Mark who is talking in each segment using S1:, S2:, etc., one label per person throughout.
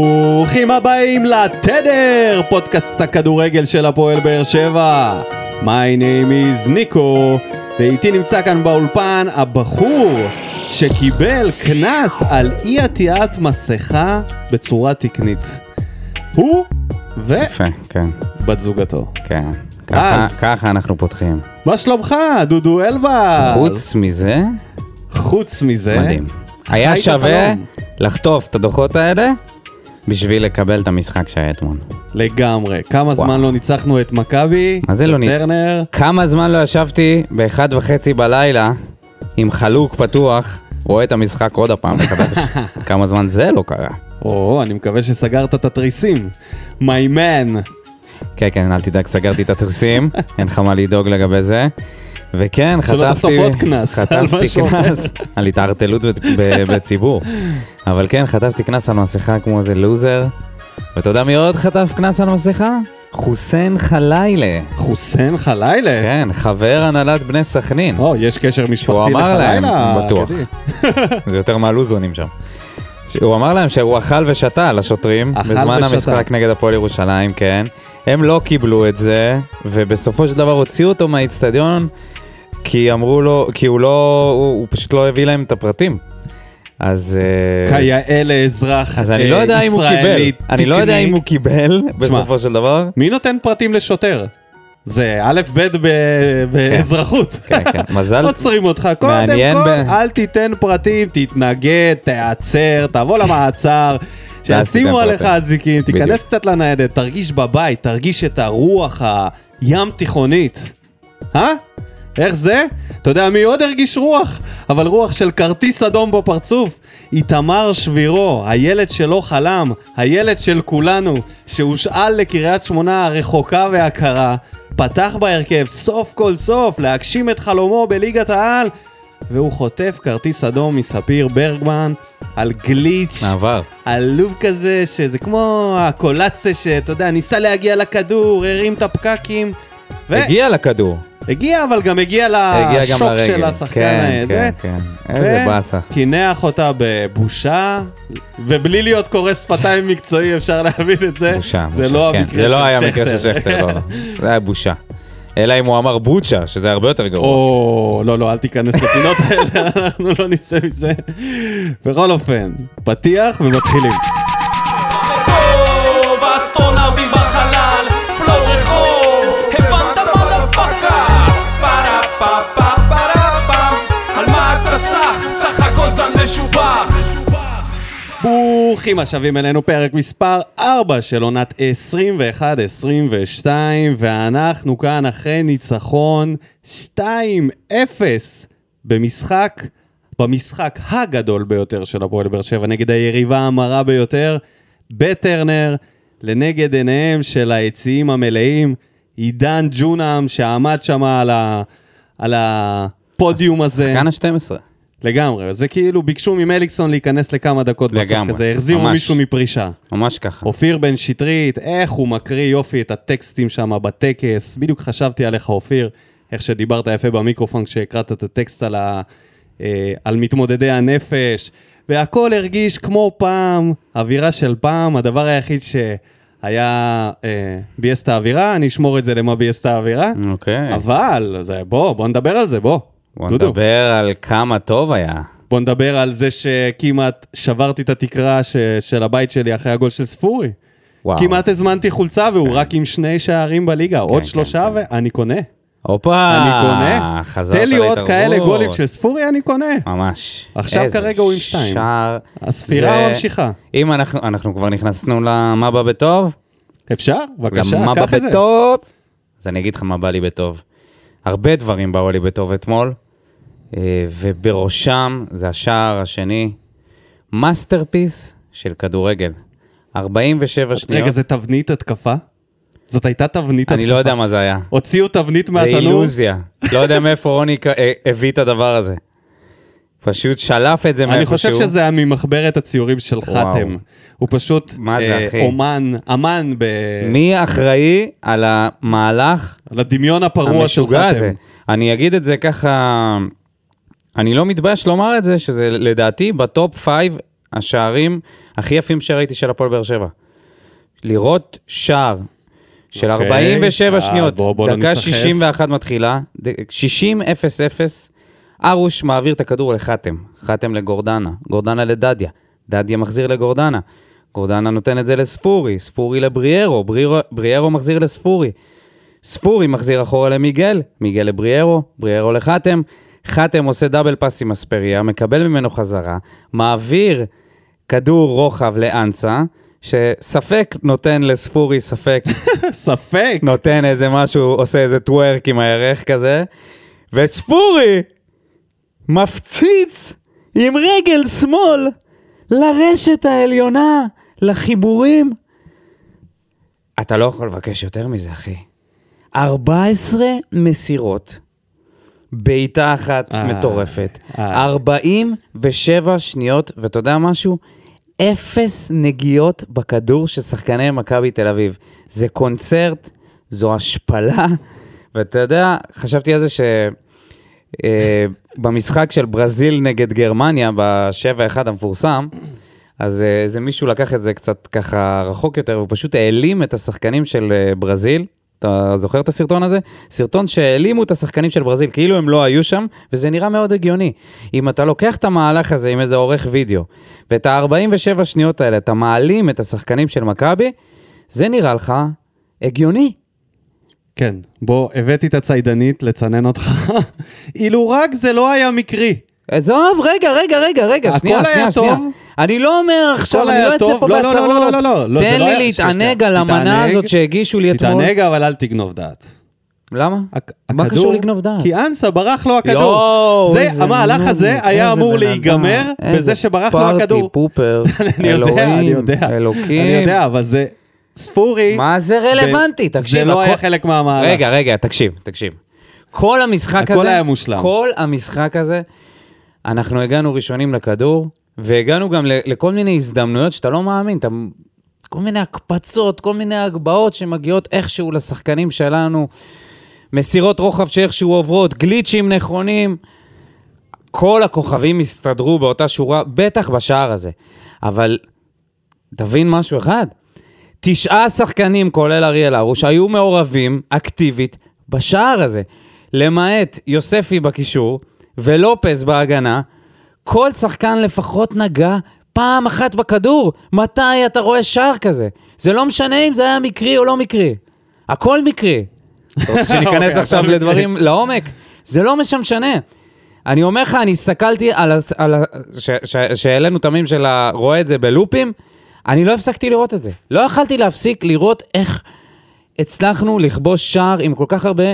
S1: ברוכים הבאים לתדר, פודקאסט הכדורגל של הפועל באר שבע. My name is ניקו, ואיתי נמצא כאן באולפן הבחור שקיבל קנס על אי עטיית מסכה בצורה תקנית. הוא
S2: יפה, כן,
S1: ובת זוגתו.
S2: כן. ככה-
S1: אז.
S2: ככה אנחנו פותחים.
S1: מה שלומך, דודו אלבז?
S2: חוץ מזה,
S1: חוץ מזה.
S2: מדהים. היה
S1: חי את
S2: שווה
S1: החלום.
S2: לחטוף את הדוחות האלה בשביל לקבל את המשחק שהיה אתמול.
S1: לגמרי. כמה זמן לא ניצחנו את מכבי?
S2: מה זה לא נ-
S1: טרנר.
S2: כמה זמן לא ישבתי באחד וחצי בלילה עם חלוק פתוח, רואה את המשחק עוד הפעם מחדש. כמה זמן זה לא קרה.
S1: או, אני מקווה שסגרת את התריסים. My man.
S2: כן, כן, אל תדאג, סגרתי את התרסים, אין לך מה לדאוג לגבי זה. וכן,
S1: שלא
S2: חטפתי,
S1: תחטוף עוד קנס על
S2: חטפתי
S1: משהו אחר.
S2: קנס על התערטלות בת- ב- בציבור. אבל כן, חטפתי קנס על מסכה כמו איזה לוזר. ואתה יודע מי עוד חטף קנס על מסכה? חוסיין חלילה.
S1: חוסיין חלילה?
S2: כן, חבר הנהלת בני סכנין.
S1: או, יש קשר
S2: הוא
S1: משפחתי
S2: אמר להם,
S1: לחלילה?
S2: בטוח.
S1: אגדי.
S2: זה יותר מהלוזונים שם. הוא אמר להם שהוא אכל ושתה לשוטרים
S1: אכל
S2: בזמן
S1: ושתה.
S2: המשחק נגד הפועל ירושלים, כן. הם לא קיבלו את זה, ובסופו של דבר הוציאו אותו מהאיצטדיון, כי אמרו לו, כי הוא לא, הוא, הוא פשוט לא הביא להם את הפרטים. אז... אה,
S1: כיאה לאזרח
S2: אז אני
S1: אה,
S2: לא יודע אם הוא קיבל,
S1: ישראלי
S2: אני לא יודע
S1: תקני.
S2: אם הוא קיבל בסופו של דבר.
S1: מי נותן פרטים לשוטר? זה א' ב' ב- באזרחות.
S2: כן, כן, מזל.
S1: עוצרים אותך, קודם
S2: מעניין
S1: כל,
S2: ב-
S1: אל תיתן פרטים, תתנגד, תיעצר, תבוא למעצר, שישימו
S2: תיתן
S1: עליך
S2: פרטים.
S1: אזיקים, תיכנס
S2: בדיוק.
S1: קצת לניידת, תרגיש בבית, תרגיש את הרוח הים תיכונית. אה? איך זה? אתה יודע מי עוד הרגיש רוח? אבל רוח של כרטיס אדום בפרצוף. איתמר שבירו, הילד שלא חלם, הילד של כולנו, שהושאל לקריית שמונה הרחוקה והקרה, פתח בהרכב סוף כל סוף להגשים את חלומו בליגת העל, והוא חוטף כרטיס אדום מספיר ברגמן על גליץ'.
S2: מעבר.
S1: עלוב כזה, שזה כמו הקולציה שאתה יודע, ניסה להגיע לכדור, הרים את הפקקים. ו...
S2: הגיע לכדור.
S1: הגיע, אבל גם הגיע
S2: הגיע גם
S1: לשוק
S2: לרגל.
S1: של השחקן
S2: כן,
S1: הזה.
S2: כן, כן. איזה
S1: ו-
S2: באסה.
S1: קינח אותה בבושה, ובלי להיות קורא שפתיים מקצועי אפשר להבין את זה.
S2: בושה,
S1: זה
S2: בושה,
S1: לא
S2: כן.
S1: המקרה
S2: זה לא היה
S1: של
S2: מקרה של שכטר, לא, לא. זה היה בושה. אלא אם הוא אמר בוצ'ה, שזה הרבה יותר גרוע.
S1: או, לא, לא, אל תיכנס לפינות האלה, אנחנו לא נצא מזה. בכל אופן, פתיח ומתחילים.
S3: פה, באסטרונאוטים בחלל, פלור רחוב, הבנת מודפאקה? פרה פה פה פרה פם, על מה אתה סח? סך הכל זן משובח.
S1: ברוכים השבים אלינו, פרק מספר 4 של עונת 21-22, ואנחנו כאן אחרי ניצחון 2-0 במשחק, במשחק הגדול ביותר של הפועל באר שבע, נגד היריבה המרה ביותר, בטרנר, לנגד עיניהם של היציעים המלאים, עידן ג'ונם שעמד שם על, ה, על הפודיום הזה.
S2: כאן ה-12.
S1: לגמרי, זה כאילו ביקשו ממליקסון להיכנס לכמה דקות בסוף
S2: לגמרי,
S1: כזה, החזירו
S2: ממש. כן.
S1: מישהו מפרישה.
S2: ממש ככה.
S1: אופיר בן שטרית, איך הוא מקריא יופי את הטקסטים שם בטקס, בדיוק חשבתי עליך אופיר, איך שדיברת יפה במיקרופון כשהקראת את הטקסט על, ה, אה, על מתמודדי הנפש, והכל הרגיש כמו פעם, אווירה של פעם, הדבר היחיד שהיה אה, ביאס את האווירה, אני אשמור את זה למה ביאס את האווירה,
S2: אוקיי.
S1: אבל זה, בוא, בוא נדבר על זה, בוא.
S2: בוא
S1: דודו.
S2: נדבר על כמה טוב היה.
S1: בוא נדבר על זה שכמעט שברתי את התקרה ש... של הבית שלי אחרי הגול של ספורי.
S2: וואו.
S1: כמעט הזמנתי חולצה והוא רק עם שני שערים בליגה, עוד
S2: כן,
S1: שלושה
S2: כן.
S1: ואני קונה.
S2: הופה!
S1: אני קונה.
S2: חזרת
S1: תן לי עוד
S2: להתערבות.
S1: כאלה גולים של ספורי, אני קונה.
S2: ממש.
S1: עכשיו
S2: איזה
S1: כרגע הוא עם שתיים.
S2: שער.
S1: הספירה
S2: זה-
S1: ממשיכה.
S2: אם אנחנו אנחנו כבר נכנסנו למה בא בטוב,
S1: אפשר? בבקשה,
S2: ומה בא
S1: קח את זה.
S2: בטוב? אז אני אגיד לך מה בא לי בטוב. הרבה דברים באו לי בטוב אתמול, אה, ובראשם זה השער השני, מאסטרפיס של כדורגל. 47 שניות,
S1: רגע, זה תבנית התקפה? זאת הייתה תבנית
S2: אני
S1: התקפה.
S2: לא יודע מה זה היה.
S1: הוציאו תבנית
S2: זה
S1: מהתנור?
S2: אילוזיה. לא יודע מאיפה רוני ק- אה, הביא את הדבר הזה. פשוט שלף את זה
S1: אני
S2: מאיפשהו.
S1: חושב שזה היה ממחברת הציורים של
S2: וואו.
S1: חתם. הוא פשוט
S2: מה זה,
S1: אה,
S2: אחי?
S1: אומן, אמן ב...
S2: מי אחראי על המהלך
S1: לדמיון הפרוע של חתם.
S2: המשוגע הזה. אני אגיד את זה ככה, אני לא מתבייש לומר את זה, שזה לדעתי בטופ פייב השערים הכי יפים שראיתי של הפועל באר שבע. לראות שער של
S1: אוקיי.
S2: 47
S1: אה,
S2: שניות,
S1: בוא- בוא לא
S2: דקה
S1: נסחף.
S2: 61 מתחילה, ד- 60-0-0, ארוש מעביר את הכדור לחתם, חתם לגורדנה, גורדנה לדדיה, דדיה מחזיר לגורדנה, גורדנה נותן את זה לספורי, ספורי לבריארו, בריארו, בריארו מחזיר לספורי, ספורי מחזיר אחורה למיגל, מיגל לבריארו, בריארו לחתם, חתם עושה דאבל פאס עם אספריה, מקבל ממנו חזרה, מעביר כדור רוחב לאנסה, שספק נותן לספורי, ספק
S1: ספק.
S2: נותן איזה משהו, עושה איזה טוורק עם הירך כזה, וספורי מפציץ עם רגל שמאל לרשת העליונה, לחיבורים. אתה לא יכול לבקש יותר מזה, אחי. 14 מסירות, בעיטה אחת
S1: אה,
S2: מטורפת,
S1: אה.
S2: 47 שניות, ואתה יודע משהו? אפס נגיעות בכדור של שחקני מכבי תל אביב. זה קונצרט, זו השפלה, ואתה יודע, חשבתי על זה ש... אה, במשחק של ברזיל נגד גרמניה, ב-7-1 המפורסם, אז אה, איזה מישהו לקח את זה קצת ככה רחוק יותר, והוא פשוט העלים את השחקנים של אה, ברזיל. אתה זוכר את הסרטון הזה? סרטון שהעלימו את השחקנים של ברזיל, כאילו הם לא היו שם, וזה נראה מאוד הגיוני. אם אתה לוקח את המהלך הזה עם איזה עורך וידאו, ואת ה-47 שניות האלה, אתה מעלים את השחקנים של מכבי, זה נראה לך הגיוני.
S1: כן, בוא, הבאתי את הציידנית לצנן אותך. אילו רק זה לא היה מקרי.
S2: עזוב, רגע, רגע, רגע, רגע,
S1: הכל
S2: שנייה,
S1: היה
S2: שנייה,
S1: טוב.
S2: שנייה. אני לא אומר עכשיו, אני
S1: היה
S2: לא אצא
S1: טוב.
S2: פה
S1: לא, לא, לא,
S2: בהצהרות.
S1: לא, לא, לא, לא, זה
S2: תן
S1: לא היה-
S2: לי
S1: שנייה,
S2: להתענג
S1: שנייה.
S2: על המנה
S1: תתענג,
S2: הזאת שהגישו לי אתמול.
S1: תתענג, אבל אל תגנוב דעת.
S2: למה?
S1: הכ-
S2: מה
S1: הכדור-
S2: קשור לגנוב דעת?
S1: כי אנסה ברח לו הכדור.
S2: יואו, איזה
S1: זה, המהלך
S2: נודניק,
S1: הזה היה
S2: איזה
S1: אמור
S2: בן אדם,
S1: להיגמר
S2: איזה
S1: בזה שברח לו
S2: פארטי
S1: הכדור.
S2: פופר,
S1: אני יודע, אני
S2: אלוהים,
S1: יודע. אני
S2: אלוקים.
S1: יודע, אבל זה... ספורי...
S2: מה זה רלוונטי? תקשיב,
S1: אוקיי? זה לא
S2: הכל-
S1: היה חלק מהמהלך.
S2: רגע, רגע, תקשיב, תקשיב. כל המשחק
S1: הכל
S2: הזה...
S1: היה מושלם.
S2: כל המשחק הזה, אנחנו הגענו ראשונים לכדור, והגענו גם ל- לכל מיני הזדמנויות שאתה לא מאמין, אתה... כל מיני הקפצות, כל מיני הגבהות שמגיעות איכשהו לשחקנים שלנו, מסירות רוחב שאיכשהו עוברות, גליצ'ים נכונים. כל הכוכבים הסתדרו באותה שורה, בטח בשער הזה. אבל תבין משהו אחד, תשעה שחקנים, כולל אריאל הרוש, היו מעורבים אקטיבית בשער הזה. למעט יוספי בקישור ולופס בהגנה, כל שחקן לפחות נגע פעם אחת בכדור. מתי אתה רואה שער כזה? זה לא משנה אם זה היה מקרי או לא מקרי. הכל מקרי. אתה רוצה
S1: אוקיי,
S2: שניכנס
S1: הכל
S2: עכשיו
S1: מקרי.
S2: לדברים לעומק? זה לא מש- משנה. אני אומר לך, אני הסתכלתי על... הס- על ה- ש- ש- שהעלינו את המים של הרואה את זה בלופים, אני לא הפסקתי לראות את זה. לא יכלתי להפסיק לראות איך הצלחנו לכבוש שער עם כל כך הרבה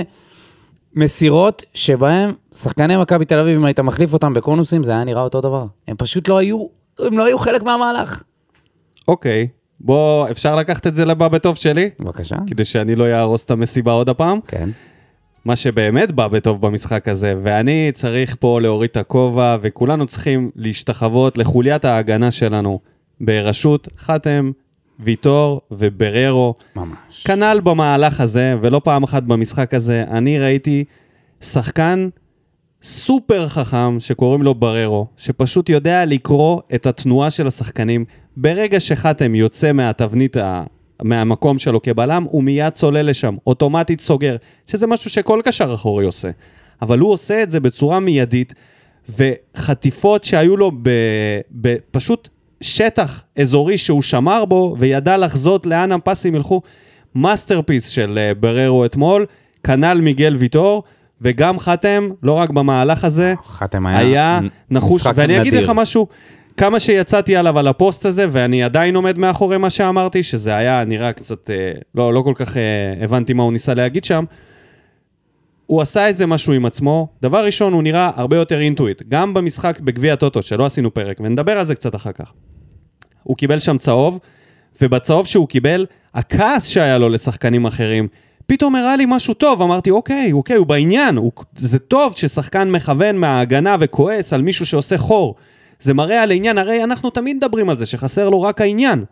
S2: מסירות שבהם שחקני מכבי תל אביב, אם היית מחליף אותם בקונוסים, זה היה נראה אותו דבר. הם פשוט לא היו, הם לא היו חלק מהמהלך.
S1: אוקיי, בוא, אפשר לקחת את זה לבא בטוב שלי?
S2: בבקשה.
S1: כדי שאני לא אהרוס את המסיבה עוד הפעם.
S2: כן.
S1: מה שבאמת בא בטוב במשחק הזה, ואני צריך פה להוריד את הכובע, וכולנו צריכים להשתחוות לחוליית ההגנה שלנו, בראשות חתם, ויטור ובררו.
S2: ממש.
S1: כנ"ל במהלך הזה, ולא פעם אחת במשחק הזה, אני ראיתי שחקן סופר חכם, שקוראים לו בררו, שפשוט יודע לקרוא את התנועה של השחקנים. ברגע שחתם יוצא מהתבנית ה... מהמקום שלו כבלם, הוא מיד צולל לשם, אוטומטית סוגר, שזה משהו שכל קשר אחורי עושה. אבל הוא עושה את זה בצורה מיידית, וחטיפות שהיו לו ב... ב... פשוט שטח אזורי שהוא שמר בו, וידע לחזות לאן הפסים ילכו. מאסטרפיס של אה, בררו אתמול, כנ"ל מיגל ויטור, וגם חתם, לא רק במהלך הזה,
S2: חתם היה...
S1: היה
S2: נ-
S1: נחוש.
S2: משחק
S1: ואני אגיד
S2: נדיר.
S1: לך משהו, כמה שיצאתי עליו על הפוסט הזה, ואני עדיין עומד מאחורי מה שאמרתי, שזה היה נראה קצת, אה, לא, לא כל כך אה, הבנתי מה הוא ניסה להגיד שם. הוא עשה איזה משהו עם עצמו. דבר ראשון, הוא נראה הרבה יותר אינטואיט. גם במשחק בגביע הטוטו, שלא עשינו פרק, ונדבר על זה קצת אחר כך. הוא קיבל שם צהוב, ובצהוב שהוא קיבל, הכעס שהיה לו לשחקנים אחרים, פתאום הראה לי משהו טוב, אמרתי, אוקיי, אוקיי, הוא בעניין, הוא, זה טוב ששחקן מכוון מההגנה וכועס על מישהו שעושה חור. זה מראה על עניין, הרי אנחנו תמיד מדברים על זה, שחסר לו רק העניין.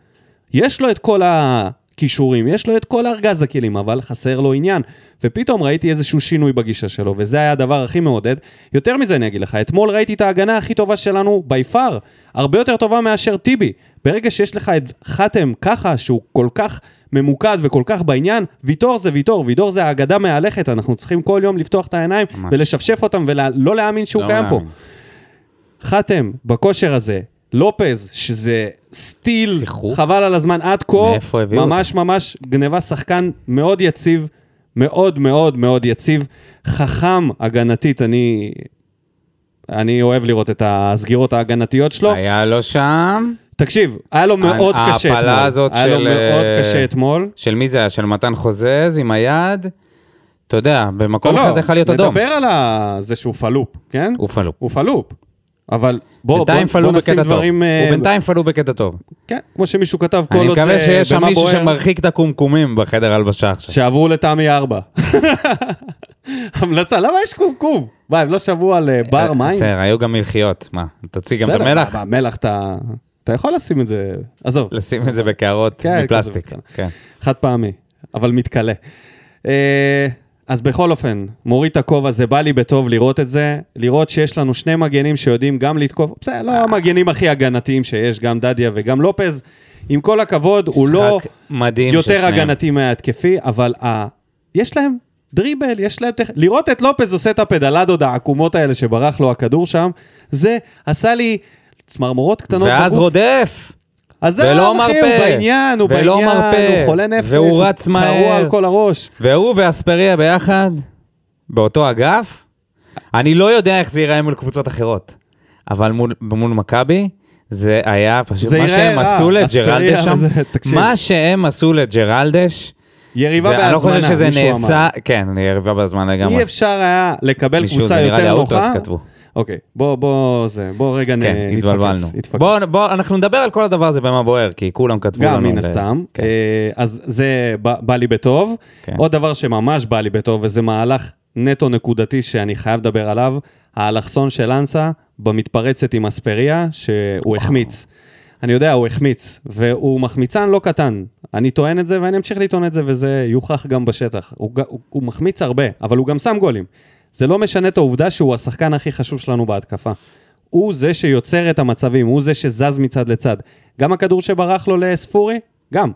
S1: יש לו את כל הכישורים, יש לו את כל ארגז הכלים, אבל חסר לו עניין. ופתאום ראיתי איזשהו שינוי בגישה שלו, וזה היה הדבר הכי מעודד. יותר מזה אני אגיד לך, אתמול ראיתי את ההגנה הכי טובה שלנו by far, הרבה יותר טובה מאשר טיבי. ברגע שיש לך את חתם ככה, שהוא כל כך ממוקד וכל כך בעניין, ויטור זה ויטור, ויטור זה האגדה מהלכת, אנחנו צריכים כל יום לפתוח את העיניים
S2: ממש.
S1: ולשפשף אותם ולא להאמין שהוא
S2: לא
S1: קיים פה.
S2: מאמין.
S1: חתם, בכושר הזה, לופז, שזה סטיל,
S2: שיחוק?
S1: חבל על הזמן עד כה,
S2: מאיפה הביאו
S1: ממש ממש גניבה שחקן מאוד יציב, מאוד מאוד מאוד יציב, חכם הגנתית, אני... אני אוהב לראות את הסגירות ההגנתיות שלו.
S2: היה לו שם...
S1: תקשיב, היה לו מאוד
S2: ההפלה
S1: קשה אתמול.
S2: אה, הזאת
S1: היה לו
S2: של,
S1: מאוד
S2: אה,
S1: קשה אתמול.
S2: של מי זה היה? של מתן חוזז עם היד? אתה יודע, במקום אחר זה יכול להיות אדום.
S1: לא, נדבר על ה- זה שהוא פלופ, כן?
S2: הוא פעלו.
S1: הוא פלופ. אבל בוא, בוא,
S2: בינתיים
S1: בוא
S2: פעלו
S1: נשים
S2: בקטע טוב.
S1: דברים... אה,
S2: הוא בינתיים פעלו בקטע טוב.
S1: כן, כמו שמישהו כתב, כל
S2: אני
S1: עוד זה...
S2: מקווה שיש שם
S1: במה
S2: מישהו
S1: בוער,
S2: שמרחיק את הקומקומים בחדר הלבשה עכשיו.
S1: שעברו לתמי ארבע. המלצה, למה יש קומקום? מה, הם לא שמעו על אה, בר מים?
S2: בסדר, היו גם מלחיות. מה, תוציא גם את
S1: בסדר,
S2: המלח?
S1: אבל המלח אתה... אתה יכול לשים את זה... עזוב,
S2: לשים את זה בקערות
S1: כן,
S2: מפלסטיק.
S1: כזה
S2: כן.
S1: חד פעמי, אבל מתכלה. אה, אז בכל אופן, מוריד את הכובע, זה בא לי בטוב לראות את זה, לראות שיש לנו שני מגנים שיודעים גם לתקוף, בסדר,
S2: אה.
S1: לא המגנים הכי הגנתיים שיש, גם דדיה וגם לופז. עם כל הכבוד, הוא לא
S2: משחק מדהים של
S1: יותר
S2: שניהם.
S1: הגנתי מההתקפי, אבל ה... יש להם דריבל, יש להם... טכ- לראות את לופז עושה את הפדלדות העקומות האלה שברח לו הכדור שם, זה עשה לי צמרמורות קטנות
S2: ואז
S1: בגוף.
S2: רודף!
S1: אז זהו,
S2: ולא
S1: אחי,
S2: מרפה.
S1: הוא בעניין, הוא
S2: ולא
S1: בעניין,
S2: מרפה.
S1: הוא חולה נפש,
S2: והוא רץ
S1: קרוע
S2: מהר.
S1: על כל הראש.
S2: והוא ואספריה ביחד, באותו אגף, אני לא יודע איך זה ייראה מול קבוצות אחרות, אבל מול, מול מכבי, זה היה פשוט,
S1: זה
S2: מה
S1: ייראה
S2: שהם
S1: רע.
S2: עשו לג'רלדש
S1: אספריה
S2: שם,
S1: וזה- תקשיב.
S2: מה שהם עשו לג'רלדש,
S1: יריבה
S2: זה-
S1: בהזמנה,
S2: אני לא חושב שזה
S1: מישהו
S2: נעשה, כן, יריבה בהזמן
S1: אמר.
S2: לגמרי.
S1: אי אפשר היה לקבל
S2: מישהו,
S1: קבוצה
S2: זה נראה לי
S1: יותר
S2: האוטוס
S1: נוחה.
S2: כתבו.
S1: אוקיי, בוא, בוא, זה, בוא רגע נ-
S2: כן,
S1: נתפקס.
S2: התבלבלנו.
S1: נתפקס.
S2: בוא, בוא, אנחנו נדבר על כל הדבר הזה במה בוער, כי כולם כתבו לנו.
S1: גם מן
S2: על זה.
S1: הסתם.
S2: כן.
S1: אה, אז זה בא, בא לי בטוב.
S2: כן.
S1: עוד דבר שממש בא לי בטוב, וזה מהלך נטו נקודתי שאני חייב לדבר עליו, האלכסון של אנסה במתפרצת עם אספריה, שהוא החמיץ. אני יודע, הוא החמיץ, והוא מחמיצן לא קטן. אני טוען את זה ואני אמשיך לטעון את זה, וזה יוכח גם בשטח. הוא, ג- הוא, הוא מחמיץ הרבה, אבל הוא גם שם גולים. זה לא משנה את העובדה שהוא השחקן הכי חשוב שלנו בהתקפה. הוא זה שיוצר את המצבים, הוא זה שזז מצד לצד. גם הכדור שברח לו לספורי, גם.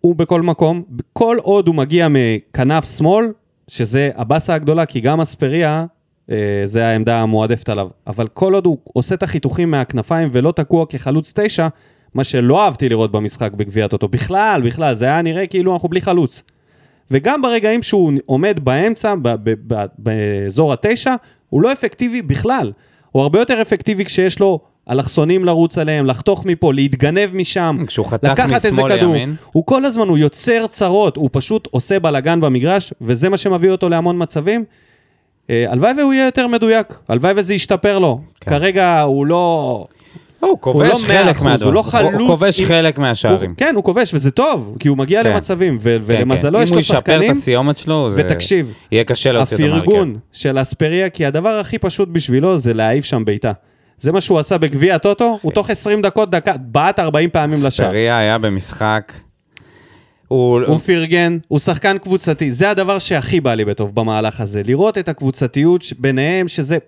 S1: הוא בכל מקום, כל עוד הוא מגיע מכנף שמאל, שזה הבאסה הגדולה, כי גם אספריה, אה, זה העמדה המועדפת עליו. אבל כל עוד הוא עושה את החיתוכים מהכנפיים ולא תקוע כחלוץ תשע, מה שלא אהבתי לראות במשחק בגביע הטוטו, בכלל, בכלל, זה היה נראה כאילו אנחנו בלי חלוץ. וגם ברגעים שהוא עומד באמצע, ב- ב- ב- באזור התשע, הוא לא אפקטיבי בכלל. הוא הרבה יותר אפקטיבי כשיש לו אלכסונים לרוץ עליהם, לחתוך מפה, להתגנב משם,
S2: כשהוא חתך
S1: לקחת איזה
S2: משמאל
S1: כדור.
S2: לימין.
S1: הוא כל הזמן, הוא יוצר צרות, הוא פשוט עושה בלאגן במגרש, וזה מה שמביא אותו להמון מצבים. אה, הלוואי והוא יהיה יותר מדויק, הלוואי וזה ישתפר לו.
S2: כן.
S1: כרגע הוא לא...
S2: לא, הוא
S1: לא
S2: כובש
S1: מאה
S2: חלק
S1: אחוז,
S2: מהדברים.
S1: הוא לא
S2: הוא
S1: חלוץ
S2: כובש
S1: עם-
S2: חלק
S1: הוא,
S2: מהשערים.
S1: כן, הוא כובש, וזה טוב, כי הוא מגיע
S2: כן.
S1: לממצבים, ו-
S2: כן,
S1: ולמזלו
S2: כן.
S1: יש לו
S2: אם הוא ישפר את
S1: שחקנים,
S2: הסיומת שלו, זה...
S1: ותקשיב,
S2: יהיה קשה להוציא אותו מהרכב.
S1: הפרגון של אספריה, כי הדבר הכי פשוט בשבילו זה להעיף שם בעיטה. זה מה שהוא עשה בגביע הטוטו,
S2: כן.
S1: הוא תוך 20 דקות, דקה, בעט 40 פעמים לשער.
S2: ספריה היה במשחק. הוא...
S1: הוא פרגן, הוא שחקן קבוצתי. זה הדבר שהכי בא לי בטוב במהלך הזה. לראות את הקבוצתיות ש- ביניהם, שזה...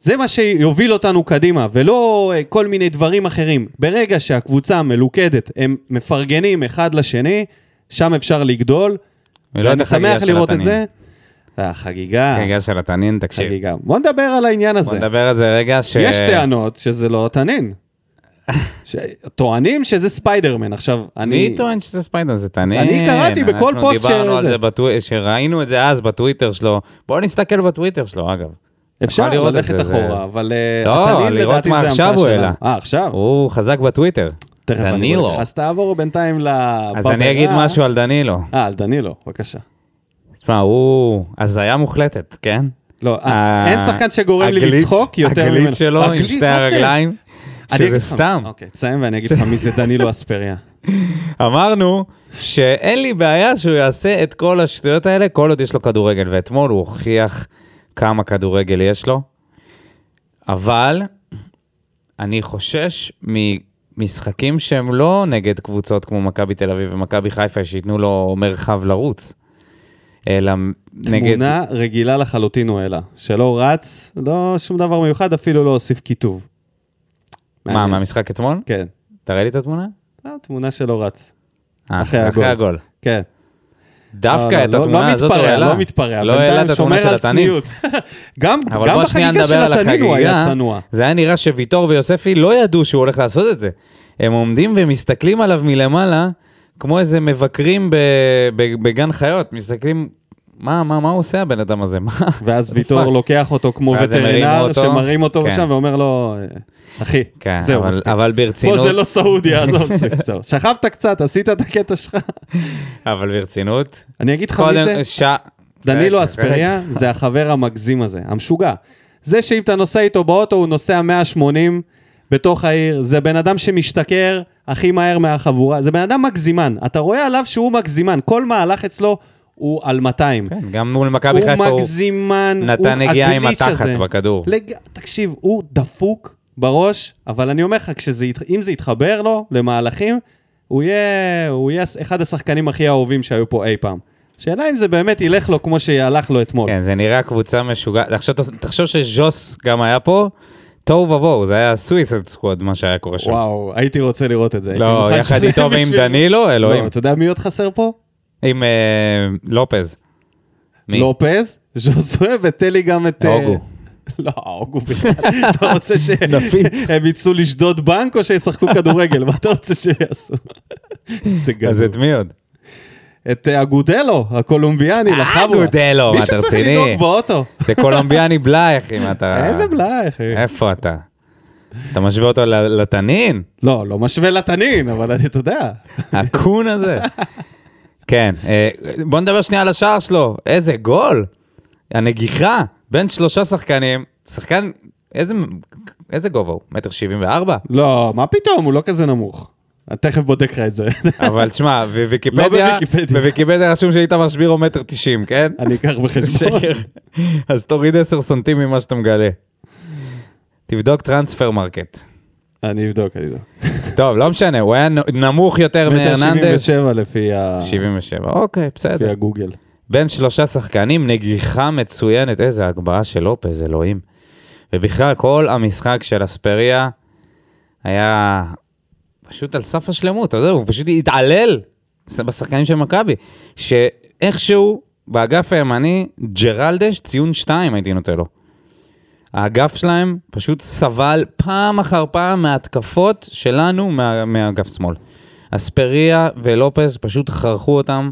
S1: זה מה שיוביל אותנו קדימה, ולא אה, כל מיני דברים אחרים. ברגע שהקבוצה מלוכדת, הם מפרגנים אחד לשני, שם אפשר לגדול.
S2: ולא את
S1: ואני
S2: החגיגה
S1: שמח
S2: של
S1: לראות את
S2: התנין.
S1: זה. אה, חגיגה,
S2: חגיגה כן, של התנין, תקשיב.
S1: חגיגה. בוא נדבר על העניין
S2: בוא
S1: הזה.
S2: נדבר על זה רגע ש...
S1: יש טענות שזה לא התנין. ש- טוענים שזה ספיידרמן. עכשיו, אני...
S2: מי טוען שזה ספיידר? זה תנין.
S1: אני קראתי בכל פוסט
S2: אנחנו דיברנו על
S1: שזה.
S2: זה, בטו... שראינו את זה אז בטוויטר שלו. בואו נסתכל בטוויטר שלו, אגב. יכול
S1: אפשר
S2: לראות את
S1: ללכת
S2: זה, זה-
S1: אחורה, אבל אה,
S2: לא,
S1: התנין
S2: לראות
S1: לדעתי
S2: מה
S1: זה
S2: עכשיו
S1: המצאה
S2: הוא
S1: שלנו.
S2: העלה.
S1: אה, עכשיו?
S2: הוא חזק בטוויטר.
S1: תכף אני
S2: דנילו.
S1: בודק. אז תעבור בינתיים לבברה.
S2: אז אני אגיד משהו על דנילו.
S1: אה, על דנילו, בבקשה.
S2: תשמע, הוא הזיה מוחלטת, כן?
S1: לא,
S2: ה-
S1: אין שחקן שגורם לי
S2: אה, הגליץ'-
S1: לצחוק יותר ממנו.
S2: הגליץ' שלו עם
S1: הגליץ',
S2: שתי
S1: מה זה?
S2: הרגליים,
S1: אני אגיד
S2: שזה
S1: לך-
S2: סתם.
S1: אוקיי, תסיים ואני אגיד לך מי זה דנילו אספריה. אוקיי.
S2: אמרנו שאין לי בעיה שהוא יעשה את כל השטויות האלה כל עוד יש לו כדורגל, ואתמול הוא הוכיח כמה כדורגל יש לו, אבל אני חושש ממשחקים שהם לא נגד קבוצות כמו מכבי תל אביב ומכבי חיפה, שייתנו לו מרחב לרוץ, אלא נגד...
S1: תמונה רגילה לחלוטין הוא העלה. שלא רץ, לא שום דבר מיוחד, אפילו לא הוסיף כיתוב.
S2: מה,
S1: מעניין.
S2: מהמשחק אתמול?
S1: כן.
S2: תראה לי את התמונה.
S1: אה, תמונה שלא רץ.
S2: אה,
S1: אחרי הגול.
S2: אחרי הגול.
S1: כן. לא,
S2: דווקא את
S1: לא,
S2: התמונה
S1: לא
S2: הזאת הוא
S1: מתפרע,
S2: העלה.
S1: לא מתפרע,
S2: לא
S1: בינתיים
S2: העלה את התמונה
S1: שומר
S2: של
S1: על
S2: התנין.
S1: צניעות. גם
S2: אבל
S1: גם
S2: בוא שנייה
S1: בחגיגה
S2: נדבר
S1: של
S2: על
S1: התנין הוא היה
S2: החגיגה.
S1: צנוע.
S2: זה היה נראה שוויטור ויוספי לא ידעו שהוא הולך לעשות את זה. הם עומדים ומסתכלים עליו מלמעלה, כמו איזה מבקרים ב- ב- בגן חיות, מסתכלים, מה, מה, מה הוא עושה הבן אדם הזה? מה?
S1: ואז
S2: What the
S1: ויטור לא-
S2: fuck?
S1: לוקח אותו כמו
S2: ואז הם הרימו
S1: וטרינר,
S2: אותו.
S1: שמרים אותו
S2: כן.
S1: משם ואומר לו, אחי,
S2: כן,
S1: זהו,
S2: אבל,
S1: מספיק.
S2: אבל ברצינות,
S1: פה זה לא סעודיה, עזוב, זהו. שכבת קצת, עשית את הקטע שלך.
S2: אבל ברצינות.
S1: אני אגיד לך מי
S2: קודם, כן,
S1: זה?
S2: ש...
S1: דנילו
S2: רגע,
S1: אספריה זה החבר המגזים הזה, המשוגע. זה שאם אתה נוסע איתו באוטו, הוא נוסע 180 בתוך העיר. זה בן אדם שמשתכר הכי מהר מהחבורה. זה בן אדם מגזימן. אתה רואה עליו שהוא מגזימן. כל מהלך אצלו הוא על 200.
S2: כן, גם מול מכבי חיפה
S1: הוא
S2: הוא...
S1: מגזימן, הוא
S2: נתן נגיעה עם
S1: הגליץ'
S2: התחת
S1: הזה.
S2: בכדור.
S1: לג... תקשיב, הוא דפוק בראש, אבל אני אומר לך, כשזה ית- אם זה יתחבר לו למהלכים, הוא יהיה... הוא יהיה אחד השחקנים הכי אהובים שהיו פה אי פעם. שאלה אם זה באמת ילך לו כמו שהלך לו אתמול.
S2: כן, זה נראה קבוצה משוגעת. עכשיו תחשוב שז'וס גם היה פה, תוהו ובוהו, זה היה סוויסד סקווד, מה שהיה קורה שם.
S1: וואו, הייתי רוצה לראות את זה. הייתי
S2: לא,
S1: מוכן
S2: יחד
S1: שזה
S2: איתו ועם
S1: בשביל-
S2: דנילו, אלוהים.
S1: לא, אתה יודע מי עוד חסר פה?
S2: עם אה, לופז. מי?
S1: לופז, ז'וזואה ותן לי גם את... אה,
S2: אוגו.
S1: לא, אוגו בכלל. אתה רוצה שהם יצאו לשדוד בנק או שישחקו כדורגל? מה אתה רוצה שיעשו? איזה
S2: אז
S1: גדול.
S2: את מי עוד?
S1: את אה, אגודלו, הקולומביאני, לחברה.
S2: אה, אגודלו, מה, אתה
S1: מישהו צריך
S2: רציני? אה.
S1: לנהוג באוטו.
S2: זה קולומביאני בלאי, אחי, מה אתה...
S1: איזה בלאי, אחי.
S2: איפה אתה? אתה משווה אותו ל- לתנין?
S1: לא, לא משווה לתנין, אבל אני, אתה יודע.
S2: הקון הזה. כן, אה, בוא נדבר שנייה על השער שלו. איזה גול! הנגיחה בין שלושה שחקנים, שחקן, איזה, איזה גובה הוא? מטר שבעים וארבע?
S1: לא, מה פתאום, הוא לא כזה נמוך. אני תכף בודק לך את זה.
S2: אבל תשמע,
S1: לא
S2: וויקיפדיה,
S1: בוויקיפדיה.
S2: בוויקיפדיה רשום שאיתמר שבירו מטר תשעים, כן?
S1: אני אקח בחשבון.
S2: שקר. אז תוריד עשר סנטים ממה שאתה מגלה. תבדוק טרנספר מרקט.
S1: אני אבדוק, אני אבדוק.
S2: טוב, לא משנה, הוא היה נמוך יותר
S1: מטר
S2: מהרננדס.
S1: 77 לפי ה-
S2: 77, אוקיי,
S1: לפי
S2: בסדר.
S1: הגוגל.
S2: בין שלושה שחקנים, נגיחה מצוינת, איזה הגבהה של לופז, אלוהים. ובכלל, כל המשחק של אספריה היה פשוט על סף השלמות, אתה יודע, הוא פשוט התעלל בשחקנים של מכבי, שאיכשהו באגף הימני, ג'רלדש ציון 2 הייתי נותן לו. האגף שלהם פשוט סבל פעם אחר פעם מההתקפות שלנו מה, מהאגף שמאל. אספריה ולופז פשוט חרכו אותם,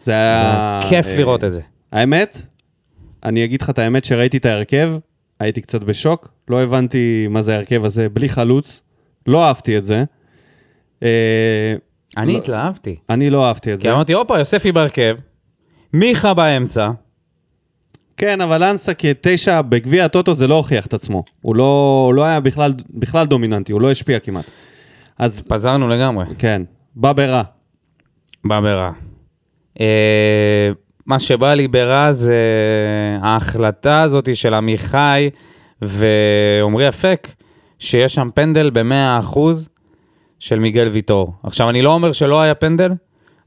S1: זה היה...
S2: כיף
S1: אה,
S2: לראות את זה.
S1: האמת, אני אגיד לך את האמת, שראיתי את ההרכב, הייתי קצת בשוק, לא הבנתי מה זה ההרכב הזה, בלי חלוץ, לא אהבתי את זה. אה,
S2: אני
S1: לא-
S2: התלהבתי.
S1: אני לא אהבתי את זה.
S2: כי אמרתי, הופה, יוספי בהרכב, מיכה באמצע,
S1: כן, אבל אנסה כתשע בגביע הטוטו זה לא הוכיח את עצמו. הוא לא, הוא לא היה בכלל, בכלל דומיננטי, הוא לא השפיע כמעט. אז
S2: פזרנו לגמרי,
S1: כן, בא ברע.
S2: בא ברע. אה, מה שבא לי ברע זה ההחלטה הזאת של עמיחי ועמרי אפק, שיש שם פנדל ב-100% של מיגל ויטור. עכשיו, אני לא אומר שלא היה פנדל,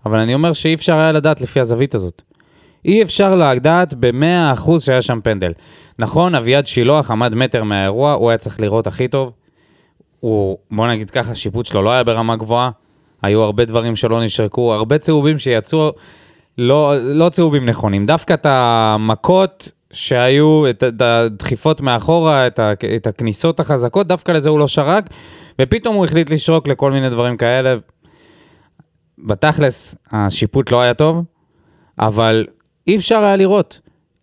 S2: אבל אני אומר שאי אפשר היה לדעת לפי הזווית הזאת. אי אפשר לדעת ב-100% שהיה שם פנדל. נכון, אביעד שילוח עמד מטר מהאירוע, הוא היה צריך לראות הכי טוב. הוא, בוא נגיד ככה, השיפוט שלו לא היה ברמה גבוהה, היו הרבה דברים שלא נשרקו, הרבה צהובים שיצאו, לא, לא צהובים נכונים. דווקא את המכות שהיו, את, את הדחיפות מאחורה, את, ה, את הכניסות החזקות, דווקא לזה הוא לא שרק, ופתאום הוא החליט לשרוק לכל מיני דברים כאלה. בתכלס, השיפוט לא היה טוב, אבל אי אפשר היה לראות.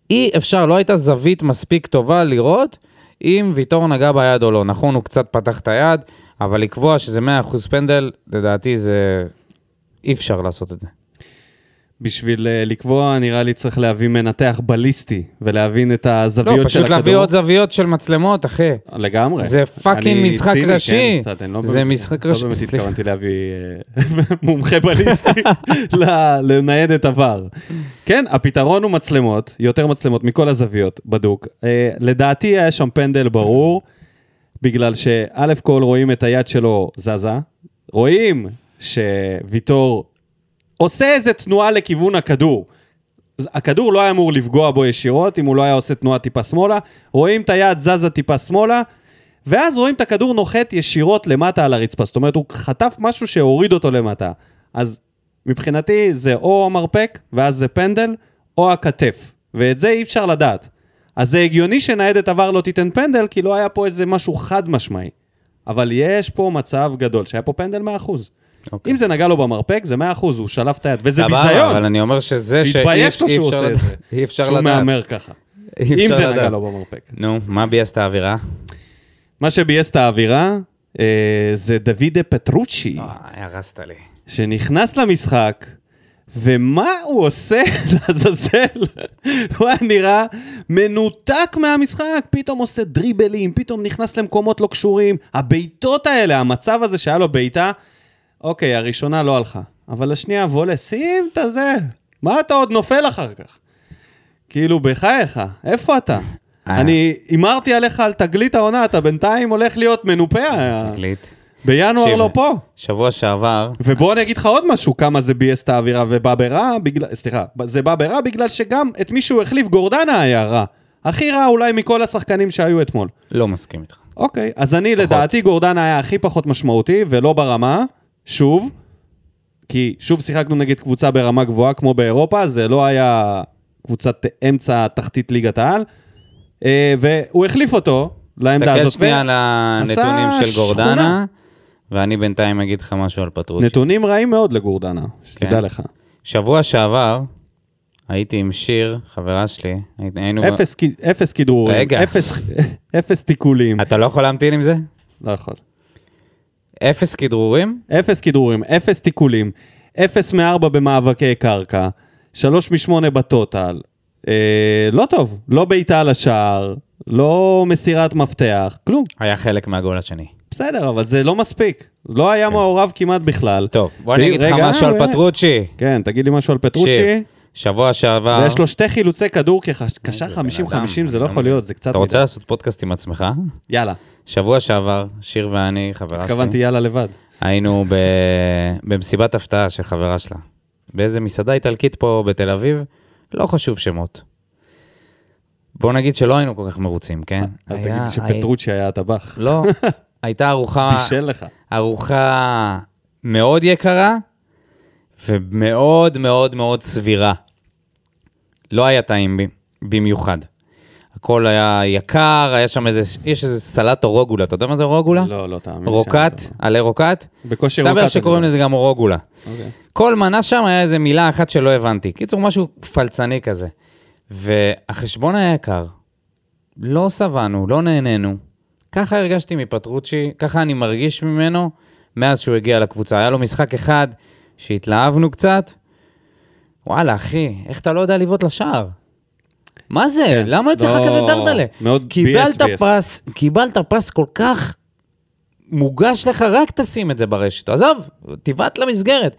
S2: אי אפשר, לא הייתה זווית מספיק טובה לראות אם ויטור נגע ביד או לא. נכון, הוא קצת פתח את היד, אבל לקבוע שזה 100% פנדל, לדעתי זה... אי אפשר לעשות את זה.
S1: בשביל אה, לקבוע, נראה לי צריך להביא מנתח בליסטי, ולהבין את הזוויות
S2: לא,
S1: של הכדור.
S2: פשוט להביא עוד זוויות של מצלמות, אחי.
S1: לגמרי.
S2: זה פאקינג
S1: אני
S2: משחק
S1: ציני,
S2: ראשי.
S1: כן, קצת, אני לא
S2: זה
S1: באמת-
S2: משחק ראשי,
S1: לא באמת
S2: סליחה.
S1: התכוונתי להביא אה, מומחה בליסטי ל- לניידת עבר. כן, הפתרון הוא מצלמות, יותר מצלמות מכל הזוויות, בדוק. אה, לדעתי היה שם פנדל ברור, בגלל שא' כל רואים את היד שלו זזה, רואים שוויטור עושה איזה תנועה לכיוון הכדור. הכדור לא היה אמור לפגוע בו ישירות, אם הוא לא היה עושה תנועה טיפה שמאלה. רואים את היד זזה טיפה שמאלה, ואז רואים את הכדור נוחת ישירות למטה על הרצפה. זאת אומרת, הוא חטף משהו שהוריד אותו למטה. אז מבחינתי זה או המרפק, ואז זה פנדל, או הכתף. ואת זה אי אפשר לדעת. אז זה הגיוני שניידת עבר לא תיתן פנדל, כי לא היה פה איזה משהו חד משמעי. אבל יש פה מצב גדול, שהיה פה פנדל 100%.
S2: אוקיי.
S1: אם זה נגע לו במרפק, זה 100%, הוא שלף את היד, וזה
S2: סבבה,
S1: ביזיון.
S2: אבל אני אומר שזה שאי
S1: שיתבייש לו
S2: אי
S1: שהוא
S2: אפשר
S1: עושה את
S2: לדעת.
S1: זה.
S2: אי אפשר
S1: שהוא
S2: לדעת.
S1: מהמר ככה.
S2: אי
S1: אם זה
S2: אפשר
S1: נגע
S2: לדעת.
S1: לו במרפק.
S2: נו, מה ביאס את האווירה?
S1: מה שביאס את האווירה אה, זה דוידה פטרוצ'י,
S2: וואי, הרסת לי.
S1: אה. שנכנס למשחק, ומה הוא עושה לעזאזל? הוא היה נראה מנותק מהמשחק, פתאום עושה דריבלים, פתאום נכנס למקומות לא קשורים. הבעיטות האלה, המצב הזה שהיה לו בעיטה, אוקיי, הראשונה לא הלכה, אבל השנייה וולה, שים את הזה, מה אתה עוד נופל אחר כך? כאילו, בחייך, איפה אתה?
S2: אה.
S1: אני הימרתי עליך על תגלית העונה, אתה בינתיים הולך להיות מנופה,
S2: תקליט.
S1: בינואר
S2: תקשיב,
S1: לא פה.
S2: שבוע שעבר,
S1: ובוא אני אגיד לך עוד משהו, כמה זה ביאס את האווירה ובא ברע, בגלל, סליחה, זה בא ברע בגלל שגם את מי שהוא החליף, גורדנה היה רע. הכי רע אולי מכל השחקנים שהיו אתמול.
S2: לא מסכים איתך.
S1: אוקיי, אז אני פחות. לדעתי גורדנה היה הכי פחות משמעותי, ולא ברמה, שוב, כי שוב שיחקנו נגד קבוצה ברמה גבוהה כמו באירופה, זה לא היה קבוצת אמצע תחתית ליגת העל, אה, והוא החליף אותו לעמדה הזאת.
S2: תסתכל שנייה על הנתונים
S1: עשה
S2: של
S1: שכונה.
S2: גורדנה, ואני בינתיים אגיד לך משהו על פטרוצ'י.
S1: נתונים רעים מאוד לגורדנה, שתדע
S2: כן.
S1: לך.
S2: שבוע שעבר הייתי עם שיר, חברה שלי, הייתי- היינו...
S1: אפס, קי- אפס כדרורים,
S2: רגע.
S1: אפס, אפס תיקולים.
S2: אתה לא יכול להמתין עם זה?
S1: לא יכול.
S2: אפס כדרורים?
S1: אפס כדרורים, אפס תיקולים, אפס מארבע במאבקי קרקע, שלוש משמונה בטוטל. אה, לא טוב, לא בעיטה לשער, לא מסירת מפתח, כלום.
S2: היה חלק מהגול השני.
S1: בסדר, אבל זה לא מספיק. לא היה מעורב כמעט בכלל.
S2: כן. טוב, בוא אני אגיד לך
S1: רגע,
S2: משהו על
S1: אה,
S2: פטרוצ'י.
S1: כן, תגיד לי משהו על
S2: שיר,
S1: פטרוצ'י.
S2: שבוע שעבר...
S1: ויש לו שתי חילוצי כדור כחש-
S2: איזה
S1: קשר
S2: בן
S1: 50-50,
S2: אדם,
S1: זה לא
S2: אדם.
S1: יכול להיות, זה קצת...
S2: אתה רוצה
S1: מדי.
S2: לעשות פודקאסט עם עצמך?
S1: יאללה,
S2: שבוע שעבר, שיר ואני, חברה
S1: התכוונתי
S2: שלי,
S1: יאללה לבד.
S2: היינו ב... במסיבת הפתעה של חברה שלה. באיזה מסעדה איטלקית פה בתל אביב, לא חשוב שמות. בוא נגיד שלא היינו כל כך מרוצים, כן?
S1: אל
S2: היה-
S1: תגיד שפטרוצ'י היה הטבח.
S2: הי- לא, הייתה ארוחה...
S1: פישל לך.
S2: ארוחה מאוד יקרה ומאוד מאוד מאוד סבירה. לא היה טעים ב- במיוחד. הכל היה יקר, היה שם איזה, יש איזה סלט או רוגולה, אתה יודע מה זה רוגולה?
S1: לא, לא, תאמין. לי שאני
S2: רוקט,
S1: לא.
S2: עלי רוקט.
S1: בקושי רוקט.
S2: מסתבר
S1: אני
S2: שקוראים
S1: לא-
S2: לזה גם רוגולה.
S1: אוקיי.
S2: כל מנה שם היה איזה מילה אחת שלא הבנתי. קיצור, משהו פלצני כזה. והחשבון היה יקר. לא שבענו, לא נהנינו. ככה הרגשתי מפטרוצ'י, ככה אני מרגיש ממנו מאז שהוא הגיע לקבוצה. היה לו משחק אחד שהתלהבנו קצת. וואלה, אחי, איך אתה לא יודע לבעוט לשער? מה זה?
S1: כן,
S2: למה יוצא לך
S1: לא,
S2: כזה דרדלה?
S1: מאוד
S2: קיבלת
S1: BS, BS.
S2: פרס, קיבלת פרס כל כך מוגש לך, רק תשים את זה ברשת. עזוב, תבעט למסגרת.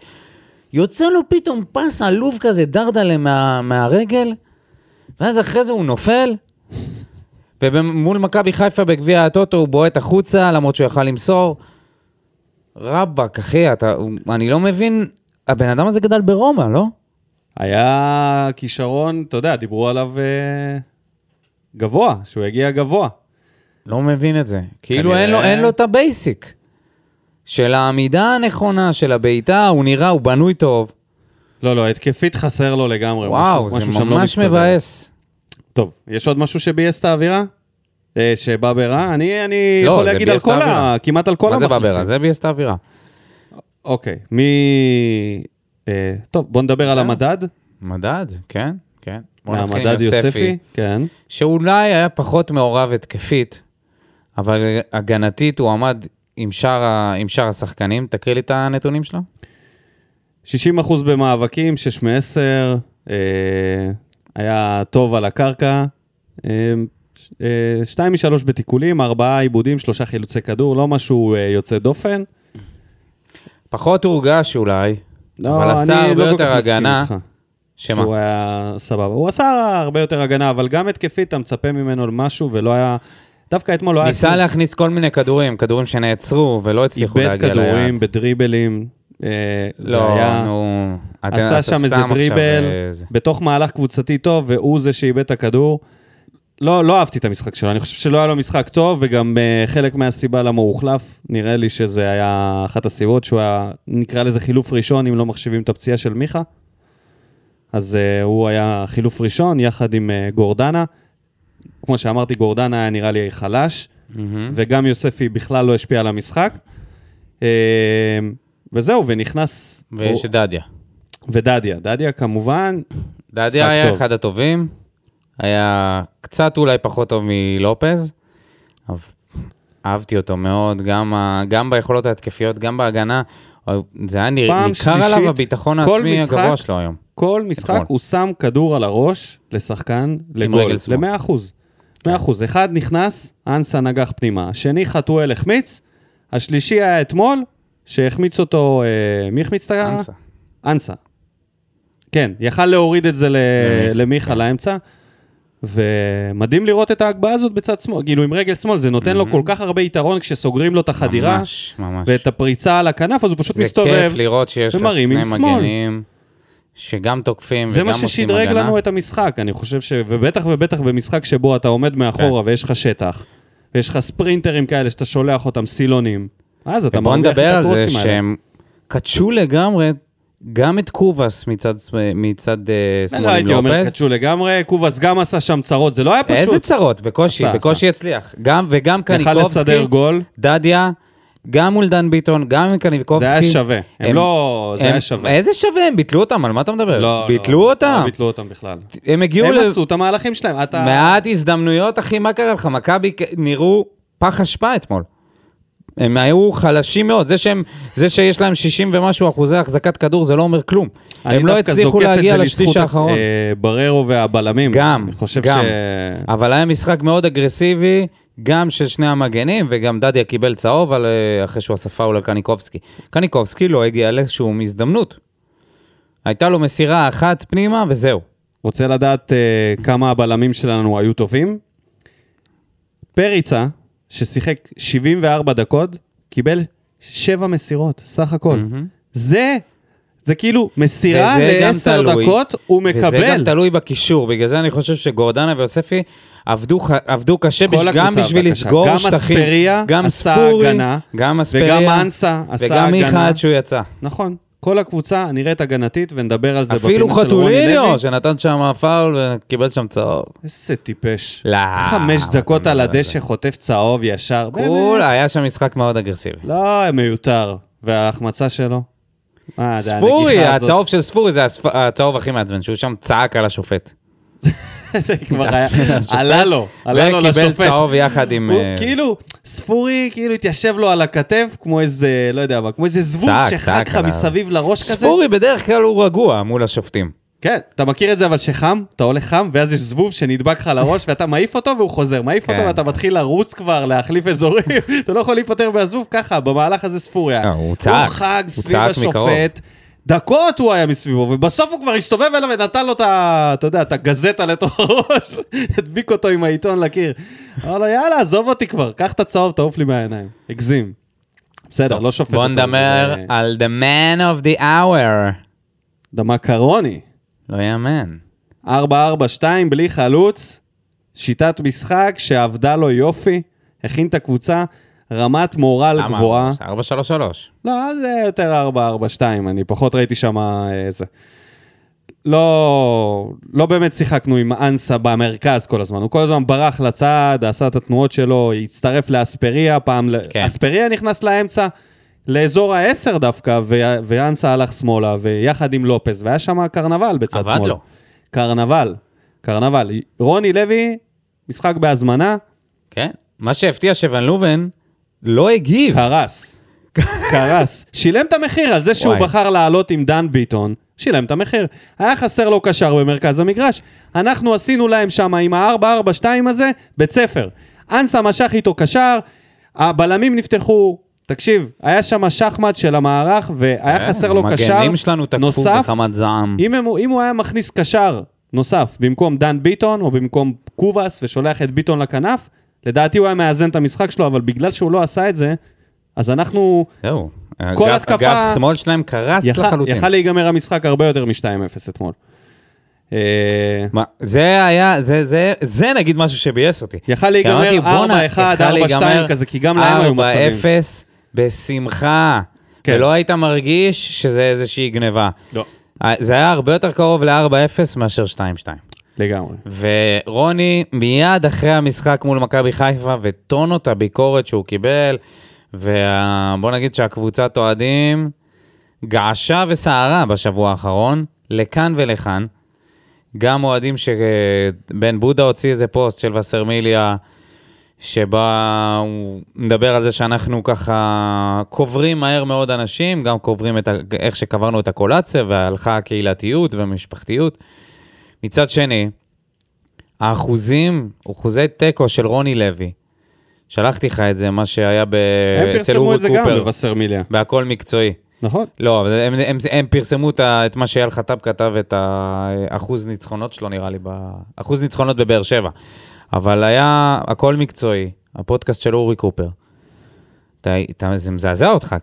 S2: יוצא לו פתאום פס עלוב כזה, דרדלה מה, מהרגל, ואז אחרי זה הוא נופל, ומול מכבי חיפה בגביע הטוטו הוא בועט החוצה, למרות שהוא יכל למסור. רבאק, אחי, אתה, הוא- אני לא מבין, הבן אדם הזה גדל ברומא, לא?
S1: היה כישרון, אתה יודע, דיברו עליו אה, גבוה, שהוא יגיע גבוה.
S2: לא מבין את זה. כאילו
S1: כנראה-
S2: אין לו, אין לו את הבייסיק. של העמידה הנכונה, של הבעיטה, הוא נראה, הוא בנוי טוב.
S1: לא, לא, התקפית חסר לו לגמרי.
S2: וואו,
S1: משהו, משהו
S2: זה
S1: שם לא
S2: ממש
S1: מסתדר.
S2: מבאס.
S1: טוב, יש עוד משהו שביאס את האווירה? אה, שבא ברע? אני, אני
S2: לא,
S1: יכול
S2: זה
S1: להגיד על
S2: ביאס את
S1: כל ה...
S2: האווירה.
S1: כמעט על כל
S2: מה זה
S1: המחליפים.
S2: בברה? זה ביאס את האווירה.
S1: אוקיי, מ... אה, טוב, בוא נדבר על המדד.
S2: מדד, כן, כן. בוא נתחיל עם
S1: מהמדד יוספי. כן.
S2: שאולי היה פחות מעורב התקפית, אבל הגנתית הוא עמד עם שאר, ה- עם שאר השחקנים. תקריא לי את הנתונים שלו.
S1: 60% במאבקים, 6 מ-10, אה, היה טוב על הקרקע, אה, 2 מ-3 בתיקולים, 4 עיבודים, 3 חילוצי כדור, לא משהו אה, יוצא דופן.
S2: פחות הורגש אולי,
S1: לא,
S2: אבל עשה
S1: אני
S2: הרבה
S1: לא כל
S2: יותר
S1: כך מסכים
S2: הגנה.
S1: איתך
S2: שמה?
S1: שהוא היה סבבה. הוא עשה הרבה יותר הגנה, אבל גם התקפית, אתה מצפה ממנו למשהו, ולא היה... דווקא אתמול לא היה...
S2: ניסה להכניס כל מיני כדורים, כדורים שנעצרו ולא הצליחו
S1: איבד
S2: להגיע ליד.
S1: כדורים בדריבלים. אה, זה
S2: לא,
S1: היה-
S2: נו, אתה-
S1: עשה
S2: אתה
S1: שם איזה
S2: סתם עכשיו,
S1: דריבל,
S2: אה, זה.
S1: בתוך מהלך קבוצתי טוב, והוא זה שאיבד את הכדור. לא, לא אהבתי את המשחק שלו, אני חושב שלא היה לו משחק טוב, וגם אה, חלק מהסיבה למה הוא הוחלף, נראה לי שזה היה אחת הסיבות שהוא היה, נקרא לזה חילוף ראשון, אם לא מחשיבים את הפציעה של מיכה. אז uh, הוא היה חילוף ראשון, יחד עם uh, גורדנה. כמו שאמרתי, גורדנה היה נראה לי חלש,
S2: Mm-hmm.
S1: וגם יוספי בכלל לא השפיע על המשחק. אה, וזהו, ונכנס...
S2: ויש
S1: הוא-
S2: את דדיה.
S1: ודדיה. דדיה כמובן,
S2: דדיה היה
S1: טוב.
S2: אחד הטובים, היה קצת אולי פחות טוב מלופז, אבל אהבתי אותו מאוד, גם, ה... גם ביכולות ההתקפיות, גם בהגנה. זה היה נראה,
S1: פעם
S2: ניכר
S1: שלישית,
S2: עליו הביטחון
S1: כל
S2: העצמי
S1: משחק-
S2: הגבוה שלו היום.
S1: כל משחק
S2: אתמול.
S1: הוא שם כדור על הראש לשחקן לגול,
S2: רגל שמאל.
S1: ל-100 אחוז. 100 אחוז. אחד נכנס, אנסה נגח פנימה. השני חתואל החמיץ, השלישי היה אתמול, שהחמיץ אותו, אה, מי החמיץ את ה...
S2: אנסה.
S1: אנסה. כן, יכל להוריד את זה ל...
S2: למיכה, כן.
S1: למיכה לאמצע, ומדהים לראות את ההגבהה הזאת בצד שמאל, כאילו עם רגל שמאל, זה נותן לו כל כך הרבה יתרון כשסוגרים לו את החדירה,
S2: ממש, ממש.
S1: ואת הפריצה על הכנף, אז הוא פשוט
S2: זה
S1: מסתובב.
S2: כיף לראות שיש לך
S1: ומרים
S2: שני
S1: עם שמאל.
S2: מגנים שגם תוקפים
S1: זה
S2: וגם
S1: מה
S2: עושים
S1: ששדרג
S2: הגנה.
S1: לנו את המשחק, אני חושב ש... ובטח ובטח במשחק שבו אתה עומד מאחורה
S2: כן.
S1: ויש לך שטח, ויש לך ספרינטרים כאלה שאתה שולח אותם סילונים, אז אתה
S2: בוא
S1: מרוויח את
S2: נדבר על זה
S1: הקרוסים האלה.
S2: שהם קדשו לגמרי גם את קובאס מצד שמ- מצד אה,
S1: אני
S2: שמאל
S1: לא
S2: עם
S1: הייתי אומר
S2: לופז.
S1: קצצ'ו לגמרי, קובאס גם עשה שם צרות, זה לא היה
S2: איזה
S1: פשוט.
S2: צרות, בקושי,
S1: עשה, עשה.
S2: בקושי הצליח. גם, וגם
S1: יכל
S2: קניקובסקי,
S1: לסדר גול,
S2: דדיה, גם מול דן ביטון, גם עם קניקובסקי.
S1: זה היה שווה. הם
S2: הם-
S1: לא... זה
S2: הם-
S1: היה שווה.
S2: איזה שווה? הם ביטלו אותם, על מה אתה מדבר?
S1: לא,
S2: ביטלו
S1: לא,
S2: אותם.
S1: לא ביטלו אותם בכלל.
S2: הם הגיעו
S1: הם
S2: ל-
S1: עשו את המהלכים שלהם, אתה...
S2: מעט הזדמנויות, אחי, מה קרה לך? מכבי כ- נראו פח אשפה אתמול. הם היו חלשים מאוד. זה, שהם, זה שיש להם 60 ומשהו אחוזי החזקת כדור, זה לא אומר כלום.
S1: אני
S2: הם לא
S1: דווקא
S2: הצליחו
S1: זוקף את
S2: להגיע
S1: זה
S2: לשליש
S1: לזכות,
S2: האחרון.
S1: אה, בררו והבלמים.
S2: גם,
S1: אני חושב
S2: גם.
S1: ש...
S2: אבל היה משחק מאוד אגרסיבי, גם של שני המגנים, וגם דדיה קיבל צהוב על, אה, אחרי שהוא עשה פאול על קניקובסקי. קניקובסקי לא הגיע לשום הזדמנות. הייתה לו מסירה אחת פנימה, וזהו.
S1: רוצה לדעת uh, כמה הבלמים שלנו היו טובים. פריצה, ששיחק 74 דקות, קיבל 7 מסירות, סך הכל.
S2: מהמם.
S1: זה, זה כאילו מסירה
S2: וזה גם
S1: ל-10
S2: תלוי.
S1: דקות, הוא
S2: וזה
S1: מקבל.
S2: גם תלוי בקישור, בגלל זה אני חושב שגורדנה ויוספי עבדו, ח- עבדו קשה,
S1: כל
S2: בש...
S1: הקבוצה
S2: גם
S1: עבדה
S2: בשביל
S1: קשה.
S2: לסגור
S1: גם
S2: שטחים.
S1: אספריה עשה
S2: ספורי,
S1: הגנה,
S2: גם אספריה,
S1: וגם אנסה עשה
S2: וגם מיכה
S1: הגנה.
S2: עד שהוא יצא.
S1: נכון, כל הקבוצה נראית הגנתית, ונדבר על זה
S2: אפילו
S1: בפינה של רוני
S2: חתוליניו,
S1: לוי.
S2: שנתן שם פאול וקיבל שם צהוב.
S1: איזה טיפש.
S2: לא,
S1: חמש
S2: מה
S1: דקות
S2: אתה
S1: על
S2: מדבר?
S1: הדשא, חוטף צהוב ישר.
S2: כול,
S1: באמת.
S2: היה שם משחק מאוד אגרסיבי.
S1: לא, מיותר. וההחמצה שלו? מה, זה
S2: ספורי,
S1: הנגיחה הזאת.
S2: הצהוב של ספורי זה הספ- הצהוב הכי מעצבן, שהוא שם צעק על השופט.
S1: זה כבר היה,
S2: התעצבן על השופט.
S1: עלה לו, עלה לו לשופט.
S2: וקיבל צהוב יחד עם...
S1: הוא
S2: אה,
S1: כאילו, ספורי כאילו התיישב לו על הכתף, כמו איזה, לא יודע מה, כמו איזה זבוב
S2: צעק,
S1: שחק
S2: צעק
S1: לך
S2: עליו.
S1: מסביב לראש כזה.
S2: ספורי בדרך כלל הוא רגוע מול השופטים.
S1: כן, אתה מכיר את זה אבל שחם, אתה הולך חם, ואז יש זבוב שנדבק לך לראש, ואתה מעיף אותו והוא חוזר, מעיף אותו
S2: כן.
S1: ואתה מתחיל לרוץ כבר, להחליף אזורים, אתה לא יכול להיפטר מהזבוב ככה, במהלך הזה ספורי היה.
S2: לא, הוא צעק,
S1: הוא חג
S2: הוא
S1: סביב
S2: צעק מקרוב.
S1: השופט, דקות הוא היה מסביבו, ובסוף הוא כבר הסתובב אליו ונתן לו את ה... אתה יודע, את הגזטה לתוך הראש, הדביק אותו עם העיתון לקיר. אמר לו, יאללה, עזוב אותי כבר, קח את הצהוב, תעוף לי מהעיניים. הגזים. בסדר, לא שופט
S2: בוא
S1: אותו.
S2: נדבר
S1: זה-
S2: על the man of the hour.
S1: דמקרוני.
S2: לא יאמן.
S1: 4-4-2 בלי חלוץ, שיטת משחק שעבדה לו יופי, הכין את הקבוצה, רמת מורל
S2: למה?
S1: גבוהה.
S2: 433.
S1: לא, זה יותר 4-4-2, אני פחות ראיתי שם איזה. לא, לא באמת שיחקנו עם אנסה במרכז כל הזמן, הוא כל הזמן ברח לצד, עשה את התנועות שלו, הצטרף לאספריה, פעם כן.
S2: כן.
S1: אספריה נכנס לאמצע, לאזור העשר דווקא, ו- ואנסה הלך שמאלה, ויחד עם לופס, והיה שם קרנבל בצד
S2: עבד
S1: שמאל.
S2: לו.
S1: קרנבל, קרנבל. רוני לוי, משחק בהזמנה,
S2: כן. מה שהפתיע שוון לובן לא הגיב.
S1: קרס. קרס. שילם את המחיר על זה שהוא
S2: וואי.
S1: בחר לעלות עם דן ביטון, שילם את המחיר. היה חסר לו קשר במרכז המגרש. אנחנו עשינו להם שם עם ה-4-4-2 הזה בית ספר. אנסה משך איתו קשר, הבלמים נפתחו. תקשיב, היה שם שחמט של המערך, והיה
S2: כן,
S1: חסר לו קשר
S2: המגנים שלנו תקפו
S1: נוסף.
S2: בחמת זעם.
S1: אם, הם, אם הוא היה מכניס קשר נוסף במקום דן ביטון או במקום קובאס ושולח את ביטון לכנף, לדעתי הוא היה מאזן את המשחק שלו, אבל בגלל שהוא לא עשה את זה, אז אנחנו...
S2: זהו.
S1: כל
S2: אגב-
S1: התקפה-
S2: אגב, שמאל שלהם קרס
S1: יכל
S2: לחלוטין.
S1: יכל להיגמר המשחק הרבה יותר מ-2-0 אתמול. Uh, אה,
S2: מה, זה היה, זה, זה, זה נגיד משהו שביאס אותי.
S1: יכל להיגמר
S2: כי אמרתי, בואנה,
S1: 4-1,
S2: יכל
S1: 4-2
S2: להיגמר
S1: כזה, כי גם להם היו מצבים.
S2: 4-0 בשמחה.
S1: כן.
S2: כן. ולא היית מרגיש שזה איזושהי גניבה.
S1: לא.
S2: אה, זה היה הרבה יותר קרוב ל-4-0 מאשר 2-2.
S1: לגמרי.
S2: ורוני, מיד אחרי המשחק מול מכבי חיפה, וטון אותה הביקורת שהוא קיבל, ובוא נגיד שהקבוצת אוהדים געשה וסערה בשבוע האחרון, לכאן ולכאן. גם אוהדים שבן בודה הוציא איזה פוסט של וסרמיליה, שבה הוא מדבר על זה שאנחנו ככה קוברים מהר מאוד אנשים, גם קוברים את ה... איך שקברנו את הקולציה, והלכה הקהילתיות והמשפחתיות. מצד שני, האחוזים, אחוזי תיקו של רוני לוי, שלחתי לך את זה, מה שהיה ב...
S1: הם
S2: אה, אצל
S1: פרסמו
S2: אורי
S1: את זה גם
S2: קופר,
S1: בווסרמיליה,
S2: בהכל מקצועי.
S1: נכון?
S2: לא, אבל הם, הם, הם פרסמו את, ה- את מה שאייל חטב כתב, את האחוז ניצחונות שלו, נראה לי, ב- אחוז ניצחונות בבאר שבע. אבל היה הכל מקצועי, הפודקאסט של אורי קופר. אתה, אתה, זה מזעזע אותך.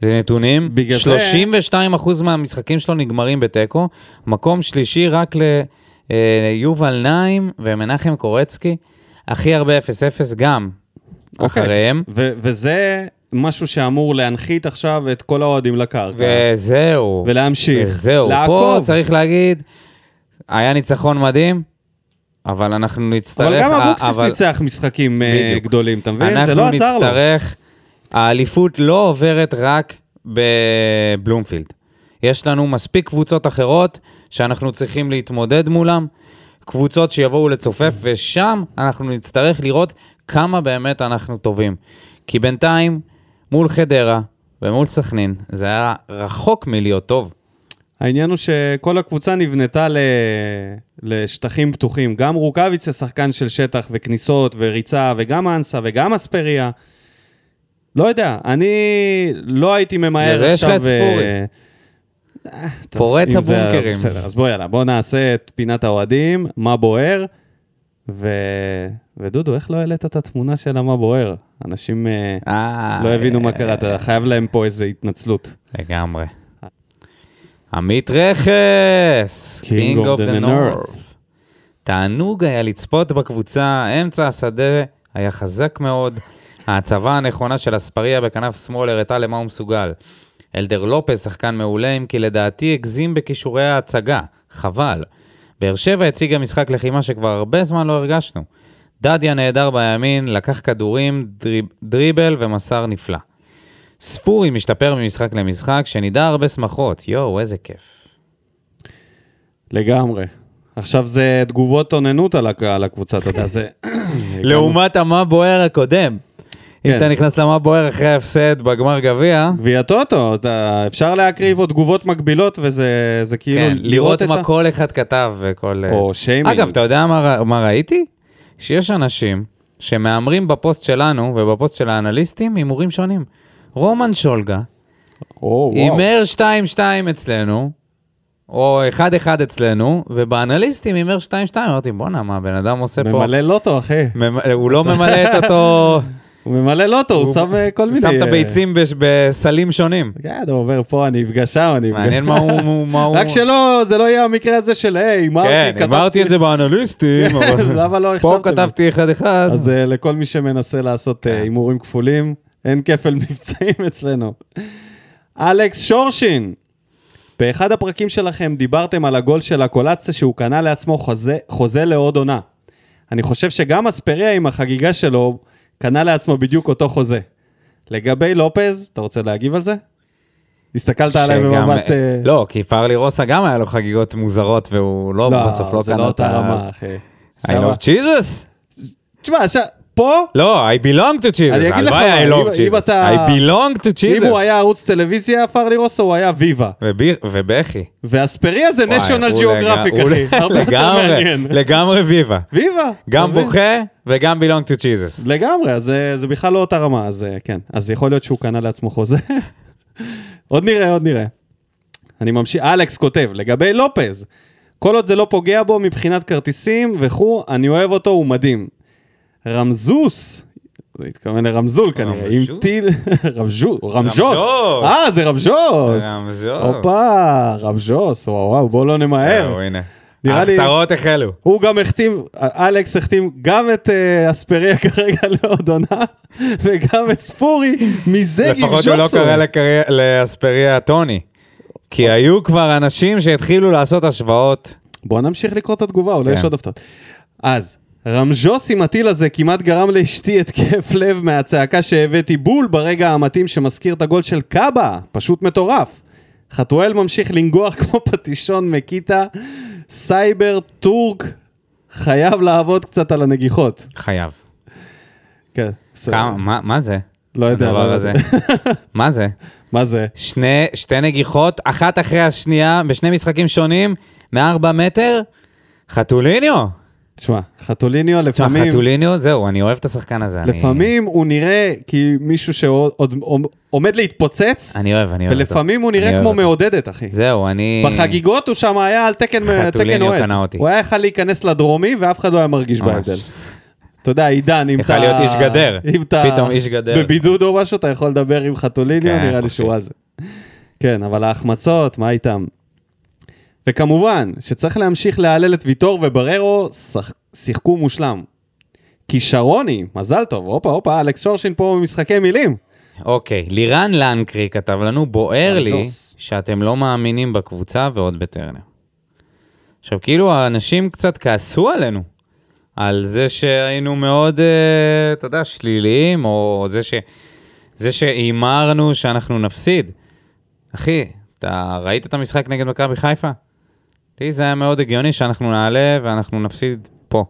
S2: זה נתונים,
S1: בגלל זה-
S2: 32 אחוז מהמשחקים שלו נגמרים בתיקו, מקום שלישי רק ליובל נעים ומנחם קורצקי, הכי הרבה 0-0 גם,
S1: אוקיי.
S2: אחריהם.
S1: ו- וזה משהו שאמור להנחית עכשיו את כל האוהדים לקרקע.
S2: וזהו.
S1: ולהמשיך.
S2: וזהו, פה
S1: לעקוב.
S2: צריך להגיד, היה ניצחון מדהים, אבל אנחנו נצטרך... אה,
S1: אבל גם אבוקסיס
S2: אבל-
S1: ניצח משחקים אה,
S2: בדיוק.
S1: גדולים, אתה מבין? זה לא עזר
S2: אנחנו
S1: לו.
S2: נצטרך... האליפות לא עוברת רק בבלומפילד. יש לנו מספיק קבוצות אחרות שאנחנו צריכים להתמודד מולם, קבוצות שיבואו לצופף, ושם אנחנו נצטרך לראות כמה באמת אנחנו טובים. כי בינתיים, מול חדרה ומול סכנין, זה היה רחוק מלהיות טוב.
S1: העניין הוא שכל הקבוצה נבנתה ל... לשטחים פתוחים. גם רוקאביצה שחקן של שטח וכניסות וריצה, וגם אנסה וגם אספריה. לא יודע, אני לא הייתי ממהר
S2: לזה
S1: עכשיו...
S2: יש לה את ספורי.
S1: אה, אה, טוב,
S2: פורץ
S1: אם זה-
S2: הבונקרים.
S1: בסדר, אז בוא יאללה, בוא נעשה את פינת האוהדים, מה בוער. ו... ודודו, איך לא העלית את התמונה של המה בוער? אנשים אה,
S2: אה,
S1: לא הבינו מה
S2: אה,
S1: קרה, אתה חייב להם פה איזו התנצלות.
S2: לגמרי. עמית רכס!
S1: King of the North.
S2: תענוג היה לצפות בקבוצה, אמצע השדה היה חזק מאוד. ההצבה הנכונה של אספריה בכנף שמאל הראתה למה הוא מסוגל. אלדר לופס שחקן מעולה, אם כי לדעתי הגזים בכישורי ההצגה. חבל. באר שבע הציגה משחק לחימה שכבר הרבה זמן לא הרגשנו. דדיה נהדר בימין, לקח כדורים, דריב, דריבל ומסר נפלא. ספורי משתפר ממשחק למשחק, שנדע הרבה שמחות. יואו, איזה כיף.
S1: לגמרי. עכשיו זה תגובות אוננות על, הק... על הקבוצה, אתה יודע, זה...
S2: לעומת המה בוער הקודם.
S1: כן.
S2: אם אתה נכנס למה בוער אחרי ההפסד בגמר גביע,
S1: גביע טוטו, אתה- אפשר להקריב עוד תגובות מקבילות, וזה זה כאילו
S2: כן, לראות מה
S1: ה-
S2: כל אחד כתב וכל... אה,
S1: או שיימינג.
S2: אגב, אתה יודע מה, ר- מה ראיתי? שיש אנשים שמהמרים בפוסט שלנו ובפוסט של האנליסטים הימורים שונים. רומן שולגה
S1: או, וואו.
S2: הימר 2-2 אצלנו, או 1-1 אצלנו, ובאנליסטים הימר 2-2, אמרתי, בואנה, מה הבן אדם עושה פה?
S1: ממלא לוטו, אחי.
S2: ממ- הוא לא ממלא את אותו...
S1: הוא ממלא לוטו, הוא שם אה, כל מיני...
S2: שם את
S1: אה,
S2: הביצים בש- בסלים שונים.
S1: כן, אתה עובר פה, אני אפגע שם, אני אפגע...
S2: מעניין מה הוא... מה הוא-
S1: רק שלא, זה לא יהיה המקרה הזה של, היי, הימרתי,
S2: כן,
S1: כתבתי-
S2: אמרתי את זה באנליסטים, אבל...
S1: למה לא
S2: פה
S1: החשבתם?
S2: כתבתי אחד-אחד.
S1: אז אה, לכל מי שמנסה לעשות
S2: כן.
S1: אה, הימורים כפולים, אין כפל מבצעים אצלנו. אלכס שורשין, באחד הפרקים שלכם דיברתם על הגול של הקולציה שהוא קנה לעצמו חוזה, חוזה לעוד עונה. אני חושב שגם אספריה עם החגיגה שלו קנה לעצמו בדיוק אותו חוזה. לגבי לופז, אתה רוצה להגיב על זה? הסתכלת עליי
S2: שגם-
S1: במבט... אה,
S2: לא, כי פרלי רוסה גם היה לו חגיגות מוזרות, והוא לא, בסוף לא
S1: זה
S2: קנה
S1: לא
S2: את
S1: אותה
S2: ה...
S1: רמה, אחי.
S2: I
S1: שמה-
S2: love Jesus.
S1: תשמע, ש- פה
S2: לא, I belong to
S1: אני
S2: Jesus.
S1: אגיד לך
S2: הלוואי I
S1: מה,
S2: love
S1: אם- אם
S2: Jesus.
S1: אתה-
S2: I belong to Jesus.
S1: אם הוא היה ערוץ טלוויזיה, פרלי רוסו, הוא היה ויבה.
S2: ובי- ובכי.
S1: ואספריה זה
S2: וואי,
S1: national
S2: הוא
S1: geographic,
S2: לג- הוא
S1: אחי. הרבה יותר
S2: לגמרי,
S1: מעניין.
S2: לגמרי ויבה.
S1: ויבה.
S2: גם
S1: אתה מבין?
S2: בוכה וגם belong to Jesus.
S1: לגמרי, אז אה, זה בכלל לא אותה רמה, אז אה, כן. אז יכול להיות שהוא קנה לעצמו חוזה. עוד נראה, עוד נראה. אני ממשיך, אלכס כותב, לגבי לופז, כל עוד זה לא פוגע בו מבחינת כרטיסים וכו', אני אוהב אותו, הוא מדהים. רמזוס, זה התכוון לרמזול כנראה, עם
S2: רמז'וס?
S1: טיל, רמז'וס, רמז'וס,
S2: רמז'וס.
S1: אה זה רמז'וס,
S2: רמז'וס.
S1: הופה, רמז'וס, וואו וואו, בוא לא נמהר,
S2: זהו, הנה.
S1: נראה לי...
S2: ההפתעות החלו.
S1: הוא גם החתים, אלכס החתים גם את אה, אספריה כרגע לעוד עונה, וגם את ספורי מזגי
S2: לפחות הוא לא
S1: ג'וסו.
S2: קרא לקרי- לאספריה טוני. כי היו כבר אנשים שהתחילו לעשות השוואות.
S1: בואו נמשיך לקרוא את התגובה, אולי יש
S2: כן.
S1: עוד הפתעות. אז, רמז'וס עם הטיל הזה כמעט גרם לאשתי התקף לב מהצעקה שהבאתי בול ברגע המתאים שמזכיר את הגול של קאבה, פשוט מטורף. חתואל ממשיך לנגוח כמו פטישון מקיטה, סייבר טורק חייב לעבוד קצת על הנגיחות.
S2: חייב.
S1: כן, בסדר.
S2: כמה- מה מה זה?
S1: לא יודע,
S2: הדבר
S1: לא
S2: הזה.
S1: יודע.
S2: מה זה?
S1: מה זה?
S2: שני, שתי נגיחות, אחת אחרי השנייה, בשני משחקים שונים, מארבע מטר. חתוליניו.
S1: תשמע, חתוליניו
S2: תשמע,
S1: לפעמים...
S2: חתוליניו, זהו, אני אוהב את השחקן הזה. אני-
S1: לפעמים הוא נראה כמישהו שעוד עומד להתפוצץ,
S2: אני אוהב, אני אוהב אותו.
S1: ולפעמים הוא
S2: אני
S1: נראה
S2: אוהב
S1: כמו
S2: אותו.
S1: מעודדת, אחי.
S2: זהו, אני...
S1: בחגיגות הוא שם היה על תקן תקן
S2: חתוליניו
S1: אוהד.
S2: קנה אותי.
S1: הוא היה יכול להיכנס לדרומי ואף אחד לא היה מרגיש
S2: ממש.
S1: בהבדל. אתה יודע, עידן, אם אתה...
S2: יכל להיות איש גדר.
S1: אם אתה...
S2: פתאום איש גדר.
S1: בבידוד או משהו, אתה יכול לדבר עם חתוליניו,
S2: כן,
S1: נראה לי
S2: חופשי.
S1: שהוא על זה. כן, אבל ההחמצות, מה איתם? וכמובן, שצריך להמשיך להלל את ויטור ובררו, שח- שיחקו מושלם. כישרוני, מזל טוב, הופה, הופה, אלכס שורשין פה במשחקי מילים.
S2: אוקיי, לירן לנקרי כתב לנו, בוער לי
S1: זוס.
S2: שאתם לא מאמינים בקבוצה ועוד בטרנר. עכשיו, כאילו, האנשים קצת כעסו עלינו, על זה שהיינו מאוד, אה, אתה יודע, שליליים, או זה, ש... זה שהימרנו שאנחנו נפסיד. אחי, אתה ראית את המשחק נגד מכבי חיפה? לי זה היה מאוד הגיוני שאנחנו נעלה ואנחנו נפסיד פה.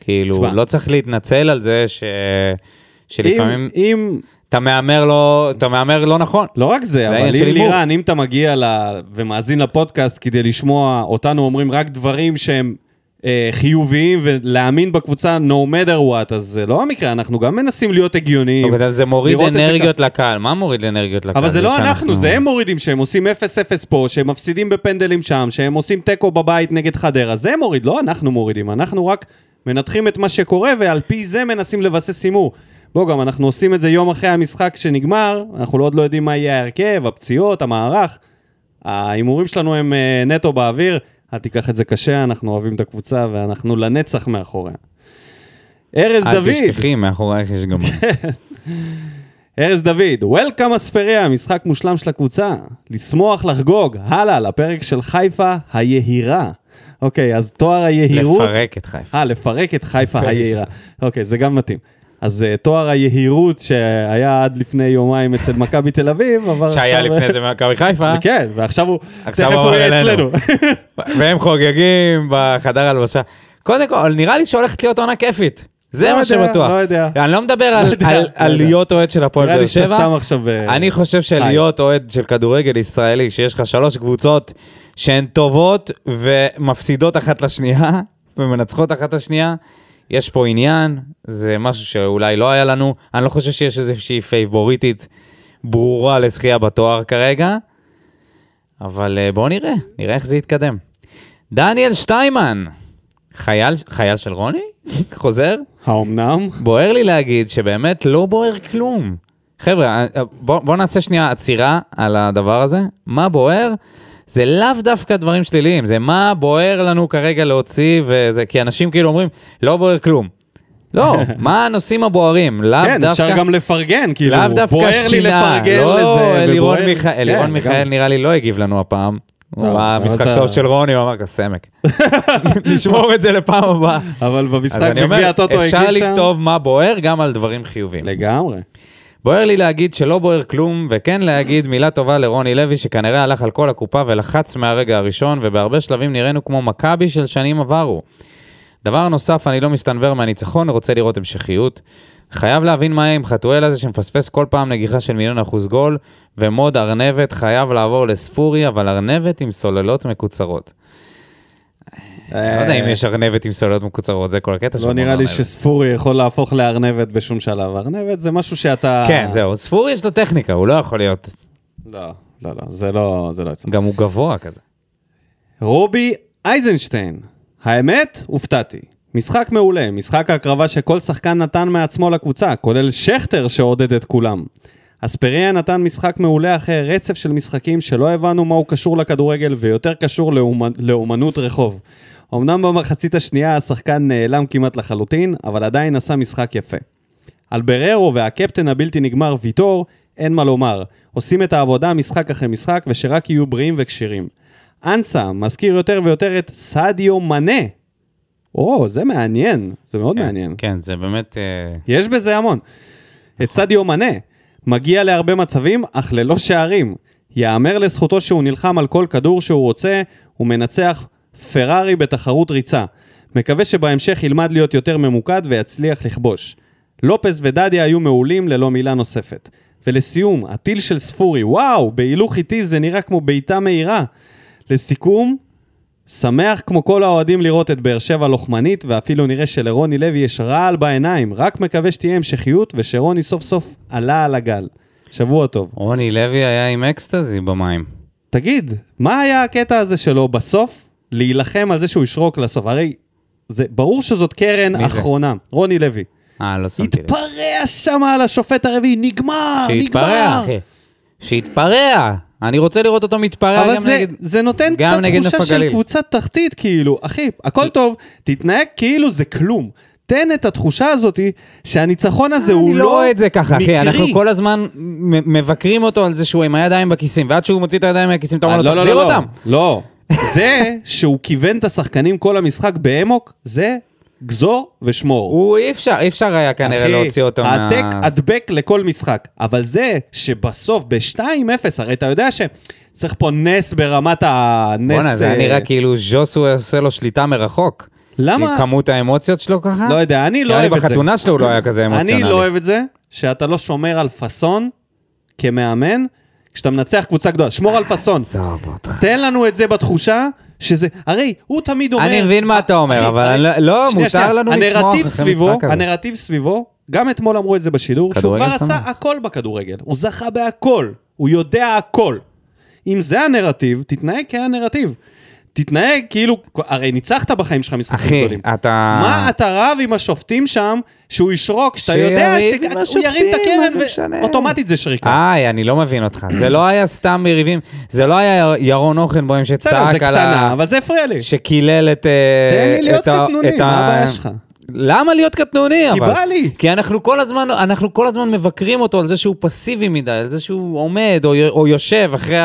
S2: כאילו,
S1: תשמע.
S2: לא צריך להתנצל על זה ש... שלפעמים...
S1: אם, אם
S2: אתה מהמר לא, אתה מהמר לא נכון.
S1: לא רק זה,
S2: העניין
S1: אבל
S2: של
S1: אם
S2: הימור.
S1: לירן, אם אתה מגיע ל... ומאזין לפודקאסט כדי לשמוע אותנו אומרים רק דברים שהם אה, חיוביים ולהאמין בקבוצה no matter what, אז זה לא המקרה, אנחנו גם מנסים להיות הגיוניים.
S2: אבל זה מוריד
S1: לראות את זה
S2: אנרגיות לקהל, מה מוריד אנרגיות לקהל?
S1: אבל זה לא אנחנו,
S2: שאנחנו-
S1: זה הם מורידים, שהם עושים 0-0 פה, שהם מפסידים בפנדלים שם, שהם עושים תיקו בבית נגד חדרה, זה מוריד, לא אנחנו מורידים, אנחנו רק מנתחים את מה שקורה ועל פי זה מנסים לבסס הימור. בוא, גם אנחנו עושים את זה יום אחרי המשחק שנגמר, אנחנו עוד לא יודעים מה יהיה ההרכב, הפציעות, המערך. ההימורים שלנו הם אה, נטו באוויר, אל תיקח את זה קשה, אנחנו אוהבים את הקבוצה ואנחנו לנצח מאחוריה. ארז דוד.
S2: אל אה, תשכחי, מאחורייך יש גם...
S1: ארז דוד, Welcome אספריה, משחק מושלם של הקבוצה. לשמוח, לחגוג, הלאה, לפרק של חיפה היהירה. אוקיי, אז תואר היהירות...
S2: לפרק את חיפה.
S1: אה, לפרק את חיפה
S2: לפרק.
S1: היהירה. אוקיי, זה גם מתאים. אז אה, תואר היהירות שהיה עד לפני יומיים אצל מכבי תל אביב, אבל
S2: שהיה
S1: אה, עכשיו-
S2: לפני זה במכבי חיפה,
S1: כן, ועכשיו הוא...
S2: עכשיו
S1: תכף
S2: הוא
S1: הוא
S2: עבר
S1: יהיה
S2: אלינו.
S1: אצלנו.
S2: והם חוגגים בחדר הלבשה. קודם כל, נראה לי שהולכת להיות עונה כיפית. זה
S1: לא
S2: מה
S1: יודע,
S2: שבטוח.
S1: לא יודע.
S2: אני לא מדבר על-
S1: יודע,
S2: על-
S1: לא
S2: על
S1: יודע.
S2: להיות אוהד של הפועל
S1: נראה
S2: באר
S1: לי שאתה
S2: שבע.
S1: סתם עכשיו... אה,
S2: אני חושב שלהיות אוהד של כדורגל ישראלי, שיש לך שלוש קבוצות שהן טובות ומפסידות אחת לשנייה, ומנצחות אחת לשנייה, יש פה עניין, זה משהו שאולי לא היה לנו, אני לא חושב שיש איזושהי פייבוריטית ברורה לזכייה בתואר כרגע, אבל אה, בואו נראה, נראה איך זה יתקדם. דניאל שטיימן, חייל, חייל של רוני? חוזר?
S1: האומנם?
S2: בוער לי להגיד שבאמת לא בוער כלום. חבר'ה, בואו בוא נעשה שנייה עצירה על הדבר הזה. מה בוער? זה לאו דווקא דברים שליליים, זה מה בוער לנו כרגע להוציא, וזה, כי אנשים כאילו אומרים, לא בוער כלום. לא, מה הנושאים הבוערים? לאו
S1: כן,
S2: דווקא...
S1: אפשר גם לפרגן, כאילו,
S2: לאו דווקא
S1: בוער לי
S2: שנאה.
S1: לפרגן
S2: לא,
S1: לזה,
S2: אלירון
S1: ובוער-
S2: מיכאל, אלירון
S1: כן,
S2: מיכאל
S1: לגמרי.
S2: נראה לי לא הגיב לנו הפעם. הוא
S1: לא,
S2: ראה
S1: אבל
S2: משחק
S1: אתה-
S2: טוב של רוני, הוא אמר, סמק. נשמור את זה לפעם הבאה.
S1: אבל
S2: אז
S1: במשחק
S2: אני
S1: בגביע
S2: אומר,
S1: הטוטו הגיב שם.
S2: אפשר לכתוב מה בוער גם על דברים חיוביים.
S1: לגמרי.
S2: בוער לי להגיד שלא בוער כלום, וכן להגיד מילה טובה לרוני לוי, שכנראה הלך על כל הקופה ולחץ מהרגע הראשון, ובהרבה שלבים נראינו כמו מכבי של שנים עברו. דבר נוסף, אני לא מסתנוור מהניצחון, רוצה לראות המשכיות. חייב להבין מה יהיה עם חתואל הזה שמפספס כל פעם נגיחה של מיליון אחוז גול, ומוד ארנבת חייב לעבור לספורי, אבל ארנבת עם סוללות מקוצרות. לא יודע אם יש ארנבת עם סוללות מקוצרות, זה כל הקטע של
S1: אה. לא
S2: מוד
S1: נראה לי
S2: ארנבת.
S1: שספורי יכול להפוך לארנבת בשום שלב. ארנבת זה משהו שאתה...
S2: כן, זהו, ספורי יש לו טכניקה, הוא לא יכול להיות,
S1: לא, לא, לא, זה לא, זה לא יצא.
S2: גם הוא גבוה כזה.
S1: רובי אייזנשטיין. האמת, הופתעתי. משחק מעולה, משחק הקרבה שכל שחקן נתן מעצמו לקבוצה, כולל שכטר שעודד את כולם. אספריה נתן משחק מעולה אחרי רצף של משחקים שלא הבנו מה הוא קשור לכדורגל ויותר קשור לאומנ... לאומנות רחוב. אמנם במחצית השנייה השחקן נעלם כמעט לחלוטין, אבל עדיין עשה משחק יפה. על בררו והקפטן הבלתי נגמר ויטור, אין מה לומר. עושים את העבודה משחק אחרי משחק, ושרק יהיו בריאים וכשירים. אנסה מזכיר יותר ויותר את סעדיו מנה. או, זה מעניין, זה מאוד מעניין.
S2: כן, זה באמת... אה,
S1: יש בזה המון. את סדיו מנה, מגיע להרבה מצבים, אך ללא שערים. יאמר לזכותו שהוא נלחם על כל כדור שהוא רוצה, הוא מנצח פרארי בתחרות ריצה. מקווה שבהמשך ילמד להיות יותר ממוקד ויצליח לכבוש. לופס ודדיה היו מעולים ללא מילה נוספת. ולסיום, הטיל של ספורי, וואו, בהילוך איטי זה נראה כמו בעיטה מהירה. לסיכום, שמח כמו כל האוהדים לראות את באר שבע לוחמנית, ואפילו נראה שלרוני לוי יש רעל בעיניים. רק מקווה שתהיה המשכיות, ושרוני סוף סוף עלה על הגל. שבוע טוב.
S2: רוני לוי היה עם אקסטזי במים.
S1: תגיד, מה היה הקטע הזה שלו בסוף להילחם על זה שהוא ישרוק לסוף? הרי זה ברור שזאת קרן
S2: מי זה?
S1: אחרונה. רוני לוי.
S2: אה, לא שמתי לב.
S1: התפרע שם על השופט הרביעי, נגמר,
S2: שיתפרע,
S1: אה, נגמר.
S2: אחי. שיתפרע! אני רוצה לראות אותו מתפרע
S1: אבל
S2: אה, גם
S1: זה,
S2: נגד...
S1: זה נותן
S2: גם
S1: קצת
S2: נגד
S1: תחושה
S2: נוף
S1: של
S2: הגליל.
S1: קבוצת תחתית, כאילו, אחי, הכל טוב, תתנהג כאילו זה כלום. תן את התחושה הזאת שהניצחון הזה הוא לא
S2: אני לא רואה את זה ככה, אחי.
S1: מקרי.
S2: אנחנו כל הזמן מ- מבקרים אותו על זה שהוא עם הידיים בכיסים, ועד שהוא מוציא את הידיים מהכיסים, אתה אומר לו,
S1: לא, לא,
S2: תחזיר
S1: לא,
S2: אותם.
S1: לא. זה שהוא כיוון את השחקנים כל המשחק באמוק, זה גזור ושמור.
S2: הוא אי אפשר, אי אפשר היה כנראה
S1: אחי,
S2: להוציא אותו מה...
S1: העתק, הדבק לכל משחק. אבל זה שבסוף, ב-2-0, הרי אתה יודע שצריך פה נס ברמת הנס...
S2: בואנה, זה
S1: אה,
S2: היה נראה כאילו ז'וסו עושה לו שליטה מרחוק.
S1: למה-
S2: עם כמות האמוציות שלו ככה?
S1: לא יודע, אני לא
S2: נראה לי
S1: אוהב את זה.
S2: בחתונה שלו הוא לא היה כזה אמוציונלי.
S1: אני לא אוהב את זה שאתה לא שומר על פאסון כמאמן, כשאתה מנצח קבוצה גדולה. שמור על פאסון.
S2: עזוב אותך.
S1: תן לנו את זה בתחושה, שזה... הרי הוא תמיד אומר...
S2: אני מבין מה אתה אומר,
S1: אחי,
S2: אבל
S1: הרי-
S2: אני לא- לא,
S1: שנייה,
S2: מותר
S1: שנייה.
S2: לנו לשמוח
S1: הנרטיב
S2: אחרי
S1: סביבו-
S2: משחק כזה.
S1: הנרטיב סביבו, גם אתמול אמרו את זה בשידור, שהוא כבר
S2: כדורגל
S1: עשה
S2: שמח.
S1: הכל בכדורגל. הוא זכה בהכל, הוא יודע הכל. אם זה הנרטיב, תתנהג כהנרטיב. תתנהג כאילו, הרי ניצחת בחיים שלך משחקים
S2: אחי,
S1: גדולים.
S2: אתה-
S1: מה אתה רב עם השופטים שם, שהוא ישרוק, כשאתה יודע
S2: שיריב עם
S1: שהוא
S2: השופטים,
S1: ירים את
S2: מה
S1: הקרן,
S2: זה משנה?
S1: ואוטומטית זה שריקה.
S2: איי, אני לא מבין אותך. זה לא היה סתם מריבים, זה לא היה ירון אוכנבוים
S1: בסדר, זה
S2: שצעק על
S1: קטנה,
S2: ה...
S1: אבל זה הפריע לי.
S2: שקילל את... אה,
S1: תן לי להיות
S2: את ה-
S1: קטנוני,
S2: את
S1: מה
S2: ה-
S1: הבעיה שלך?
S2: למה להיות קטנוני
S1: כי
S2: אבל?
S1: בא לי.
S2: כי אנחנו כל הזמן, אנחנו כל הזמן מבקרים אותו על זה שהוא פסיבי מדי, על זה שהוא עומד או, י- או יושב אחרי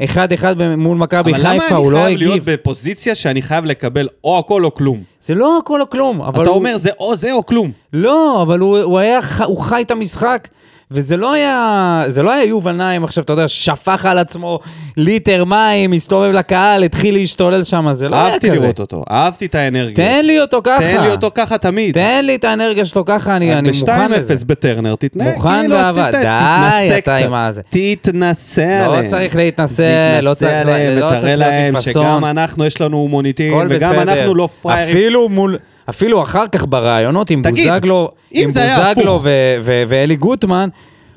S2: האחד-אחד ב- מול מכבי
S1: אבל למה
S2: חיפה,
S1: אני
S2: הוא לא
S1: חייב להיות
S2: הגיב.
S1: בפוזיציה שאני חייב לקבל או הכל או כלום?
S2: זה לא הכל או כלום, אבל
S1: אתה
S2: הוא...
S1: אומר זה או זה או כלום.
S2: לא, אבל הוא, הוא היה, ח- הוא חי את המשחק. וזה לא היה, זה לא היה יובל נעים עכשיו, אתה יודע, שפך על עצמו ליטר מים, הסתובב לקהל, התחיל להשתולל שם, זה לא היה
S1: אהבתי
S2: כזה.
S1: לראות אותו, אהבתי את האנרגיה.
S2: תן לי אותו ככה.
S1: תן לי אותו ככה תמיד.
S2: תן לי את האנרגיה שלו ככה, אני, אני מוכן לזה.
S1: ב-2-0 בטרנר, תתנהג
S2: מוכן
S1: כאילו
S2: באהבה.
S1: עשית,
S2: די,
S1: תתנסה
S2: אתה עם הזה.
S1: קצת. תתנסה
S2: לא
S1: עליהם.
S2: צריך להתנשא, לא צריך-
S1: תתנסה עליהם,
S2: לא צריך
S1: ותראה
S2: להיות
S1: להם
S2: עם
S1: שגם
S2: פאסון.
S1: אנחנו יש לנו מוניטין,
S2: הכל
S1: וגם
S2: בסדר.
S1: אנחנו לא פראיירים.
S2: אפילו מול... אפילו אחר כך בראיונות עם
S1: תגיד,
S2: בוזגלו,
S1: אם
S2: עם
S1: זה היה
S2: בוזגלו
S1: הפוך.
S2: ו- ו- ואלי גוטמן,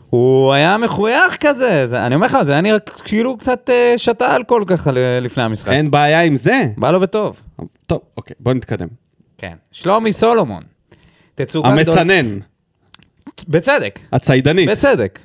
S2: הוא היה מחוייך כזה. זה, אני אומר לך, זה היה נראה כאילו קצת אה, שתה אלכוהול ככה ל- לפני המשחק.
S1: אין בעיה עם זה.
S2: בא לו בטוב.
S1: טוב, אוקיי, בוא נתקדם.
S2: כן. שלומי סולומון. תצוגה גדולה.
S1: המצנן,
S2: בצדק.
S1: הציידנית.
S2: בצדק.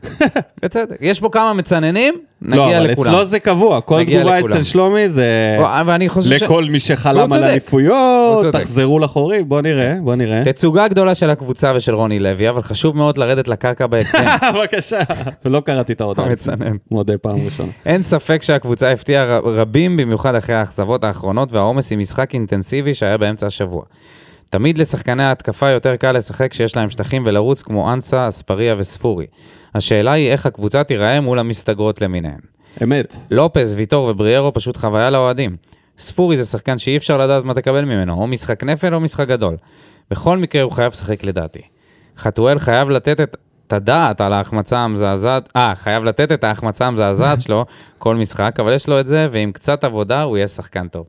S2: בצדק. יש פה כמה מצננים,
S1: לא,
S2: נגיע
S1: אבל
S2: לכולם.
S1: אצלו זה קבוע, כל
S2: נגיע
S1: תגובה
S2: לכולם.
S1: אצל שלומי זה...
S2: בוא, אבל אני חושב ש-
S1: לכל מי
S2: והוא
S1: שחלם
S2: צודק.
S1: על
S2: הוא
S1: אליפויות,
S2: צודק. כן.
S1: תחזרו לחורים, בוא נראה, בוא נראה.
S2: תצוגה גדולה של הקבוצה ושל רוני לוי, אבל חשוב מאוד לרדת לקרקע בהקדם.
S1: בבקשה. לא קראתי את ההודעה.
S2: המצנן.
S1: מודה פעם ראשונה.
S2: אין ספק שהקבוצה הפתיעה ר- רבים, במיוחד אחרי האכזבות האחרונות והעומס עם משחק אינטנסיבי שהיה באמצע השבוע. תמיד לשחקני ההתקפה יותר קל לשחק כשיש להם שטחים ולרוץ כמו אנסה, אספריה וספורי. השאלה היא איך הקבוצה תיראה מול המסתגרות למיניהן.
S1: אמת.
S2: לופז, ויטור ובריארו פשוט חוויה לאוהדים. ספורי זה שחקן שאי אפשר לדעת מה תקבל ממנו, או משחק נפל או משחק גדול. בכל מקרה הוא חייב לשחק לדעתי. חתואל חייב לתת את, את הדעת על ההחמצה המזעזעת, אה, חייב לתת את ההחמצה המזעזעת שלו כל משחק, אבל יש לו את זה, ועם קצת עבודה הוא יהיה שחקן טוב.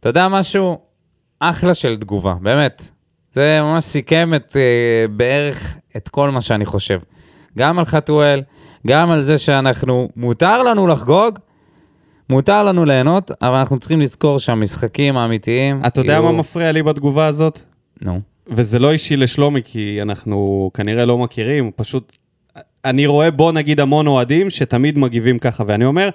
S2: אתה יודע משהו? אחלה של תגובה, באמת. זה ממש סיכם את, אה, בערך את כל מה שאני חושב. גם על חתואל, גם על זה שאנחנו, מותר לנו לחגוג, מותר לנו ליהנות, אבל אנחנו צריכים לזכור שהמשחקים האמיתיים...
S1: אתה יודע
S2: יהיו-
S1: מה מפריע לי בתגובה הזאת?
S2: נו.
S1: וזה לא אישי לשלומי, כי אנחנו כנראה לא מכירים, פשוט... אני רואה בו נגיד המון אוהדים שתמיד מגיבים ככה, ואני אומר,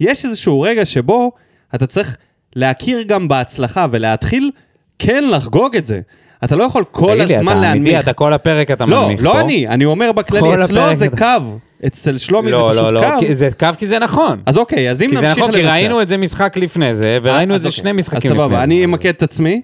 S1: יש איזשהו רגע שבו אתה צריך להכיר גם בהצלחה ולהתחיל כן לחגוג את זה. אתה לא יכול כל
S2: תגיד לי,
S1: הזמן
S2: אתה אמיתי,
S1: להנמיך.
S2: אתה כל הפרק אתה
S1: לא,
S2: מנמיך פה.
S1: לא אני, אני אומר
S2: כל
S1: בכללי, אצלו
S2: הפרק
S1: זה
S2: אתה-
S1: קו, אצל שלומי זה
S2: לא, לא,
S1: פשוט
S2: לא,
S1: קו.
S2: כי- זה קו כי זה נכון.
S1: אז אוקיי, אז אם
S2: כי
S1: נמשיך
S2: זה
S1: לנצח. אה,
S2: נכון, כי ראינו את זה משחק לפני זה, וראינו את זה שני משחקים לפני
S1: אז
S2: זה.
S1: סבבה, אני
S2: אז-
S1: אמקד את עצמי.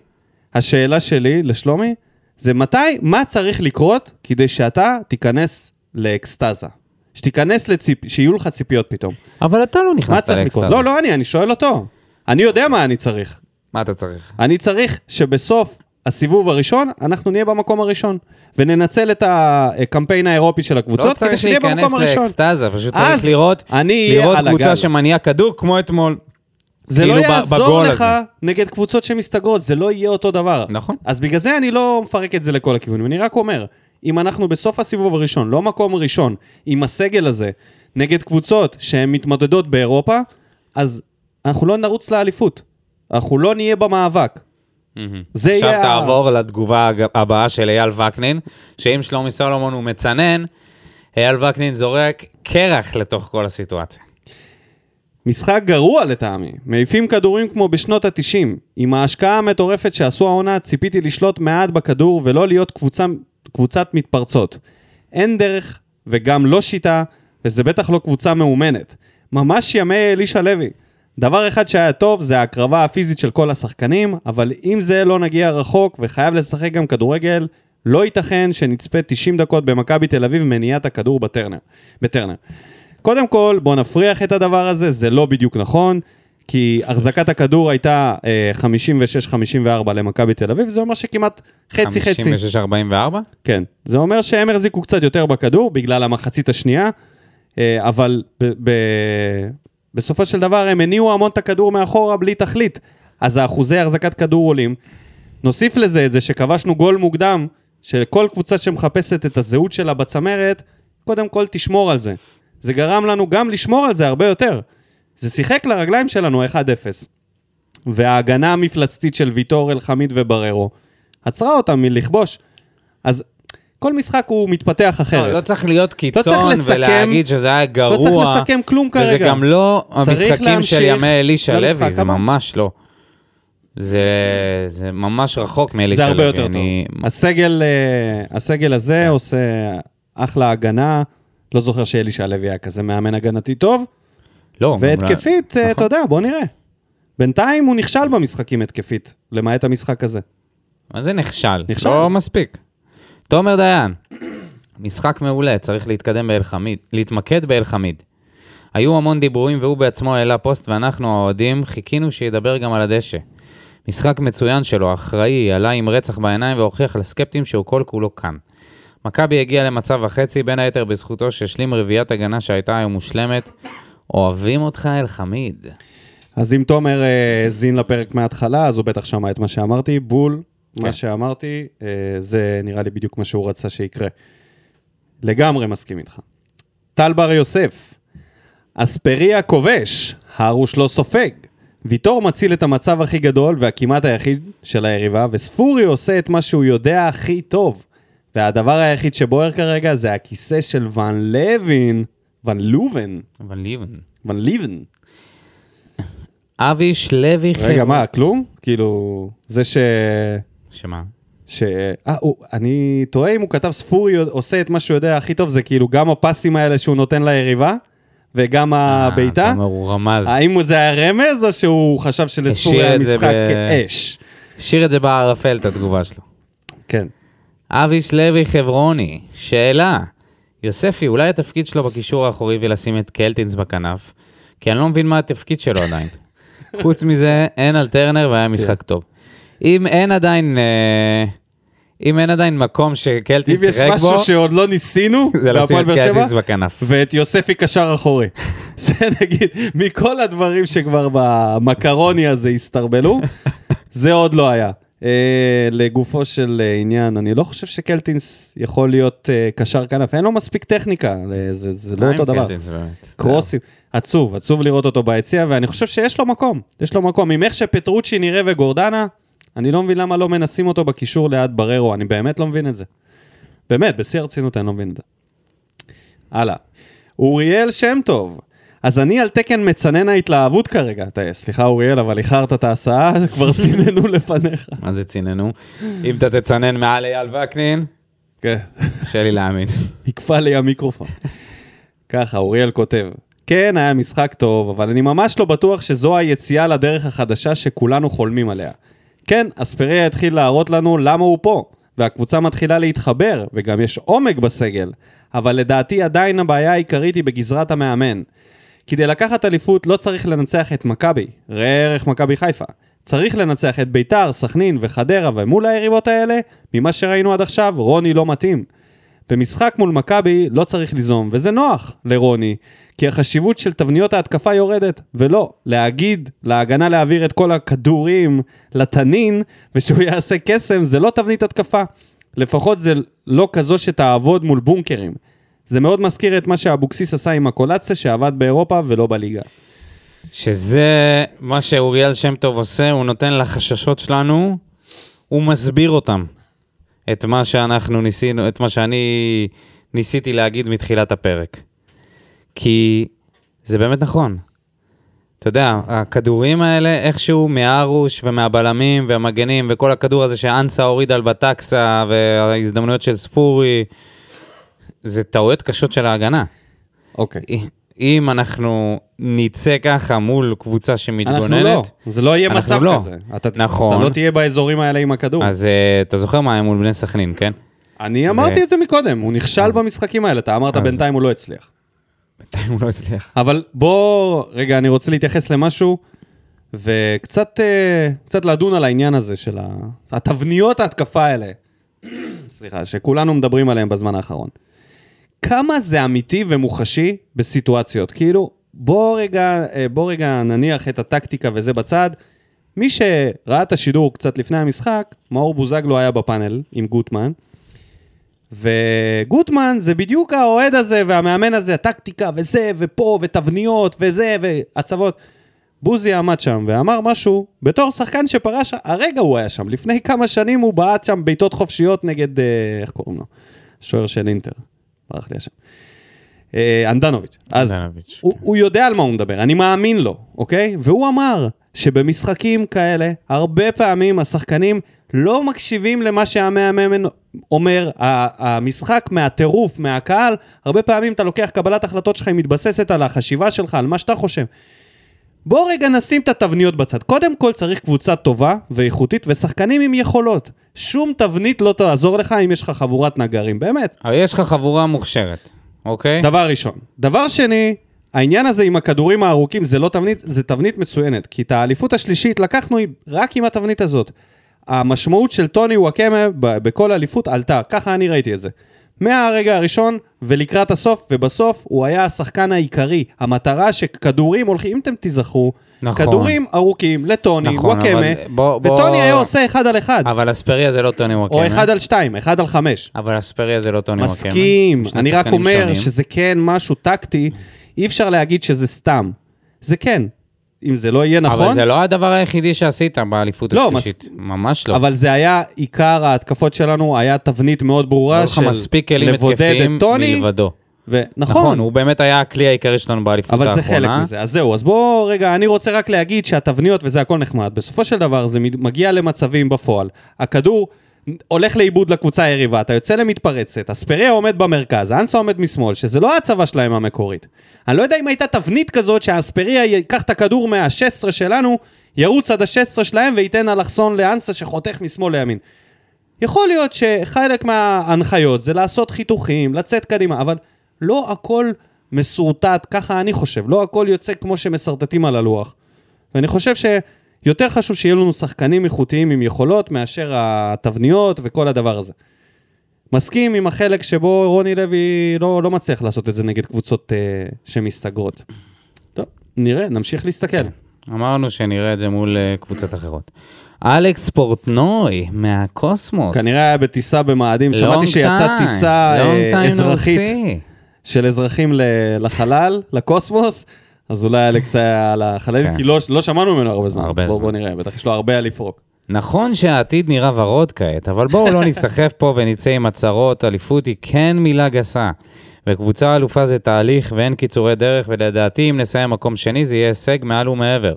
S1: השאלה שלי לשלומי, זה מתי, מה צריך לקרות כדי שאתה תיכנס לאקסטזה? שתיכנס לציפ... שיהיו לך ציפיות פתאום.
S2: אבל אתה לא
S1: מה
S2: נכנסת
S1: צריך לקרות?
S2: לאקסטאזה.
S1: לא, לא אני, אני שואל אותו. אני יודע מה אני צריך.
S2: מה אתה צריך?
S1: אני צריך שבסוף הסיבוב הראשון, אנחנו נהיה במקום הראשון. וננצל את הקמפיין האירופי של
S2: לא
S1: הקבוצות כדי
S2: צריך
S1: שנהיה
S2: להיכנס
S1: במקום הראשון.
S2: לאקסטאזה, פשוט צריך
S1: אז
S2: לראות
S1: אני אהיה
S2: לראות
S1: על הגל.
S2: קבוצה שמניעה כדור כמו אתמול.
S1: זה לא
S2: כאילו, ב-
S1: יעזור
S2: בגול
S1: לך
S2: הזה.
S1: נגד קבוצות שמסתגרות, זה לא יהיה אותו דבר.
S2: נכון.
S1: אז בגלל זה אני לא מפרק את זה לכל הכיוונים. אני רק אומר, אם אנחנו בסוף הסיבוב הראשון, לא מקום ראשון, עם הסגל הזה, נגד קבוצות שהן מתמודדות באירופה, אז אנחנו לא נרוץ לאליפות. אנחנו לא נהיה במאבק. זה
S2: עכשיו
S1: יהיה ה-
S2: תעבור לתגובה הג- הבאה של אייל וקנין, שאם שלומי סולומון הוא מצנן, אייל וקנין זורק קרח לתוך כל הסיטואציה.
S1: משחק גרוע לטעמי. מעיפים כדורים כמו בשנות ה-90. עם ההשקעה המטורפת שעשו העונה, ציפיתי לשלוט מעט בכדור ולא להיות קבוצה, קבוצת מתפרצות. אין דרך וגם לא שיטה, וזה בטח לא קבוצה מאומנת. ממש ימי אלישע לוי. דבר אחד שהיה טוב זה ההקרבה הפיזית של כל השחקנים, אבל עם זה לא נגיע רחוק וחייב לשחק גם כדורגל. לא ייתכן שנצפה 90 דקות במכבי תל אביב מניעת הכדור בטרנר. בטרנר. קודם כל, בואו נפריח את הדבר הזה, זה לא בדיוק נכון, כי החזקת הכדור הייתה אה, 56-54 למכבי תל אביב, זה אומר שכמעט חצי-חצי.
S2: 56-44?
S1: כן. זה אומר שהם החזיקו קצת יותר בכדור בגלל המחצית השנייה, אה, אבל ב- ב- בסופו של דבר הם הניעו המון את הכדור מאחורה בלי תכלית, אז האחוזי החזקת כדור עולים. נוסיף לזה את זה שכבשנו גול מוקדם, שכל קבוצה שמחפשת את הזהות שלה בצמרת, קודם כל תשמור על זה. זה גרם לנו גם לשמור על זה הרבה יותר. זה שיחק לרגליים שלנו 1-0. וההגנה המפלצתית של ויטור, אלחמיד ובררו עצרה אותם מלכבוש. אז כל משחק הוא מתפתח
S2: לא,
S1: אחרת.
S2: לא צריך להיות קיצון
S1: לסכם-
S2: ולהגיד שזה היה גרוע.
S1: לא צריך לסכם כלום כרגע.
S2: וזה גם לא
S1: צריך
S2: המשחקים של
S1: להמשיך
S2: ימי אלישע
S1: למשחק
S2: לוי, זה
S1: הבא.
S2: ממש לא. זה, זה ממש רחוק מאלישע
S1: זה
S2: לוי.
S1: הרבה יותר טוב.
S2: אני- כן.
S1: הסגל, אה, הסגל הזה עושה אחלה הגנה. לא זוכר שאלישע לוי היה כזה מאמן הגנתי טוב.
S2: לא,
S1: והתקפית, אה,
S2: נכון.
S1: אתה יודע, בוא נראה. בינתיים הוא נכשל במשחקים התקפית, למעט המשחק הזה.
S2: מה זה נכשל?
S1: נכשל.
S2: לא מספיק. תומר דיין, משחק מעולה, צריך להתקדם באלחמיד, להתמקד באלחמיד. היו המון דיבורים והוא בעצמו העלה פוסט ואנחנו האוהדים חיכינו שידבר גם על הדשא. משחק מצוין שלו, אחראי, עלה עם רצח בעיניים והוכיח לסקפטים שהוא כל כולו כאן. מכבי הגיע למצב וחצי, בין היתר בזכותו שהשלים רביעיית הגנה שהייתה היום מושלמת. אוהבים אותך אלחמיד.
S1: אז אם תומר אה, האזין לפרק מההתחלה, אז הוא בטח שמע את מה שאמרתי. בול, מה
S2: כן.
S1: שאמרתי, אה, זה נראה לי בדיוק מה שהוא רצה שיקרה. לגמרי מסכים איתך. טל בר יוסף, אספריה כובש, הרוש לא סופג. ויטור מציל את המצב הכי גדול והכמעט היחיד של היריבה, וספורי עושה את מה שהוא יודע הכי טוב. והדבר היחיד שבוער כרגע זה הכיסא של ון לוין, ון לובן,
S2: אבל ליבן.
S1: ון ליבן.
S2: אביש לוי חברה.
S1: רגע, מה, כלום? כאילו, זה ש...
S2: שמה?
S1: ש... אה, הוא- אני תוהה אם הוא כתב ספורי עושה את מה שהוא יודע הכי טוב, זה כאילו גם הפסים האלה שהוא נותן ליריבה, וגם
S2: אה,
S1: הבעיטה.
S2: תומר, הוא רמז.
S1: האם זה היה רמז, או שהוא חשב שלספורי
S2: השאיר את זה
S1: המשחק
S2: ב-
S1: אש?
S2: השאיר את זה בערפל, את התגובה שלו.
S1: כן.
S2: אביש לוי חברוני, שאלה. יוספי, אולי התפקיד שלו בקישור האחורי ולשים את קלטינס בכנף? כי אני לא מבין מה התפקיד שלו עדיין. חוץ מזה, אין על טרנר
S1: כן.
S2: והיה משחק טוב. אם אין עדיין... אה, אם אין עדיין מקום
S1: אם
S2: שקלטינס
S1: יש
S2: שיחק בו,
S1: משהו שעוד לא ניסינו,
S2: זה לשים
S1: בהפועל
S2: את
S1: באר שבע,
S2: קלטינס בכנף.
S1: ואת יוספי קשר אחורי. זה נגיד, מכל הדברים שכבר במקרוני הזה הסתרבלו, זה עוד לא היה. אה, לגופו של אה, עניין, אני לא חושב שקלטינס יכול להיות אה, קשר כנף, אין לו מספיק טכניקה, אה, זה, זה לא
S2: מה עם
S1: אותו דבר.
S2: קלטינס באמת?
S1: קרוסים, עצוב, עצוב לראות אותו ביציע, ואני חושב שיש לו מקום, יש לו מקום. עם איך שפטרוצ'י נראה וגורדנה, אני לא מבין למה לא מנסים אותו בקישור ליד בררו, אני באמת לא מבין את זה. באמת, בשיא הרצינות אני לא מבין את זה. הלאה. אוריאל שם טוב. אז אני על תקן מצנן ההתלהבות כרגע. אתה- סליחה אוריאל, אבל איחרת את ההסעה, כבר ציננו לפניך.
S2: מה זה ציננו? אם אתה תצנן מעל אייל וקנין,
S1: כן.
S2: קשה לי להאמין.
S1: יקפא לי המיקרופון. ככה, אוריאל כותב, כן, היה משחק טוב, אבל אני ממש לא בטוח שזו היציאה לדרך החדשה שכולנו חולמים עליה. כן, אספריה התחיל להראות לנו למה הוא פה, והקבוצה מתחילה להתחבר, וגם יש עומק בסגל, אבל לדעתי עדיין הבעיה העיקרית היא בגזרת המאמן. כדי לקחת אליפות לא צריך לנצח את מכבי, ראה ערך מכבי חיפה. צריך לנצח את ביתר, סכנין וחדרה, ומול היריבות האלה, ממה שראינו עד עכשיו, רוני לא מתאים. במשחק מול מכבי לא צריך ליזום, וזה נוח לרוני, כי החשיבות של תבניות ההתקפה יורדת, ולא, להגיד להגנה להעביר את כל הכדורים לתנין, ושהוא יעשה קסם, זה לא תבנית התקפה. לפחות זה לא כזו שתעבוד מול בונקרים. זה מאוד מזכיר את מה שאבוקסיס עשה עם הקולציה שעבד באירופה ולא בליגה.
S2: שזה מה שאוריאל שם טוב עושה, הוא נותן לחששות שלנו, הוא מסביר אותם. את מה שאנחנו ניסינו, את מה שאני ניסיתי להגיד מתחילת הפרק. כי זה באמת נכון. אתה יודע, הכדורים האלה איכשהו מהארוש ומהבלמים והמגנים וכל הכדור הזה שאנסה הוריד על בטקסה וההזדמנויות של ספורי, זה טעויות קשות של ההגנה.
S1: אוקיי.
S2: אם אנחנו נצא ככה מול קבוצה שמתגוננת...
S1: אנחנו לא, זה לא יהיה
S2: אנחנו
S1: מצב
S2: לא.
S1: כזה. אתה,
S2: נכון.
S1: אתה לא תהיה באזורים האלה עם הכדור.
S2: אז אה, אתה זוכר מה היה מול בני סכנין, כן?
S1: אני אמרתי את זה מקודם, הוא נכשל במשחקים האלה, אתה אמרת
S2: אז-
S1: בינתיים הוא לא הצליח.
S2: בינתיים הוא לא הצליח.
S1: אבל בוא, רגע, אני רוצה להתייחס למשהו, וקצת אה, קצת לדון על העניין הזה של ה- התבניות ההתקפה האלה, סליחה, שכולנו מדברים עליהן בזמן האחרון. כמה זה אמיתי ומוחשי בסיטואציות? כאילו, בוא רגע, אה, בוא רגע נניח את הטקטיקה וזה בצד. מי שראה את השידור קצת לפני המשחק, מאור בוזגלו היה בפאנל עם גוטמן, וגוטמן זה בדיוק האוהד הזה והמאמן הזה, הטקטיקה וזה, ופה, ותבניות, וזה, והצבות. בוזי עמד שם ואמר משהו, בתור שחקן שפרש, הרגע הוא היה שם, לפני כמה שנים הוא בעט שם בעיטות חופשיות נגד, אה, איך קוראים לו? שוער של אינטר, ברח לי השם. אה, אנדנוביץ'. אז
S2: אנדנוביץ',
S1: הוא, הוא יודע על מה הוא מדבר, אני מאמין לו, אוקיי? והוא אמר שבמשחקים כאלה, הרבה פעמים השחקנים לא מקשיבים למה שהמאמן אומר, ה- המשחק מהטירוף, מהקהל, הרבה פעמים אתה לוקח קבלת החלטות שלך, היא מתבססת על החשיבה שלך, על מה שאתה חושב. בוא רגע נשים את התבניות בצד. קודם כל צריך קבוצה טובה ואיכותית ושחקנים עם יכולות. שום תבנית לא תעזור לך אם יש לך חבורת נגרים, באמת.
S2: אבל יש לך חבורה מוכשרת, אוקיי?
S1: דבר ראשון. דבר שני, העניין הזה עם הכדורים הארוכים זה לא תבנית, זה תבנית מצוינת, כי את האליפות השלישית לקחנו עם- רק עם התבנית הזאת. המשמעות של טוני וואקמה ב- בכל אליפות עלתה, ככה אני ראיתי את זה. מהרגע הראשון ולקראת הסוף, ובסוף הוא היה השחקן העיקרי. המטרה שכדורים הולכים, אם אתם תיזכרו,
S2: נכון.
S1: כדורים ארוכים לטוני,
S2: נכון,
S1: וואקמה,
S2: אבל בוא- בוא-
S1: וטוני היה עושה אחד על אחד,
S2: אבל אספריה זה לא טוני וואקמה.
S1: או אחד על שתיים, אחד על חמש.
S2: אבל אספריה זה לא טוני וואקמה.
S1: מסכים,
S2: שני
S1: אני רק
S2: שחקנים
S1: אומר
S2: שונים.
S1: שזה כן משהו טקטי, אי אפשר להגיד שזה סתם. זה כן, אם זה לא יהיה נכון,
S2: אבל זה לא הדבר היחידי שעשית באליפות
S1: לא,
S2: השלישית.
S1: מס-
S2: ממש לא.
S1: אבל זה היה, עיקר ההתקפות שלנו היה תבנית מאוד ברורה
S2: היו לך
S1: של
S2: מספיק כלים
S1: לבודד
S2: התקפיים
S1: את טוני,
S2: מלבדו. נכון,
S1: ונכון,
S2: הוא באמת היה הכלי העיקרי שלנו באליפות האחרונה.
S1: אבל זה חלק מזה. אז זהו, אז בואו רגע, אני רוצה רק להגיד שהתבניות וזה הכל נחמד. בסופו של דבר זה מד- מגיע למצבים בפועל. הכדור הולך לאיבוד לקבוצה היריבה, אתה יוצא למתפרצת, אספריה עומד במרכז, אנסה עומד משמאל, שזה לא ההצבה שלהם המקורית. אני לא יודע אם הייתה תבנית כזאת שהאספריה ייקח את הכדור מה-16 שלנו, ירוץ עד ה-16 שלהם וייתן אלכסון לאנסה שחותך משמאל לימין. יכול להיות שחלק מההנחיות זה לעשות חיתוכים, לצאת קדימה, אבל לא הכל מסורטט, ככה אני חושב, לא הכל יוצא כמו שמסרטטים על הלוח. ואני חושב שיותר חשוב שיהיו לנו שחקנים איכותיים עם יכולות מאשר התבניות וכל הדבר הזה. מסכים עם החלק שבו רוני לוי לא, לא מצליח לעשות את זה נגד קבוצות אה, שמסתגרות. טוב, נראה, נמשיך
S2: כן.
S1: להסתכל.
S2: אמרנו שנראה את זה מול אה, קבוצות אחרות. אלכס פורטנוי מהקוסמוס.
S1: כנראה היה בטיסה במאדים,
S2: Long
S1: שמעתי שיצאה
S2: time,
S1: טיסה
S2: long
S1: אה,
S2: time no
S1: אזרחית.
S2: see.
S1: של אזרחים ל- לחלל, לקוסמוס, אז אולי אלכס היה על החללית,
S2: כן.
S1: כי לא, לא שמענו ממנו הרבה זמן.
S2: הרבה
S1: בוא,
S2: זמן.
S1: בוא נראה, בטח יש לו הרבה על לפרוק.
S2: נכון שהעתיד נראה ורוד כעת, אבל בואו לא ניסחף פה ונצא עם הצהרות, אליפות היא כן מילה גסה. וקבוצה אלופה זה תהליך ואין קיצורי דרך, ולדעתי אם נסיים מקום שני זה יהיה הישג מעל ומעבר.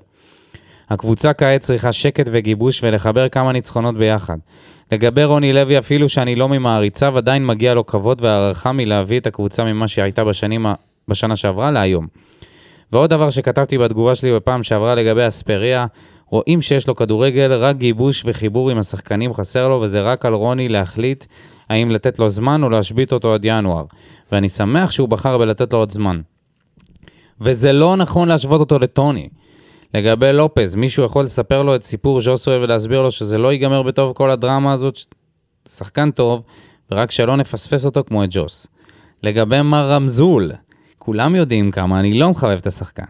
S2: הקבוצה כעת צריכה שקט וגיבוש ולחבר כמה ניצחונות ביחד. לגבי רוני לוי, אפילו שאני לא ממעריציו, עדיין מגיע לו כבוד והערכה מלהביא את הקבוצה ממה שהייתה בשנים, ה- בשנה שעברה להיום. ועוד דבר שכתבתי בתגובה שלי בפעם שעברה לגבי אספריה, רואים שיש לו כדורגל, רק גיבוש וחיבור עם השחקנים חסר לו, וזה רק על רוני להחליט האם לתת לו זמן או להשבית אותו עד ינואר. ואני שמח שהוא בחר בלתת לו עוד זמן. וזה לא נכון להשוות אותו לטוני. לגבי לופז, מישהו יכול לספר לו את סיפור ז'וסווה ולהסביר לו שזה לא ייגמר בטוב כל הדרמה הזאת, ש- שחקן טוב, ורק שלא נפספס אותו כמו את ג'וס. לגבי מר רמזול, כולם יודעים כמה אני לא מחבב את השחקן.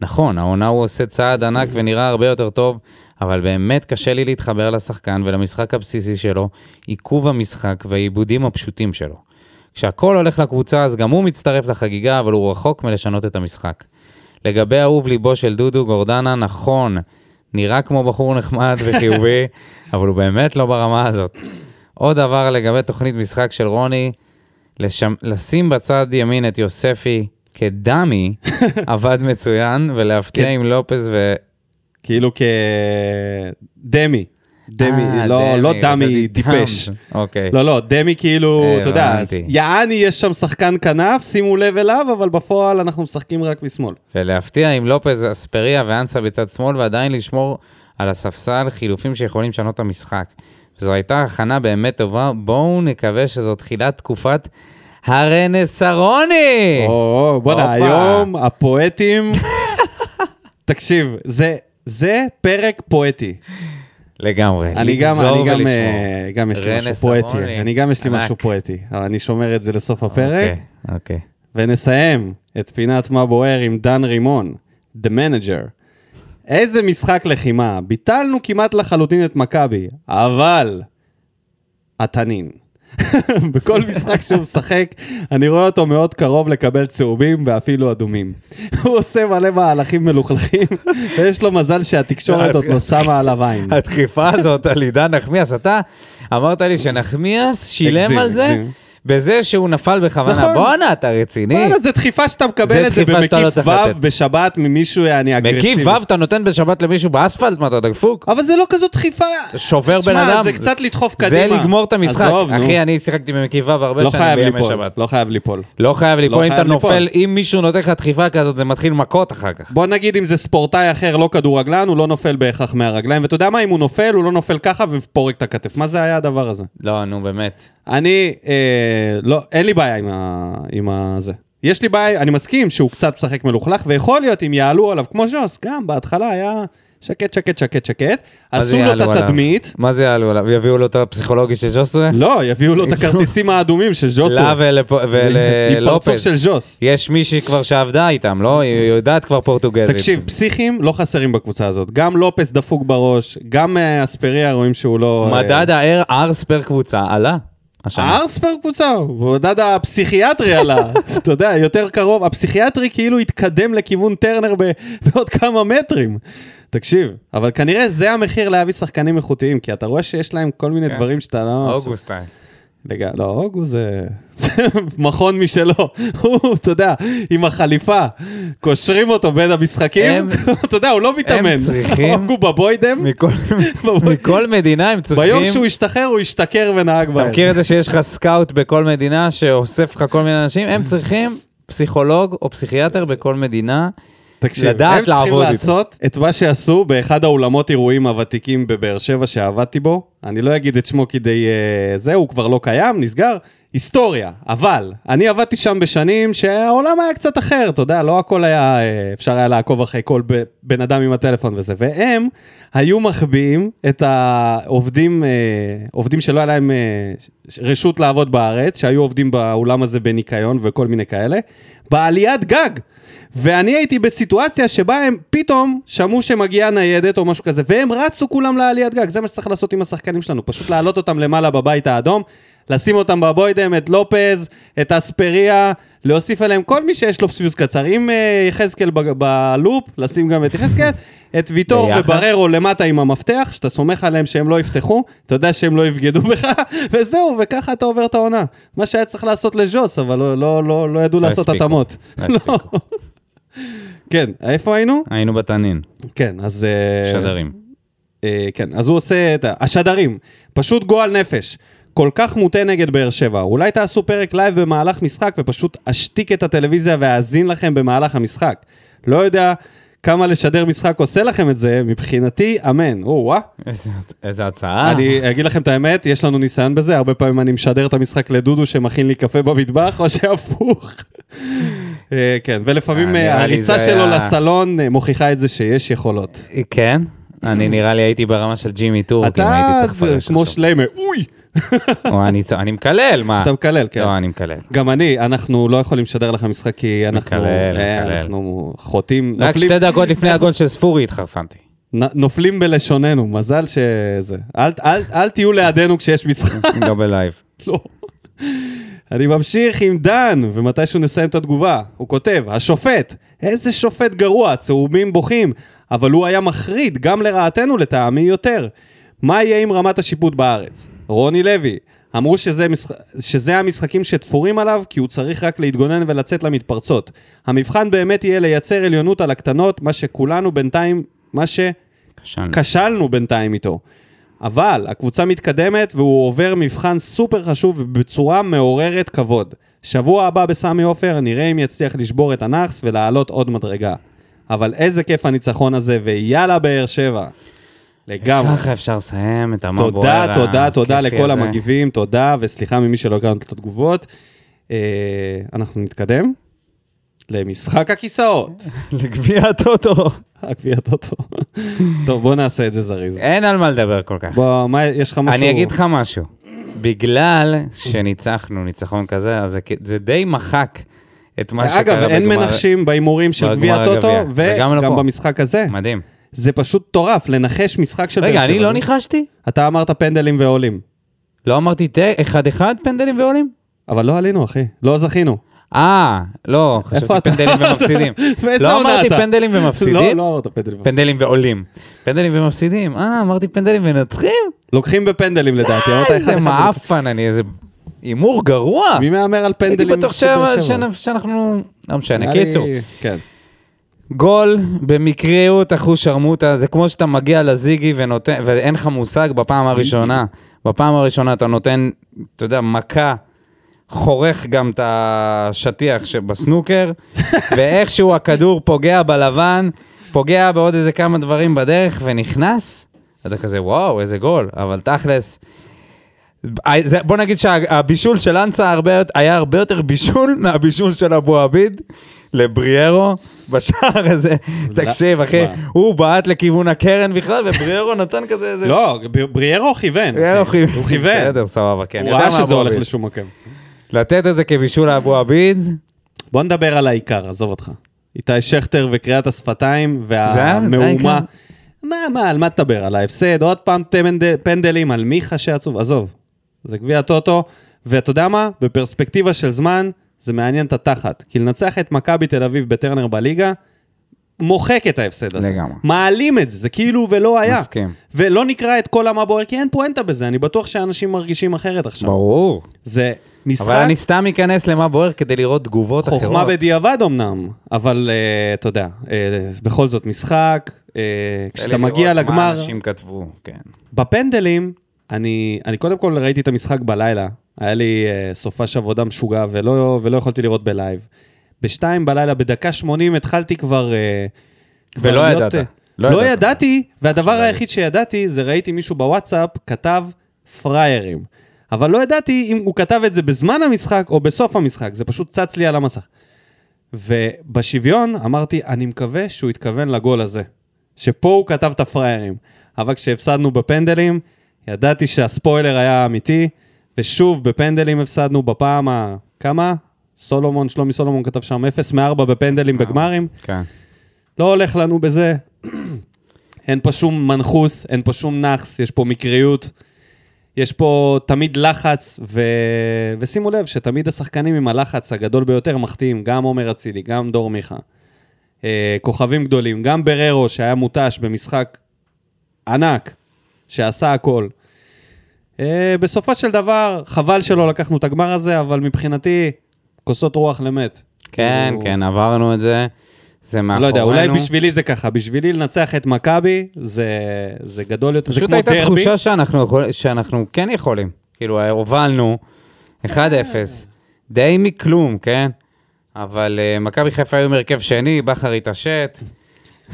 S2: נכון, העונה הוא עושה צעד ענק ונראה הרבה יותר טוב, אבל באמת קשה לי להתחבר לשחקן ולמשחק הבסיסי שלו, עיכוב המשחק והעיבודים הפשוטים שלו. כשהכול הולך לקבוצה, אז גם הוא מצטרף לחגיגה, אבל הוא רחוק מלשנות את המשחק. לגבי אהוב ליבו של דודו גורדנה, נכון, נראה כמו בחור נחמד וחיובי, אבל הוא באמת לא ברמה הזאת. עוד דבר לגבי תוכנית משחק של רוני, לשם, לשים בצד ימין את יוספי כדמי, עבד מצוין, ולהפתיע עם לופס ו...
S1: כאילו כדמי. דמי,
S2: אה,
S1: לא לא דמי
S2: חשבתי
S1: טיפש.
S2: דאם. אוקיי.
S1: לא, לא, דמי כאילו,
S2: אה,
S1: אתה יודע,
S2: הבנתי.
S1: יעני יש שם שחקן כנף, שימו לב אליו, אבל בפועל אנחנו משחקים רק משמאל.
S2: ולהפתיע עם לופז, אספריה ואנסה בצד שמאל, ועדיין לשמור על הספסל חילופים שיכולים לשנות את המשחק. זו הייתה הכנה באמת טובה, בואו נקווה שזו תחילת תקופת הרנסרוני!
S1: או, או, בוא'נה,
S2: אה. הופה.
S1: היום הפואטים... תקשיב, זה- זה פרק פואטי.
S2: לגמרי,
S1: אני גם,
S2: לגזור
S1: אני גם,
S2: ולשמור.
S1: אה, גם יש לי משהו
S2: רנס
S1: פואטי.
S2: סרוני.
S1: אני גם יש לי
S2: ענק.
S1: משהו פואטי, אבל אני שומר את זה לסוף הפרק.
S2: אוקיי, אוקיי.
S1: ונסיים את פינת מה בוער עם דן רימון, The Manager. איזה משחק לחימה, ביטלנו כמעט לחלוטין את מכבי, אבל התנין. בכל משחק שהוא משחק, אני רואה אותו מאוד קרוב לקבל צהובים ואפילו אדומים. הוא עושה מלא מהלכים מלוכלכים, ויש לו מזל שהתקשורת עוד לא שמה עליו עין.
S2: הדחיפה הזאת על עידן נחמיאס, אתה אמרת לי שנחמיאס שילם
S1: הגזים,
S2: על זה,
S1: הגזים.
S2: בזה שהוא נפל בכוונה.
S1: נכון.
S2: בואנה, אתה רציני.
S1: וואלה, זו דחיפה שאתה מקבל
S2: זה
S1: את זה
S2: דחיפה שאתה לא
S1: במקיף
S2: צריך
S1: ו'
S2: לתת.
S1: בשבת ממישהו יעני אגרסיבי.
S2: מקיף ו' אתה נותן בשבת למישהו באספלט, מה אתה דפוק?
S1: אבל זה לא כזאת דחיפה.
S2: שובר
S1: תשמע,
S2: בן אדם.
S1: זה קצת לדחוף קדימה.
S2: זה לגמור את המשחק.
S1: עזוב, נו.
S2: אחי, אני שיחקתי במקיפה והרבה
S1: לא
S2: שנים
S1: חייב
S2: בימי
S1: ליפול.
S2: שבת.
S1: לא חייב ליפול.
S2: לא חייב ליפול, אם
S1: חייב
S2: אתה נופל,
S1: ליפול.
S2: אם מישהו נותן לך דחיפה כזאת, זה מתחיל מכות אחר כך.
S1: בוא נגיד אם זה ספורטאי אחר, לא כדורגלן, הוא לא נופל בהכרח מהרגליים. ואתה יודע מה, אם הוא נופל, הוא לא נופל ככה ופורק את הכתף. מה זה היה הדבר הזה?
S2: לא, נו, באמת.
S1: אני, אה, לא, אין לי בעיה עם ה... עם ה... זה. יש לי בעיה, אני מסכים שהוא קצת משחק מלוכלך, ויכול להיות אם יעלו עליו, כמו ז'וס, גם בהתחלה היה שקט, שקט, שקט, שקט.
S2: מה זה
S1: עשו לו את
S2: יעלו עליו?
S1: התדמית.
S2: מה זה יעלו עליו? יביאו לו את הפסיכולוגי של ז'וסווה?
S1: לא, יביאו לו את הכרטיסים האדומים של ז'וסו.
S2: לה ולפו-
S1: לא עם פרצוף
S2: וללופז.
S1: של ז'וס.
S2: יש מישהי כבר שעבדה איתם, לא? היא יודעת כבר פורטוגזית.
S1: תקשיב, פסיכים לא חסרים בקבוצה הזאת. גם לופס דפוק בראש, גם אה, אספריה רואים שהוא לא... אה,
S2: מדד הארס פר קבוצה עלה. השנה.
S1: הארספר קבוצה, הוא מדד הפסיכיאטרי עלה. אתה יודע, יותר קרוב, הפסיכיאטרי כאילו התקדם לכיוון טרנר ב- בעוד כמה מטרים. תקשיב, אבל כנראה זה המחיר להביא שחקנים איכותיים, כי אתה רואה שיש להם כל מיני
S2: כן.
S1: דברים שאתה לא...
S2: אוגוסט.
S1: לג... לא, הוגו זה... זה מכון משלו. הוא, אתה יודע, עם החליפה, קושרים אותו בין המשחקים,
S2: הם-
S1: אתה יודע, הוא לא מתאמן.
S2: הם צריכים-
S1: הוגו בבוידם,
S2: מכל-
S1: בבוא-
S2: מכל מדינה הם צריכים...
S1: ביום שהוא השתחרר, הוא השתכר ונהג
S2: אתה
S1: בהם.
S2: מכיר את זה שיש לך סקאוט בכל מדינה שאוסף לך כל מיני אנשים? הם צריכים פסיכולוג או פסיכיאטר בכל מדינה.
S1: תקשיב,
S2: לדעת
S1: הם צריכים
S2: לעבוד איתו.
S1: לעשות את מה שעשו באחד האולמות אירועים הוותיקים בבאר שבע שעבדתי בו. אני לא אגיד את שמו כדי... אה, זה, הוא כבר לא קיים, נסגר. היסטוריה, אבל אני עבדתי שם בשנים שהעולם היה קצת אחר, אתה יודע, לא הכל היה, אה, אפשר היה לעקוב אחרי כל ב- בן אדם עם הטלפון וזה, והם היו מחביאים את העובדים, אה, עובדים שלא היה להם אה, ש- רשות לעבוד בארץ, שהיו עובדים באולם הזה בניקיון וכל מיני כאלה, בעליית גג. ואני הייתי בסיטואציה שבה הם פתאום שמעו שמגיעה ניידת או משהו כזה, והם רצו כולם לעליית גג, זה מה שצריך לעשות עם השחקנים שלנו, פשוט להעלות אותם למעלה בבית האדום, לשים אותם בבוידם, את לופז, את אספריה, להוסיף עליהם כל מי שיש לו פסיוס קצר. אם אה, יחזקאל ב- בלופ, לשים גם את יחזקאל, את ויטור
S2: ביחד.
S1: ובררו למטה עם המפתח, שאתה סומך עליהם שהם לא יפתחו, אתה יודע שהם לא יבגדו בך, וזהו, וככה אתה עובר את העונה. מה שהיה צריך לעשות לז'וס, אבל לא, לא, לא, לא ידעו לעשות
S2: הספיקו.
S1: התאמות.
S2: לא הספיקו.
S1: כן, איפה היינו?
S2: היינו בתנין,
S1: כן, אז... אה,
S2: שדרים.
S1: אה, כן, אז הוא עושה את ה... השדרים, פשוט גועל נפש. כל כך מוטה נגד באר שבע. אולי תעשו פרק לייב במהלך משחק ופשוט אשתיק את הטלוויזיה ואאזין לכם במהלך המשחק. לא יודע כמה לשדר משחק עושה לכם את זה, מבחינתי, אמן. או וואה.
S2: איזה- איזה הצעה.
S1: אני אגיד לכם את האמת, יש לנו ניסיון בזה, הרבה פעמים אני משדר את המשחק לדודו שמכין לי קפה במטבח, או שהפוך. אה, כן, ולפעמים
S2: אה,
S1: אה,
S2: נראה לי
S1: הריצה
S2: זה
S1: שלו
S2: היה-
S1: לסלון אה, מוכיחה את זה שיש יכולות.
S2: כן? אני נראה לי הייתי ברמה של ג'ימי טורק, אוקיי, אם
S1: אתה
S2: הייתי צריך לפרש
S1: כמו
S2: עכשיו.
S1: שליימה, אוי!
S2: או, אני צ- אני מקלל, מה?
S1: אתה מקלל, כן.
S2: לא, אני מקלל.
S1: גם אני, אנחנו לא יכולים לשדר לכם משחק כי אנחנו,
S2: מקלל,
S1: אה,
S2: מקלל.
S1: אנחנו חוטאים,
S2: רק
S1: נופלים,
S2: שתי דקות לפני הגול של ספורי התחרפנתי.
S1: נ- נופלים בלשוננו, מזל שזה. אל, אל, אל תהיו לידינו כשיש משחק,
S2: לא בלייב.
S1: לא. אני ממשיך עם דן, ומתישהו נסיים את התגובה. הוא כותב, השופט, איזה שופט גרוע, צהובים בוכים, אבל הוא היה מחריד, גם לרעתנו לטעמי יותר. מה יהיה עם רמת השיפוט בארץ? רוני לוי, אמרו שזה, משח... שזה המשחקים שתפורים עליו, כי הוא צריך רק להתגונן ולצאת למתפרצות. המבחן באמת יהיה לייצר עליונות על הקטנות, מה שכולנו בינתיים, מה ש...
S2: כשלנו.
S1: Mm-hmm. כשלנו בינתיים איתו. אבל הקבוצה מתקדמת והוא עובר מבחן סופר חשוב ובצורה מעוררת כבוד. שבוע הבא בסמי עופר נראה אם יצליח לשבור את הנאחס ולעלות עוד מדרגה. אבל איזה כיף הניצחון הזה, ויאללה באר שבע. לגמרי.
S2: ככה אפשר לסיים את המבואר
S1: תודה, תודה, תודה
S2: הכיפי
S1: לכל
S2: הזה.
S1: המגיבים, תודה, וסליחה ממי שלא הקראנו את התגובות. אה, אנחנו נתקדם למשחק הכיסאות.
S2: לגביע הטוטו.
S1: הגביע טוטו. טוב, בוא נעשה את זה זריז.
S2: אין על מה לדבר כל כך.
S1: בוא, מה, יש לך משהו?
S2: אני אגיד לך משהו. בגלל שניצחנו ניצחון כזה, אז זה כ- זה די מחק את מה שקרה
S1: אגב,
S2: בגמר.
S1: אין מנחשים בהימורים של
S2: בגמר
S1: גביע טוטו,
S2: הגביע. וגם לא
S1: וגם
S2: פה.
S1: במשחק הזה.
S2: מדהים.
S1: זה פשוט מטורף, לנחש משחק של באר שבע.
S2: רגע, אני לא ניחשתי?
S1: אתה אמרת פנדלים ועולים,
S2: לא אמרתי תה, אחד-אחד פנדלים ועולים?
S1: אבל לא עלינו, אחי. לא זכינו.
S2: אה, לא, חשבתי
S1: אתה?
S2: פנדלים ומפסידים.
S1: באיזה
S2: לא
S1: עונה
S2: אמרתי
S1: אתה?
S2: פנדלים
S1: לא,
S2: ומפסידים?
S1: לא אמרת פנדלים.
S2: פנדלים ועולים. פנדלים ומפסידים. אה, אמרתי פנדלים ומנצחים?
S1: לוקחים בפנדלים לדעתי, אמרת אחד
S2: איזה
S1: אה, אחד.
S2: מעפן אני, איזה הימור גרוע.
S1: מי מהמר על
S2: הייתי
S1: פנדלים?
S2: בטוח
S1: של באר
S2: ש-
S1: שבע?
S2: שנ- שאנחנו... לא משנה,
S1: נראה לי-
S2: קיצור.
S1: כן.
S2: גול במקריות אחוז שרמוטה, זה כמו שאתה מגיע לזיגי ונותן, ואין לך מושג בפעם
S1: זיגי.
S2: הראשונה. בפעם הראשונה אתה נותן, אתה יודע, מכה, חורך גם את השטיח שבסנוקר, ואיכשהו הכדור פוגע בלבן, פוגע בעוד איזה כמה דברים בדרך ונכנס, אתה כזה, וואו, איזה גול, אבל תכלס... זה- בוא נגיד שהבישול של אנסה הרבה, היה הרבה יותר בישול מהבישול של אבו עביד לבריארו בשער הזה. תקשיב, אחי,
S1: מה?
S2: הוא בעט לכיוון הקרן בכלל, ובריארו נתן כזה איזה...
S1: לא, ב- בריארו כיוון.
S2: בריארו
S1: אחי. הוא כיוון.
S2: בסדר, סבבה, כן.
S1: הוא
S2: יודע
S1: ראה
S2: מה
S1: שזה
S2: אבו
S1: הולך
S2: עביד.
S1: לשום מקום.
S2: לתת את זה כבישול לאבו עביד,
S1: בוא נדבר על העיקר, עזוב אותך. איתי שכטר וקריאת השפתיים
S2: זה היה- כן. זה
S1: והמהומה.
S2: העיקר?
S1: מה, מה, על מה תדבר? על ההפסד? עוד פעם תמנד- פנדלים, על מיכה שעצוב? עזוב, זה גביע הטוטו. ואתה יודע מה? בפרספקטיבה של זמן, זה מעניין את התחת. כי לנצח את מכבי תל אביב בטרנר בליגה, מוחק את ההפסד הזה.
S2: לגמרי.
S1: מעלים את זה, זה כאילו ולא היה.
S2: מסכים.
S1: ולא נקרא את כל המה בוער, כי אין פואנטה בזה, אני בטוח שאנשים מרגישים אחרת עכשיו.
S2: ברור.
S1: זה משחק...
S2: אבל אני סתם אכנס למה בוער כדי לראות תגובות אחרות.
S1: חוכמה בדיעבד אמנם, אבל אה, אתה יודע, אה, בכל זאת משחק, אה, כשאתה מגיע
S2: מה
S1: לגמר,
S2: אנשים כתבו, כן.
S1: בפנדלים, אני, אני קודם כל ראיתי את המשחק בלילה, היה לי אה, סופש עבודה משוגע ולא, ולא יכולתי לראות בלייב. בשתיים בלילה, בדקה 80 התחלתי כבר... אה, כבר
S2: ולא
S1: להיות,
S2: ידעת.
S1: אה,
S2: לא
S1: לא,
S2: ידעת.
S1: ידעתי, והדבר
S2: עכשיו
S1: היחיד שידעתי זה ראיתי מישהו בוואטסאפ כתב פראיירים. אבל לא ידעתי אם הוא כתב את זה בזמן המשחק או בסוף המשחק, זה פשוט צץ לי על המסך. ובשוויון אמרתי, אני מקווה שהוא התכוון לגול הזה, שפה הוא כתב את הפראיירים. אבל כשהפסדנו בפנדלים, ידעתי שהספוילר היה אמיתי, ושוב בפנדלים הפסדנו בפעם ה... כמה? סולומון, שלומי סולומון כתב שם 0 מ-4 בפנדלים בגמרים.
S2: כן.
S1: לא הולך לנו בזה. אין פה שום מנחוס, אין פה שום נאחס, יש פה מקריות. יש פה תמיד לחץ, ו... ושימו לב שתמיד השחקנים עם הלחץ הגדול ביותר מחטיאים, גם עומר אצילי, גם דור מיכה. אה, כוכבים גדולים, גם בררו שהיה מותש במשחק ענק, שעשה הכל. אה, בסופו של דבר, חבל שלא לקחנו את הגמר הזה, אבל מבחינתי, כוסות רוח למת.
S2: כן,
S1: כאילו,
S2: כן, עברנו את זה. זה מאחורינו.
S1: לא יודע, אולי בשבילי זה ככה, בשבילי לנצח את מכבי, זה, זה גדול יותר, זה
S2: פשוט
S1: כמו
S2: הייתה
S1: דרבי.
S2: תחושה שאנחנו, יכול, שאנחנו כן יכולים. כאילו, הובלנו 1-0, די מכלום, כן? אבל אה, מכבי חיפה היו עם הרכב שני, בכר התעשת,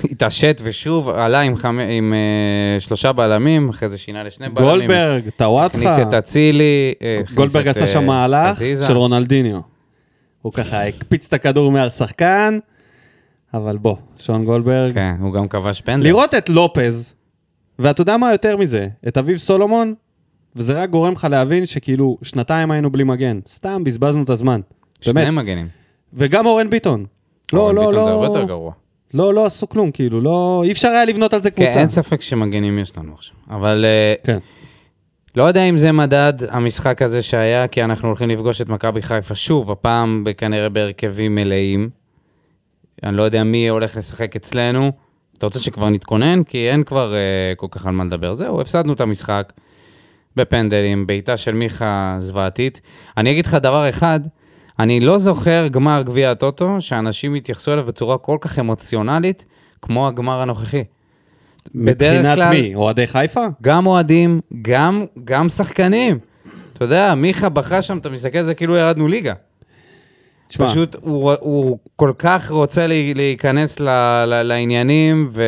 S2: התעשת ושוב עלה עם, חמ... עם אה, שלושה בלמים, אחרי זה שינה לשני בלמים.
S1: גולדברג,
S2: הכניס את
S1: טוואטחה.
S2: אצילי. אה, הכניס
S1: גולדברג
S2: את,
S1: עשה שם
S2: אה,
S1: מהלך
S2: חזיזה.
S1: של רונלדיניו. הוא ככה הקפיץ את הכדור מעל שחקן, אבל בוא, שון גולדברג.
S2: כן, הוא גם כבש פנדל.
S1: לראות את לופז, ואתה יודע מה יותר מזה? את אביב סולומון, וזה רק גורם לך להבין שכאילו שנתיים היינו בלי מגן. סתם בזבזנו את הזמן. באמת.
S2: שני מגנים.
S1: וגם אורן ביטון. לא,
S2: אורן
S1: לא,
S2: ביטון זה הרבה יותר
S1: לא,
S2: גרוע.
S1: לא, לא עשו כלום, כאילו, לא, אי אפשר היה לבנות על זה
S2: כן,
S1: קבוצה.
S2: אין ספק שמגנים יש לנו עכשיו. אבל אה,
S1: כן.
S2: לא יודע אם זה מדד המשחק הזה שהיה, כי אנחנו הולכים לפגוש את מכבי חיפה שוב, הפעם כנראה בהרכבים מלאים. אני לא יודע מי הולך לשחק אצלנו. אתה רוצה שכבר נתכונן? כי אין כבר אה, כל כך על מה לדבר. זהו, הפסדנו את המשחק בפנדלים, בעיטה של מיכה זוועתית. אני אגיד לך דבר אחד, אני לא זוכר גמר גביע הטוטו, שאנשים התייחסו אליו בצורה כל כך אמוציונלית, כמו הגמר הנוכחי. בדרך
S1: מבחינת
S2: כלל-
S1: מי? אוהדי חיפה?
S2: גם אוהדים, גם, גם שחקנים. אתה יודע, מיכה בכה שם, אתה מסתכל על זה כאילו ירדנו ליגה.
S1: אה. תשמע,
S2: פשוט הוא, הוא כל כך רוצה לי, להיכנס ל, ל, לעניינים, ו,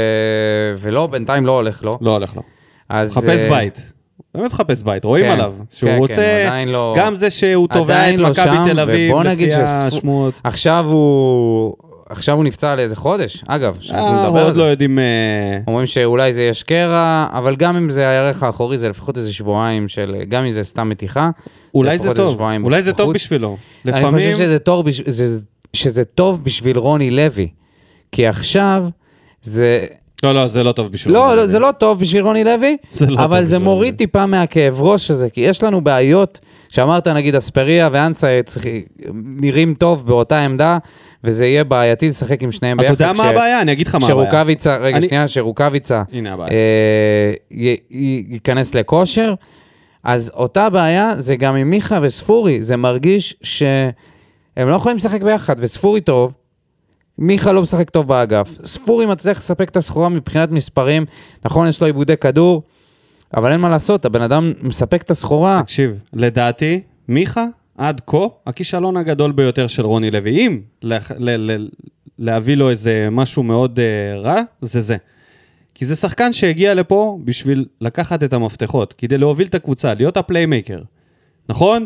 S2: ולא, בינתיים לא הולך לו.
S1: לא הולך לו.
S2: אז...
S1: מחפש
S2: אה,
S1: בית. באמת מחפש בית, רואים
S2: כן,
S1: עליו. שהוא
S2: כן, כן, הוא
S1: רוצה,
S2: עדיין לא-
S1: גם זה שהוא תובע
S2: עדיין
S1: את
S2: לא שם,
S1: מכבי תל אביב,
S2: ובוא נגיד
S1: לפי
S2: שספו-
S1: השמועות.
S2: עכשיו הוא... עכשיו הוא נפצע לאיזה חודש, אגב, שאנחנו
S1: אה, אנחנו
S2: נדבר על
S1: עוד לא
S2: זה.
S1: יודעים... אה,
S2: אומרים שאולי זה יש קרע, אבל גם אם זה הירך האחורי, זה לפחות איזה שבועיים של... גם אם זה סתם מתיחה,
S1: אולי
S2: לפחות
S1: זה
S2: איזה
S1: טוב,
S2: שבועיים
S1: אולי זה טוב
S2: בחוץ.
S1: בשבילו.
S2: לפעמים... אני
S1: לפעמים...
S2: חושב שזה טוב, בש... זה... שזה טוב בשביל רוני לוי. כי עכשיו זה...
S1: לא, לא, זה לא טוב בשבילו.
S2: לא, לא, זה לא טוב בשביל רוני לוי,
S1: זה לא
S2: אבל
S1: טוב
S2: זה
S1: בשביל
S2: מוריד
S1: רוני.
S2: טיפה מהכאב ראש הזה, כי יש לנו בעיות, שאמרת נגיד אספריה ואנסה צריכים- נראים טוב באותה עמדה, וזה יהיה בעייתי לשחק עם שניהם
S1: אתה
S2: ביחד.
S1: יודע מה
S2: כש-
S1: הבעיה? אני אגיד לך מה הבעיה.
S2: שרוקאביצה, רגע,
S1: אני-
S2: שנייה, שרוקאביצה
S1: הנה הבעיה.
S2: אה, י- י- ייכנס לכושר, אז אותה בעיה זה גם עם מיכה וספורי, זה מרגיש שהם לא יכולים לשחק ביחד, וספורי טוב, מיכה לא משחק טוב באגף, ספורי מצליח לספק את הסחורה מבחינת מספרים, נכון, יש לו עיבודי כדור, אבל אין מה לעשות, הבן אדם מספק את הסחורה.
S1: תקשיב, לדעתי, מיכה, עד כה, הכישלון הגדול ביותר של רוני לוי. אם לח- ל- ל- להביא לו איזה משהו מאוד אה, רע, זה זה. כי זה שחקן שהגיע לפה בשביל לקחת את המפתחות, כדי להוביל את הקבוצה, להיות הפליימייקר. נכון?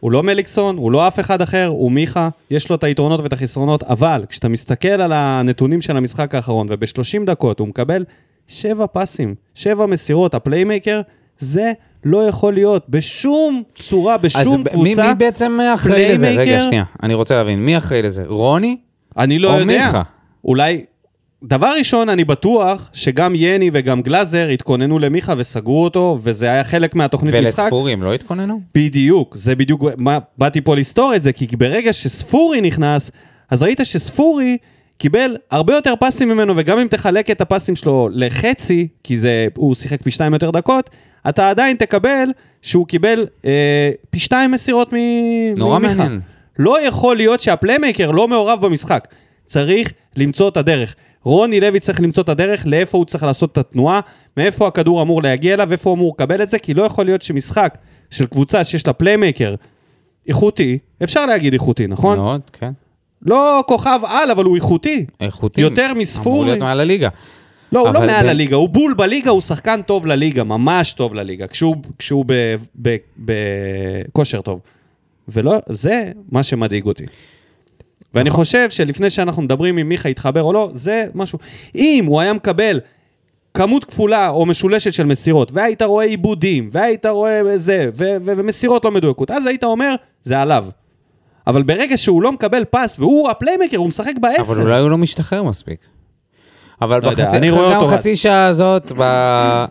S1: הוא לא מליקסון, הוא לא אף אחד אחר, הוא מיכה, יש לו את היתרונות ואת החסרונות, אבל כשאתה מסתכל על הנתונים של המשחק האחרון, וב-30 דקות הוא מקבל שבע פסים, שבע מסירות, הפליימייקר, זה לא יכול להיות בשום צורה,
S2: אז
S1: בשום
S2: ב-
S1: קבוצה.
S2: מי, מי בעצם אחראי לזה? רגע,
S1: פליימייקר?
S2: שנייה, אני רוצה להבין, מי אחראי לזה? רוני?
S1: אני לא
S2: או
S1: יודע.
S2: מיכה.
S1: אולי... דבר ראשון, אני בטוח שגם יני וגם גלאזר התכוננו למיכה וסגרו אותו, וזה היה חלק מהתוכנית משחק.
S2: ולספורי הם לא התכוננו?
S1: בדיוק, זה בדיוק, מה, באתי פה לסתור את זה, כי ברגע שספורי נכנס, אז ראית שספורי קיבל הרבה יותר פסים ממנו, וגם אם תחלק את הפסים שלו לחצי, כי זה, הוא שיחק פי שתיים יותר דקות, אתה עדיין תקבל שהוא קיבל אה, פי שתיים מסירות מ...
S2: נורא
S1: ממיכה.
S2: מעניין.
S1: לא יכול להיות שהפליימייקר לא מעורב במשחק. צריך למצוא את הדרך. רוני לוי צריך למצוא את הדרך לאיפה הוא צריך לעשות את התנועה, מאיפה הכדור אמור להגיע אליו, איפה הוא אמור לקבל את זה, כי לא יכול להיות שמשחק של קבוצה שיש לה פליימייקר איכותי, אפשר להגיד איכותי, נכון? No.
S2: מאוד, כן.
S1: לא כוכב על, אבל הוא איכותי.
S2: איכותי.
S1: יותר מספורי.
S2: אמור להיות מעל הליגה.
S1: לא, הוא לא
S2: אבל
S1: מעל
S2: ב-
S1: הליגה, הוא בול בליגה, הוא שחקן טוב לליגה, ממש טוב לליגה, כשהוא, כשהוא בכושר טוב. ולא, זה מה שמדאיג אותי. ואני
S2: נכון.
S1: חושב שלפני שאנחנו מדברים אם מיכה יתחבר או לא, זה משהו. אם הוא היה מקבל כמות כפולה או משולשת של מסירות, והיית רואה עיבודים, והיית רואה זה, ו- ו- ומסירות לא מדויקות, אז היית אומר, זה עליו. אבל ברגע שהוא לא מקבל פס, והוא הפליימקר, הוא משחק בעשר.
S2: אבל אולי הוא לא משתחרר מספיק. אבל
S1: לא יודע,
S2: בחצי,
S1: אני רואה
S2: גם
S1: אותו רץ.
S2: חצי שעה הזאת, ב...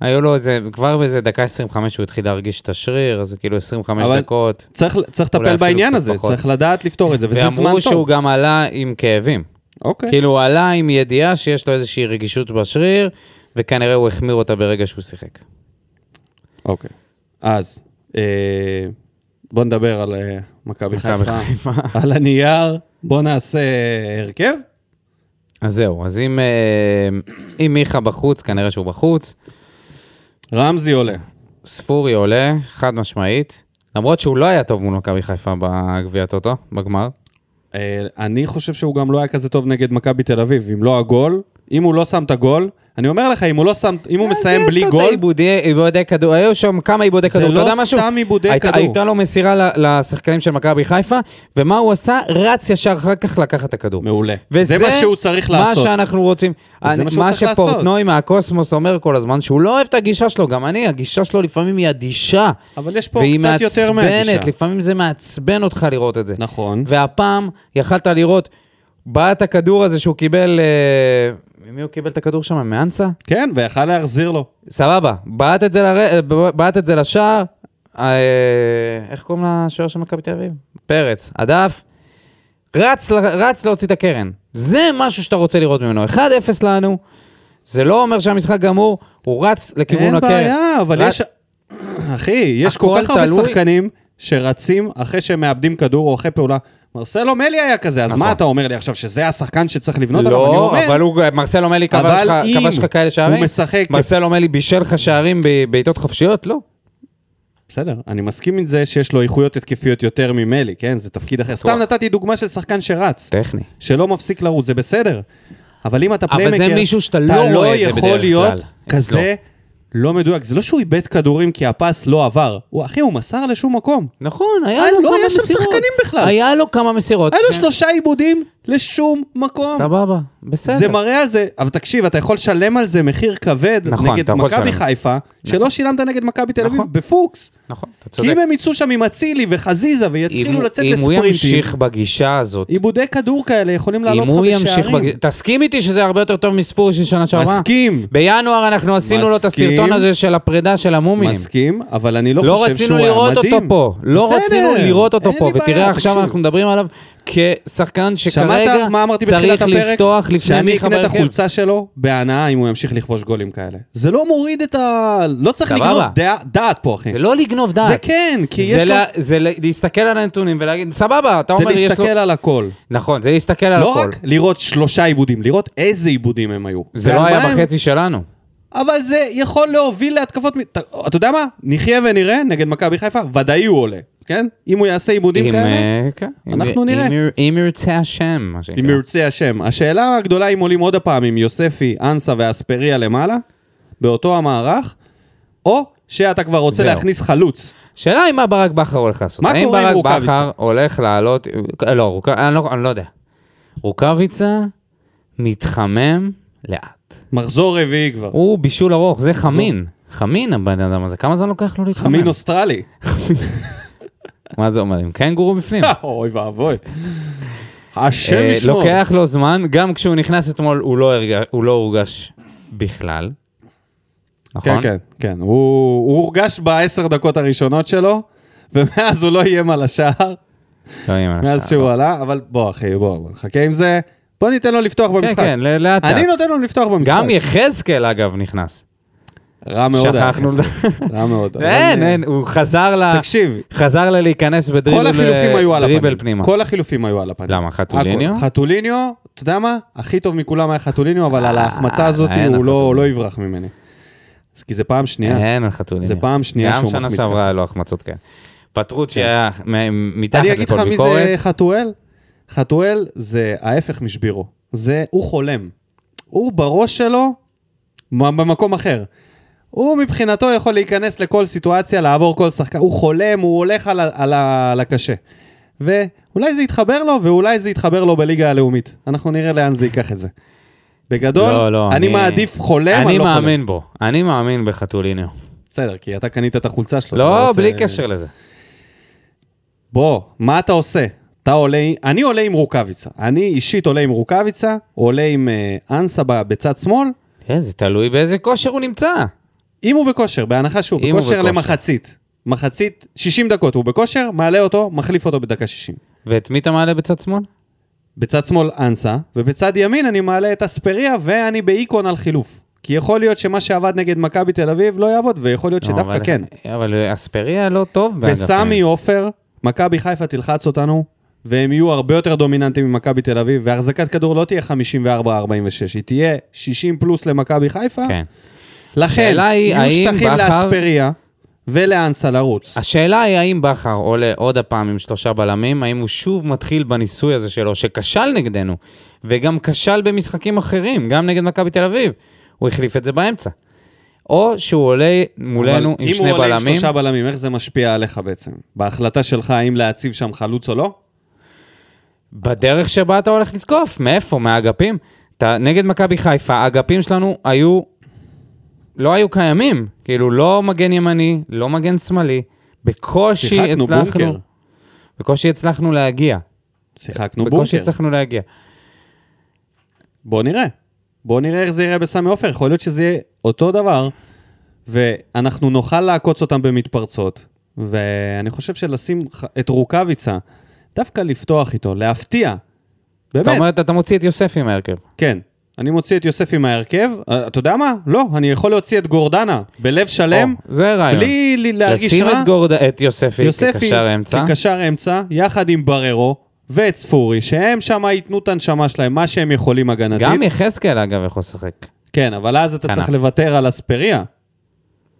S2: היו לו איזה, כבר באיזה דקה 25 הוא התחיל להרגיש את השריר, אז כאילו 25
S1: אבל-
S2: דקות.
S1: צריך, צריך
S2: אולי
S1: לטפל
S2: אפילו
S1: בעניין
S2: קצת
S1: הזה,
S2: פחות.
S1: צריך לדעת לפתור את זה, וזה זמן
S2: ואמרו שהוא
S1: טוב.
S2: גם עלה עם כאבים.
S1: אוקיי.
S2: כאילו, הוא עלה עם ידיעה שיש לו איזושהי רגישות בשריר, וכנראה הוא החמיר אותה ברגע שהוא שיחק.
S1: אוקיי. אז, אה, בוא נדבר על אה, מכבי
S2: מכבי
S1: חיפה,
S2: חיפה.
S1: על הנייר, בוא נעשה אה, הרכב.
S2: אז זהו, אז אם, אה, אם מיכה בחוץ, כנראה שהוא בחוץ.
S1: רמזי עולה.
S2: ספורי עולה, חד משמעית. למרות שהוא לא היה טוב מול מכבי חיפה בגביע הטוטו, בגמר.
S1: אה, אני חושב שהוא גם לא היה כזה טוב נגד מכבי תל אביב, אם לא הגול, אם הוא לא שם את הגול, אני אומר לך, אם הוא לא שם, אם הוא מסיים
S2: אה, יש
S1: בלי
S2: לו את
S1: גול,
S2: העיבודי- עיבודי כדור, היו שם כמה עיבודי
S1: זה
S2: כדור. אתה
S1: לא
S2: יודע משהו?
S1: סתם עיבודי
S2: הייתה-
S1: כדור.
S2: הייתה לו מסירה ל- לשחקנים של מכבי חיפה, ומה הוא עשה? רץ ישר אחר כך לקחת את הכדור.
S1: מעולה. זה מה שהוא צריך לעשות.
S2: מה שאנחנו רוצים.
S1: וזה
S2: אני-
S1: מה שהוא
S2: מה
S1: צריך לעשות.
S2: שפורטנוי מהקוסמוס אומר כל הזמן, שהוא לא אוהב את הגישה שלו, גם אני, הגישה שלו לפעמים היא אדישה.
S1: אבל יש פה קצת יותר
S2: והיא
S1: מהגישה.
S2: מעצבנת, לפעמים זה מעצבן אותך לראות את זה.
S1: נכון.
S2: והפעם יכלת לראות, בעט הכדור הזה שהוא קיבל, אה, ממי הוא קיבל את הכדור שם? מאנסה?
S1: כן, ויכל להחזיר לו.
S2: סבבה, בעט את זה, לר... בעט את זה לשער, אה, איך קוראים לשוער של מכבי תל אביב? פרץ, הדף, רץ, ל- רץ להוציא את הקרן. זה משהו שאתה רוצה לראות ממנו. 1-0 לנו, זה לא אומר שהמשחק גמור, הוא רץ לכיוון
S1: אין
S2: הקרן.
S1: בעיה, אבל יש... אחי, יש כל
S2: הכל
S1: כך הרבה
S2: תלוי-
S1: שחקנים שרצים אחרי שהם מאבדים כדור או אחרי פעולה. מרסלו מלי היה כזה, אז
S2: נכון.
S1: מה אתה אומר לי עכשיו, שזה השחקן שצריך לבנות עליו? אני
S2: לא,
S1: אומר,
S2: אבל הוא, מרסל עומלי כבש
S1: אבל
S2: לך-
S1: אם
S2: כבש לך כאלה שערים?
S1: הוא משחק-
S2: מרסל עומלי בישל לך שערים בבעיטות חופשיות? לא.
S1: בסדר, אני מסכים עם זה שיש לו איכויות התקפיות יותר ממלי, כן? זה תפקיד אחר. סתם נתתי דוגמה של שחקן שרץ,
S2: טכני.
S1: שלא מפסיק לרוץ, זה בסדר. אבל אם אתה
S2: אבל זה
S1: פליימקר,
S2: מישהו שאתה
S1: אתה
S2: לא רואה
S1: לא
S2: את זה
S1: יכול
S2: בדרך
S1: להיות
S2: כלל
S1: כזה לא מדויק. זה לא שהוא איבד כדורים כי הפס לא עבר. הוא, אחי, הוא מסר לשום מקום.
S2: נכון, היה
S1: אה,
S2: לו
S1: לא
S2: כמה
S1: היה שם
S2: מסירות.
S1: שחקנים בכלל.
S2: היה לו כמה מסירות.
S1: היה לו
S2: ש-
S1: שלושה עיבודים לשום מקום.
S2: כן. סבבה, בסדר.
S1: זה מראה על זה, אבל תקשיב, אתה יכול לשלם על זה מחיר כבד
S2: נכון,
S1: נגד
S2: אתה יכול
S1: מכבי
S2: לשלם.
S1: חיפה, שלא שילמת נגד מכבי תל אביב
S2: נכון.
S1: בפוקס.
S2: נכון, אתה צודק.
S1: כי אם הם יצאו שם עם אצילי וחזיזה ויתחילו לצאת
S2: אם הוא
S1: לספרינטים,
S2: ימשיך בגישה הזאת,
S1: עיבודי כדור כאלה יכולים לעלות
S2: אם
S1: לך
S2: הוא ימשיך
S1: בשערים.
S2: בגישה... תסכים איתי שזה הרבה יותר טוב מספורי של שנה שעברה?
S1: מסכים.
S2: בינואר אנחנו עשינו לו את
S1: מסכים.
S2: הסרטון הזה של הפרידה של המומים.
S1: מסכים, אבל אני לא
S2: לא
S1: חושב שהוא
S2: רצינו
S1: היה מדהים.
S2: לראות אותו פה, לא
S1: בסדר,
S2: רצינו לראות אותו
S1: אין
S2: פה,
S1: לי בעיה,
S2: ותראה עכשיו
S1: תקשיב.
S2: אנחנו מדברים עליו כשחקן שכרגע
S1: שמעת מה אמרתי בתחילת
S2: צריך
S1: הפרק?
S2: לפתוח לפני כן.
S1: שאני
S2: מיכה
S1: אקנה את
S2: בהרכב.
S1: החולצה שלו בהנאה אם הוא ימשיך לכבוש גולים כאלה. זה לא מוריד את ה... לא צריך
S2: סבבה.
S1: לגנוב דעה- דעת פה, אחי.
S2: זה לא לגנוב דעת.
S1: זה כן, כי
S2: זה
S1: יש לו...
S2: לה- זה לה- להסתכל על הנתונים ולהגיד, סבבה, אתה
S1: זה
S2: אומר, יש לו...
S1: להסתכל על הכל.
S2: נכון, זה להסתכל על
S1: לא
S2: הכל.
S1: רק לראות שלושה עיבודים, לראות איזה עיבודים הם היו.
S2: זה
S1: ועל
S2: לא
S1: מה
S2: היה
S1: הם-
S2: בחצי שלנו.
S1: אבל זה יכול להוביל להתקפות... מ- ת- אתה יודע מה? נחיה ונראה נגד מכבי חיפה, ודאי הוא עולה, כן? אם הוא יעשה עיבודים
S2: אם,
S1: כאלה,
S2: אה, כן, אם-
S1: אנחנו
S2: אם-
S1: נראה.
S2: אם- אם ירצה השם, מה שנקרא.
S1: אם ירצה השם. השאלה הגדולה אם עולים עוד הפעם עם יוספי, אנסה ואספריה למעלה, באותו המערך, או שאתה כבר רוצה
S2: זהו.
S1: להכניס חלוץ.
S2: שאלה היא מה ברק בכר הולך לעשות.
S1: מה קורה עם
S2: האם ברק
S1: רוקאביצה?
S2: בכר הולך לעלות... לא, רוק- אני לא- אני לא יודע. רוקאביצה מתחמם לאט.
S1: מחזור רביעי כבר.
S2: הוא בישול ארוך, זה חמין. חמין הבן אדם הזה, כמה זמן לוקח לו להתחמם?
S1: לא. חמין אוסטרלי.
S2: כן. מה זה אומר, עם קנגורו בפנים?
S1: אוי ואבוי. השם
S2: אה,
S1: ישמור.
S2: לוקח לו זמן, גם כשהוא נכנס אתמול הוא לא הרג- הוא לא הורגש בכלל.
S1: כן,
S2: נכון?
S1: כן, כן. הוא הוא הורגש בעשר דקות הראשונות שלו, ומאז הוא לא איים על השער,
S2: לא יהיה מה
S1: מאז
S2: לעשות.
S1: שהוא עלה, אבל בוא, אחי, בוא, בוא, נחכה עם זה. בוא ניתן לו לפתוח
S2: כן,
S1: במשחק.
S2: כן, ל- לאט
S1: לא אני לא
S2: לאט.
S1: נותן לו לפתוח במשחק.
S2: גם יחזקאל, אגב, נכנס.
S1: רע מאוד. היה
S2: שכחנו.
S1: חסר. רע מאוד. אבל,
S2: אין,
S1: אה,
S2: אין, הוא חזר ל...
S1: תקשיב,
S2: חזר לה להיכנס בדריבל
S1: אה, כל החילופים היו על
S2: אה, דריבל
S1: הפנים.
S2: פנימה.
S1: כל החילופים היו על הפנים.
S2: למה, חתוליניו?
S1: הכל. חתוליניו, אתה יודע מה? הכי טוב מכולם היה חתוליניו, אבל על ההחמצה הזאת
S2: אה, אין
S1: הוא לא-
S2: החתוליניו.
S1: לא יברח ממני. אז כי זה פעם שנייה.
S2: אין על חתולים.
S1: זה פעם שנייה שהוא
S2: גם
S1: מחמיץ
S2: שנה
S1: ככה. כן.
S2: שעברה היה לו החמצות כאלה. פטרוצ'י היה מ- מתחת
S1: אני אגיד לך מי
S2: לכל
S1: זה
S2: ביקורת.
S1: חתואל? חתואל זה ההפך משבירו. זה, הוא חולם. הוא בראש שלו מ- במקום אחר. הוא מבחינתו יכול להיכנס לכל סיטואציה, לעבור כל שחקן. הוא חולם, הוא הולך על, ה- על, ה- על הקשה. ואולי זה יתחבר לו, ואולי זה יתחבר לו בליגה הלאומית. אנחנו נראה לאן זה ייקח את זה. בגדול,
S2: לא, לא,
S1: אני, מעדיף חולם, אני,
S2: אני
S1: לא חולם.
S2: מאמין בו. אני מאמין בחתוליניו.
S1: בסדר, כי אתה קנית את החולצה שלו. אתה
S2: לא,
S1: רוצה-
S2: בלי קשר לזה.
S1: בוא, מה אתה עושה? אתה עולה, אני עולה עם רוקאביצה. אני אישית עולה עם רוקאביצה, עולה עם אה, אנסה ב- בצד שמאל.
S2: כן, זה תלוי באיזה כושר הוא נמצא.
S1: אם הוא בכושר, בהנחה שהוא
S2: אם הוא
S1: בכושר
S2: בכושר.
S1: למחצית. מחצית, 60 דקות הוא בכושר, מעלה אותו, מחליף אותו בדקה 60.
S2: ואת מי אתה מעלה בצד שמאל?
S1: בצד שמאל אנסה, ובצד ימין אני מעלה את אספריה ואני באיקון על חילוף. כי יכול להיות שמה שעבד נגד מכבי תל אביב לא יעבוד, ויכול להיות
S2: לא,
S1: שדווקא
S2: אבל-
S1: כן.
S2: אבל אספריה לא טוב באגפים.
S1: בסמי עופר, מכבי חיפה תלחץ אותנו, והם יהיו הרבה יותר דומיננטיים ממכבי תל אביב, והחזקת כדור לא תהיה 54-46, היא תהיה 60 פלוס למכבי חיפה.
S2: כן.
S1: לכן,
S2: השאלה היא,
S1: יהיו
S2: האם
S1: שטחים
S2: בכר-
S1: לאספריה ולאנסה לרוץ.
S2: השאלה היא האם בכר עולה עוד הפעם עם שלושה בלמים, האם הוא שוב מתחיל בניסוי הזה שלו, שכשל נגדנו, וגם כשל במשחקים אחרים, גם נגד מכבי תל אביב. הוא החליף את זה באמצע. או שהוא עולה מולנו עם שני
S1: אם הוא עולה עם
S2: בלמים.
S1: שלושה בלמים, איך זה משפיע עליך בעצם? בהחלטה שלך האם להציב שם חלוץ או לא?
S2: בדרך שבה אתה הולך לתקוף, מאיפה? מהאגפים? אתה נגד מכבי חיפה, האגפים שלנו היו... לא היו קיימים. כאילו, לא מגן ימני, לא מגן שמאלי. בקושי
S1: שיחקנו
S2: הצלחנו...
S1: בונקר.
S2: בקושי הצלחנו להגיע.
S1: שיחקנו
S2: בקושי
S1: בונקר.
S2: הצלחנו להגיע.
S1: בוא נראה. בוא נראה איך זה יראה בסמי עופר, יכול להיות שזה יהיה אותו דבר, ואנחנו נוכל לעקוץ אותם במתפרצות. ואני חושב שלשים ח- את רוקאביצה, דווקא לפתוח איתו, להפתיע.
S2: זאת
S1: באמת,
S2: אומרת, אתה מוציא את יוספי מהרכב.
S1: כן. אני מוציא את יוספי מההרכב, אה, אתה יודע מה? לא, אני יכול להוציא את גורדנה בלב שלם,
S2: או, זה רעיון.
S1: בלי ל- להרגיש
S2: לשים
S1: רע.
S2: את, גורד... את יוספי, כקשר אמצע.
S1: כקשר אמצע, יחד עם בררו ואת ספורי, שהם שם ייתנו את הנשמה שלהם, מה שהם יכולים הגנתית.
S2: גם יחזקאל, אגב, יכול לשחק.
S1: כן, אבל אז אתה
S2: כנף.
S1: צריך לוותר על אספריה.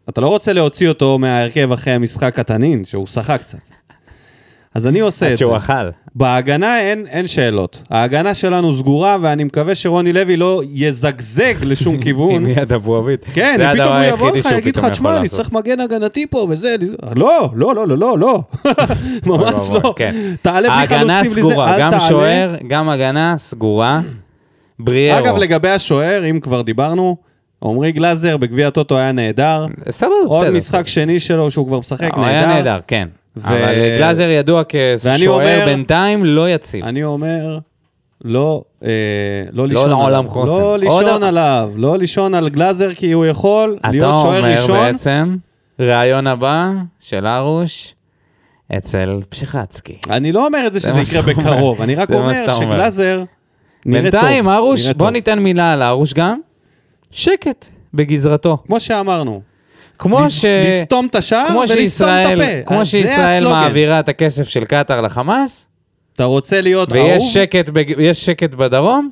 S1: אתה לא רוצה להוציא אותו מההרכב אחרי המשחק התנין, שהוא שחק קצת. אז אני עושה
S2: עד
S1: את זה.
S2: שהוא אכל.
S1: בהגנה אין, אין שאלות. ההגנה שלנו סגורה, ואני מקווה שרוני לוי לא יזגזג לשום כיוון.
S2: עם יד אבו עביד.
S1: כן,
S2: זה
S1: אם פתאום
S2: הדבר
S1: הוא יבוא
S2: היחידי
S1: לך,
S2: שהוא
S1: יגיד לך,
S2: פתאום
S1: תשמע,
S2: יכול
S1: אני
S2: לעשות."
S1: צריך מגן הגנתי פה וזה, אני- לא, לא, לא, לא, לא, לא, ממש
S2: אוי ואבוי,
S1: לא.
S2: כן.
S1: תעלה בלי חלוצים,
S2: ההגנה
S1: בלי זה,
S2: סגורה,
S1: אל
S2: גם
S1: תעלה.
S2: שוער, גם הגנה סגורה. בריארו.
S1: אגב, לגבי השוער, אם כבר דיברנו, עמרי גלאזר בגביע הטוטו היה נהדר.
S2: סבבה,
S1: עוד
S2: בסדר.
S1: משחק שני שלו שהוא כבר משחק,
S2: הוא היה נהדר, כן.
S1: ו-
S2: אבל גלאזר ידוע
S1: ואני אומר-
S2: כשוער בינתיים לא יציב.
S1: אני אומר, לא, אה, לא לישון
S2: לעולם
S1: עליו.
S2: חוסן.
S1: לא
S2: עוד-
S1: לישון עליו, לא לישון על גלאזר, כי הוא יכול להיות
S2: אתה
S1: שוער
S2: אומר
S1: ראשון.
S2: בעצם, ראיון הבא של הרוש אצל פשיחצקי.
S1: אני לא אומר את זה
S2: זה
S1: שזה
S2: מה
S1: יקרה
S2: שאתה אומר.
S1: בקרוב, אני רק
S2: זה מה
S1: אומר
S2: שאתה אומר.
S1: שגלאזר נראה טוב.
S2: בינתיים, הרוש,
S1: נראה
S2: בוא
S1: טוב.
S2: ניתן מילה על הרוש גם. שקט בגזרתו.
S1: כמו שאמרנו,
S2: כמו
S1: לס-
S2: ש...
S1: לסתום את השער
S2: אה, כמו
S1: ולסתום את
S2: שישראל,
S1: הפה.
S2: כמו
S1: אז זה
S2: שישראל
S1: הסלוגן.
S2: מעבירה את הכסף של קטאר לחמאס,
S1: אתה רוצה להיות אהוב?
S2: ויש שקט, בג... יש שקט בדרום,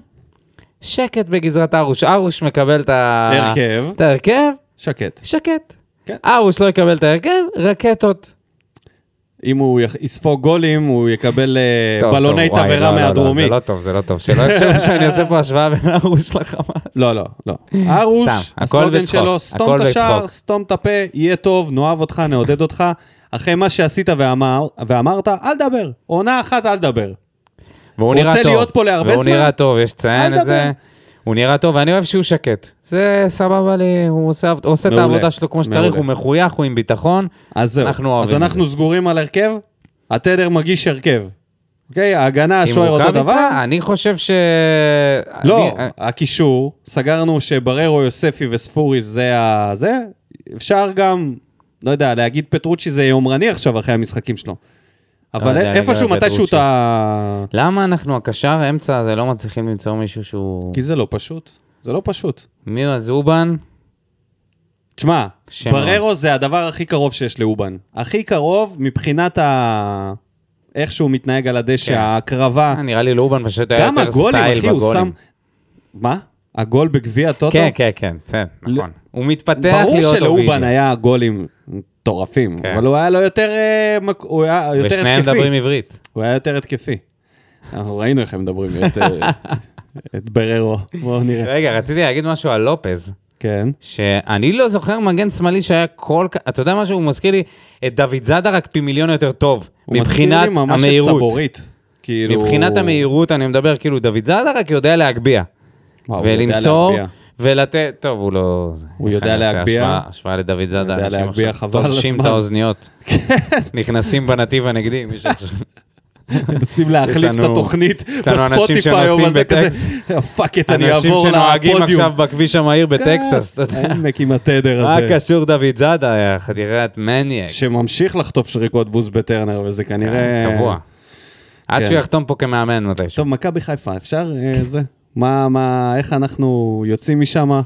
S2: שקט בגזרת ארוש. ארוש מקבל את ה-
S1: הרכב.
S2: את ההרכב,
S1: שקט.
S2: שקט.
S1: כן.
S2: ארוש לא יקבל את ההרכב, רקטות.
S1: אם הוא יח- יספוג גולים, הוא יקבל אה,
S2: טוב,
S1: בלוני
S2: טוב, וואי,
S1: תבערה
S2: לא, לא, לא,
S1: מהדרומי.
S2: זה לא טוב, זה לא טוב. שלא יחשבו שאני עושה פה השוואה בין ארוש לחמאס.
S1: לא, לא, לא. ארוש,
S2: סתם, הכל
S1: הסלוגן
S2: בצחוק,
S1: שלו, סתום
S2: הכל
S1: את השער,
S2: בצחוק.
S1: סתום את הפה, יהיה טוב, נאהב אותך, נעודד אותך. אחרי מה שעשית ואמר, ואמרת, אל תדבר. עונה אחת, אל תדבר.
S2: והוא
S1: רוצה
S2: נראה טוב.
S1: להיות פה להרבה
S2: והוא
S1: זמן?
S2: נראה טוב, יש
S1: אל
S2: לציין את
S1: תדבר.
S2: זה. הוא נראה טוב, ואני אוהב שהוא שקט. זה סבבה לי, הוא עושה, הוא עושה את
S1: מעולה,
S2: העבודה שלו כמו שצריך,
S1: מעולה. אה,
S2: הוא מחוייך, הוא עם ביטחון.
S1: אז זהו.
S2: אנחנו
S1: אז
S2: אוהבים את
S1: אנחנו סגורים על הרכב, התדר מגיש הרכב. אוקיי? ההגנה,
S2: עם
S1: השוער אותו דבר.
S2: רוקאביצה, אני חושב ש...
S1: לא,
S2: אני-
S1: הקישור, סגרנו שבררו, יוספי וספורי זה ה... זה. אפשר גם, לא יודע, להגיד פטרוצ'י זה יומרני עכשיו אחרי המשחקים שלו. אבל
S2: לא יודע,
S1: איפשהו,
S2: לגבי
S1: מתישהו
S2: פטרוצ'י.
S1: אתה...
S2: למה אנחנו, הקשר האמצע הזה, לא מצליחים למצוא מישהו שהוא...
S1: כי זה לא פשוט. זה לא פשוט.
S2: מי הוא הזובן?
S1: תשמע,
S2: שם
S1: בררו זה הדבר הכי קרוב שיש לאובן. הכי קרוב מבחינת ה... איך שהוא מתנהג על הדשא,
S2: כן.
S1: ההקרבה.
S2: אה, נראה לי לאובן פשוט היה
S1: גם
S2: יותר
S1: הגולים,
S2: סטייל
S1: אחי, הוא שם...
S2: בגולים.
S1: מה? הגול בגביע הטוטו?
S2: כן, כן, כן, בסדר, נכון. הוא מתפתח להיות
S1: ברור
S2: אובידי.
S1: שלאובן היה גולים מטורפים,
S2: כן.
S1: אבל הוא היה לו יותר... אה, מק- הוא היה יותר
S2: ושניהם מדברים
S1: התקפי.
S2: עברית.
S1: הוא היה יותר התקפי. אנחנו ראינו איך הם מדברים את, אה, את בררו. בואו נראה.
S2: רגע, רציתי להגיד משהו על לופז.
S1: כן.
S2: שאני לא זוכר מגן שמאלי שהיה כל כך, אתה יודע משהו? הוא מזכיר לי את דוד זאדה רק פי מיליון יותר טוב.
S1: הוא מזכיר לי
S2: מבחינת
S1: ממש את
S2: המהירות.
S1: סבורית. כאילו...
S2: מבחינת המהירות אני מדבר, כאילו דוד זאדה רק יודע להגביה.
S1: וואו, הוא יודע
S2: ולמסור,
S1: להגביה.
S2: ולתת, טוב, הוא לא...
S1: הוא
S2: איך
S1: יודע
S2: אני עושה
S1: להגביה.
S2: השוואה- השוואה לדוד זאדה,
S1: יודע
S2: אנשים
S1: להגביה,
S2: עכשיו
S1: חבל על
S2: תולשים את
S1: הזמן.
S2: האוזניות. נכנסים בנתיב הנגדי, מי שחושב.
S1: מנסים להחליף את
S2: לנו-
S1: התוכנית
S2: יש לנו אנשים
S1: בספוטיפיי,
S2: שנוסעים
S1: אבל זה כזה,
S2: בטקס.
S1: פאק את, אני
S2: אנשים
S1: אעבור
S2: שנוהגים
S1: לפודיום. כן.
S2: עכשיו בכביש המהיר בטקסס, אתה יודע.
S1: עמק עם התדר
S2: מה
S1: הזה.
S2: קשור דוד זאדה, יא חדירת מניאק?
S1: שממשיך לחטוף שריקות בוז בטרנר, וזה כנראה...
S2: כן, קבוע. עד
S1: כן.
S2: שהוא יחתום פה כמאמן מתישהו.
S1: טוב, מכבי חיפה, אפשר? אה, זה. מה, מה, איך אנחנו יוצאים משם?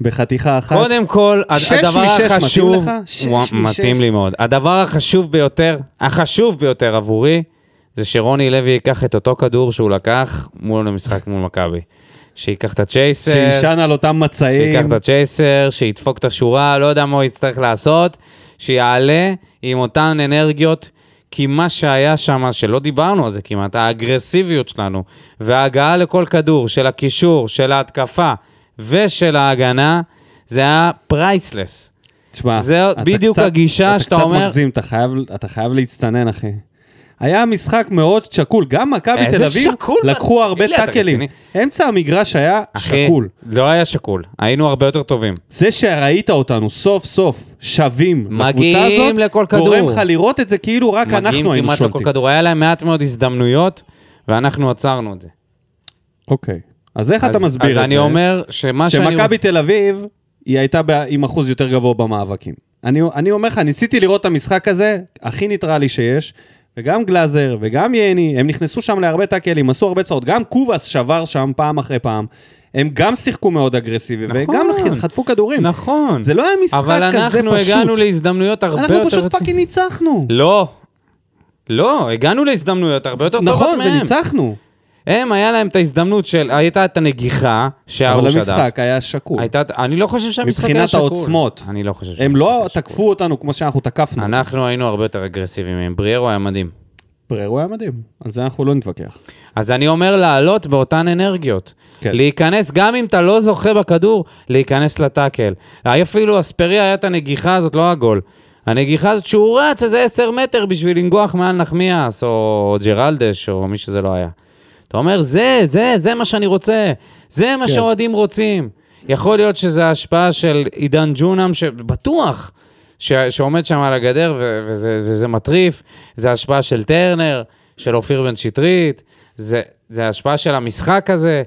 S1: בחתיכה אחת?
S2: קודם כל, הד-
S1: שש
S2: הדבר
S1: משש מתאים
S2: החשוב...
S1: לך? שש
S2: וואו,
S1: משש.
S2: מתאים לי מאוד. הדבר החשוב ביותר, החשוב ביותר עבורי, זה שרוני לוי ייקח את אותו כדור שהוא לקח מול המשחק מול מכבי. שייקח את הצ'ייסר.
S1: שיישן על אותם מצעים.
S2: שייקח את הצ'ייסר, שידפוק את השורה, לא יודע מה הוא יצטרך לעשות, שיעלה עם אותן אנרגיות, כי מה שהיה שם, שלא דיברנו על זה כמעט, האגרסיביות שלנו, וההגעה לכל כדור, של הקישור, של ההתקפה ושל ההגנה, זה היה פרייסלס.
S1: תשמע,
S2: זה
S1: אתה
S2: בדיוק
S1: קצת-
S2: הגישה שאתה
S1: אתה
S2: אומר-
S1: קצת מגזים, אתה חייב, אתה חייב להצטנן, אחי. היה משחק מאוד שקול, גם מכבי
S2: איזה
S1: תל אביב
S2: שקול,
S1: לקחו
S2: מה-
S1: הרבה
S2: תגיד לי, אתה
S1: טאקלים. אמצע המגרש היה
S2: אחי,
S1: שקול.
S2: לא היה שקול, היינו הרבה יותר טובים.
S1: זה שראית אותנו סוף סוף שווים לקבוצה
S2: מגיעים
S1: הזאת,
S2: לכל
S1: גורם
S2: כדור.
S1: לך לראות את זה כאילו רק אנחנו
S2: מגיעים
S1: היינו
S2: כמעט לכל
S1: שולטים.
S2: כדור, היה להם מעט מאוד הזדמנויות, ואנחנו עצרנו את זה.
S1: אוקיי, אז איך אתה
S2: אז-
S1: מסביר את זה?
S2: אז אני אומר שמה שאני...
S1: שמכבי תל אביב, היא הייתה ב- עם אחוז יותר גבוה במאבקים. אני, אני אומר לך, ניסיתי לראות את המשחק הזה, הכי ניטרלי שיש, וגם גלאזר וגם יני, הם נכנסו שם להרבה טאקלים, עשו הרבה צעות, גם קובאס שבר שם פעם אחרי פעם. הם גם שיחקו מאוד אגרסיבי,
S2: נכון.
S1: וגם לח- חטפו כדורים.
S2: נכון.
S1: זה לא היה משחק
S2: אבל
S1: כזה פשוט.
S2: אנחנו הגענו להזדמנויות הרבה יותר...
S1: אנחנו פשוט
S2: רציניות.
S1: פאקינג ניצחנו.
S2: לא. לא, הגענו להזדמנויות הרבה יותר טובות
S1: נכון,
S2: מהם.
S1: וניצחנו.
S2: הם, היה להם את ההזדמנות של... הייתה את הנגיחה
S1: אבל
S2: שההוא שדף.
S1: המשחק היה שקול.
S2: הייתה... אני לא חושב שהמשחק היה שקול.
S1: מבחינת העוצמות.
S2: אני לא חושב
S1: הם
S2: שהמשחק
S1: לא
S2: היה שקול.
S1: תקפו אותנו כמו שאנחנו תקפנו.
S2: אנחנו היינו הרבה יותר אגרסיביים מהם. בריארו היה מדהים.
S1: פררו היה מדהים, על זה אנחנו לא נתווכח.
S2: אז אני אומר לעלות באותן אנרגיות.
S1: כן.
S2: כן. להיכנס, גם אם אתה לא זוכה בכדור, להיכנס לטאקל. היה אפילו אספריה, היה את הנגיחה הזאת, לא הגול. הנגיחה הזאת שהוא רץ איזה עשר מטר בשביל לנגוח מעל נחמיאס, או ג'רלדש, או מי שזה לא היה. אתה אומר, זה, זה, זה מה שאני רוצה. זה מה
S1: כן.
S2: שהאוהדים רוצים. יכול להיות שזו ההשפעה של עידן ג'ונם, שבטוח ש... שעומד שם על הגדר ו... וזה, וזה מטריף. זו השפעה של טרנר, של אופיר בן שטרית, זה, זה השפעה של המשחק הזה.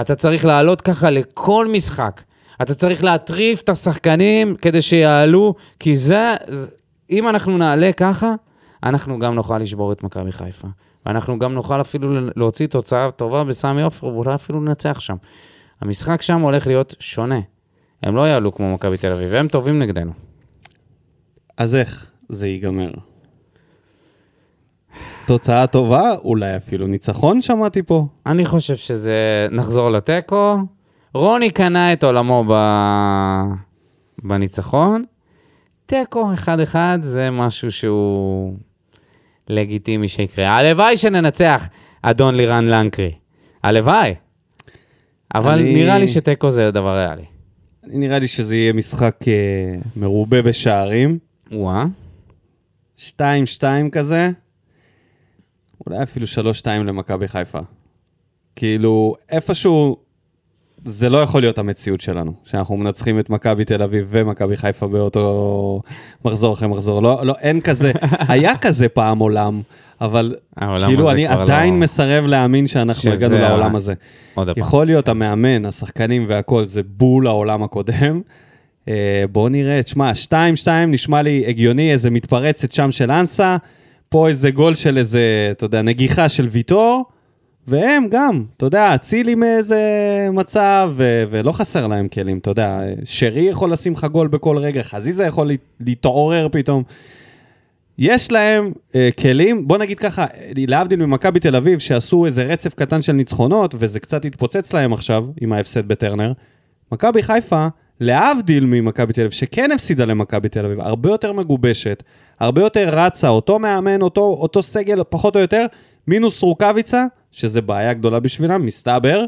S2: אתה צריך לעלות ככה לכל משחק. אתה צריך להטריף את השחקנים כדי שיעלו, כי זה, זה אם אנחנו נעלה ככה, אנחנו גם נוכל לשבור את מכבי חיפה. ואנחנו גם נוכל אפילו להוציא תוצאה טובה בסמי עופר, ואולי אפילו ננצח שם. המשחק שם הולך להיות שונה. הם לא יעלו כמו מכבי תל אביב, הם טובים נגדנו.
S1: אז איך זה ייגמר? תוצאה טובה, אולי אפילו ניצחון שמעתי פה.
S2: אני חושב שזה... נחזור לתיקו. רוני קנה את עולמו ב... בניצחון. תיקו 1-1 זה משהו שהוא לגיטימי שיקרה. הלוואי שננצח, אדון לירן לנקרי. הלוואי. אבל
S1: אני-
S2: אני... נראה לי שתיקו זה דבר ריאלי.
S1: נראה לי שזה יהיה משחק אה, מרובה בשערים,
S2: וואה.
S1: 2-2 כזה, אולי אפילו 3-2 למכבי חיפה. כאילו, איפשהו, זה לא יכול להיות המציאות שלנו, שאנחנו מנצחים את מכבי תל אביב ומכבי חיפה באותו מחזור אחרי מחזור. לא, לא, אין כזה, היה כזה פעם עולם, אבל
S2: העולם
S1: כאילו,
S2: הזה
S1: אני
S2: כבר
S1: עדיין
S2: לא-
S1: מסרב להאמין שאנחנו
S2: שזה
S1: הגענו
S2: ה-
S1: לעולם הזה.
S2: עוד הפעם.
S1: יכול להיות המאמן, השחקנים והכל, זה בול העולם הקודם. אה, בואו נראה, תשמע, 2-2 נשמע לי הגיוני, איזה מתפרצת שם של אנסה, פה איזה גול של איזה, אתה יודע, נגיחה של ויטור, והם גם, אתה יודע, אצילי מאיזה מצב, ו- ולא חסר להם כלים, אתה יודע, שרי יכול לשים לך גול בכל רגע, חזיזה יכול להת- להתעורר פתאום. יש להם אה, כלים, בוא נגיד ככה, אה, להבדיל ממכבי תל אביב, שעשו איזה רצף קטן של ניצחונות, וזה קצת התפוצץ להם עכשיו, עם ההפסד בטרנר, מכבי חיפה, להבדיל ממכבי תל אביב, שכן הפסידה למכבי תל אביב, הרבה יותר מגובשת, הרבה יותר רצה, אותו מאמן, אותו, אותו סגל, פחות או יותר, מינוס רוקאביצה, שזה בעיה גדולה בשבילם, מסתבר,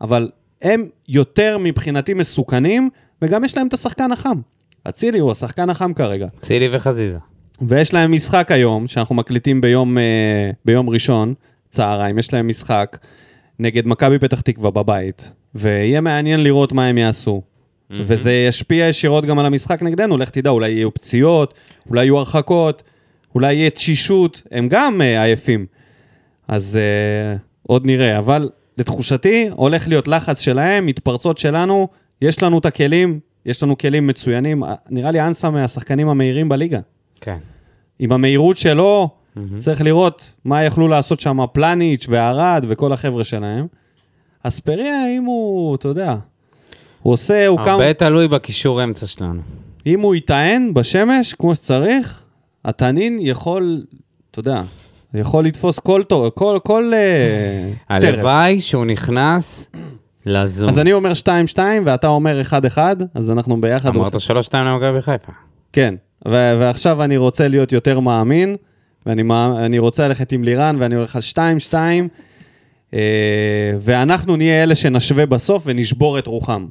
S1: אבל הם יותר מבחינתי מסוכנים, וגם יש להם את השחקן החם. אצילי הוא השחקן החם כרגע.
S2: צילי וחזיזה.
S1: ויש להם משחק היום, שאנחנו מקליטים ביום, אה, ביום ראשון, צהריים, יש להם משחק נגד מכבי פתח תקווה בבית, ויהיה מעניין לראות מה הם יעשו. וזה ישפיע ישירות גם על המשחק נגדנו, לך תדע, אולי יהיו פציעות, אולי יהיו הרחקות, אולי יהיה תשישות, הם גם אה, עייפים. אז אה, עוד נראה, אבל לתחושתי הולך להיות לחץ שלהם, מתפרצות שלנו, יש לנו את הכלים, יש לנו כלים מצוינים. אה, נראה לי אנסה מהשחקנים המהירים בליגה.
S2: כן.
S1: עם המהירות שלו, צריך לראות מה יכלו לעשות שם פלניץ' וערד וכל החבר'ה שלהם. אספריה, אם הוא, אתה יודע, הוא עושה, הוא קם,
S2: הרבה תלוי בקישור אמצע שלנו.
S1: אם הוא יטען בשמש כמו שצריך, התנין יכול, אתה יודע, יכול לתפוס כל, תו- כל, כל אה, טרף.
S2: הלוואי שהוא נכנס לזום.
S1: אז אני אומר 2-2 ואתה אומר 1-1, אז אנחנו ביחד.
S2: אמרת 3-2 למכבי חיפה.
S1: כן, ו- ועכשיו אני רוצה להיות יותר מאמין, ואני מא- אני רוצה ללכת עם לירן, ואני הולך על 2-2, אה, ואנחנו נהיה אלה שנשווה בסוף ונשבור את רוחם.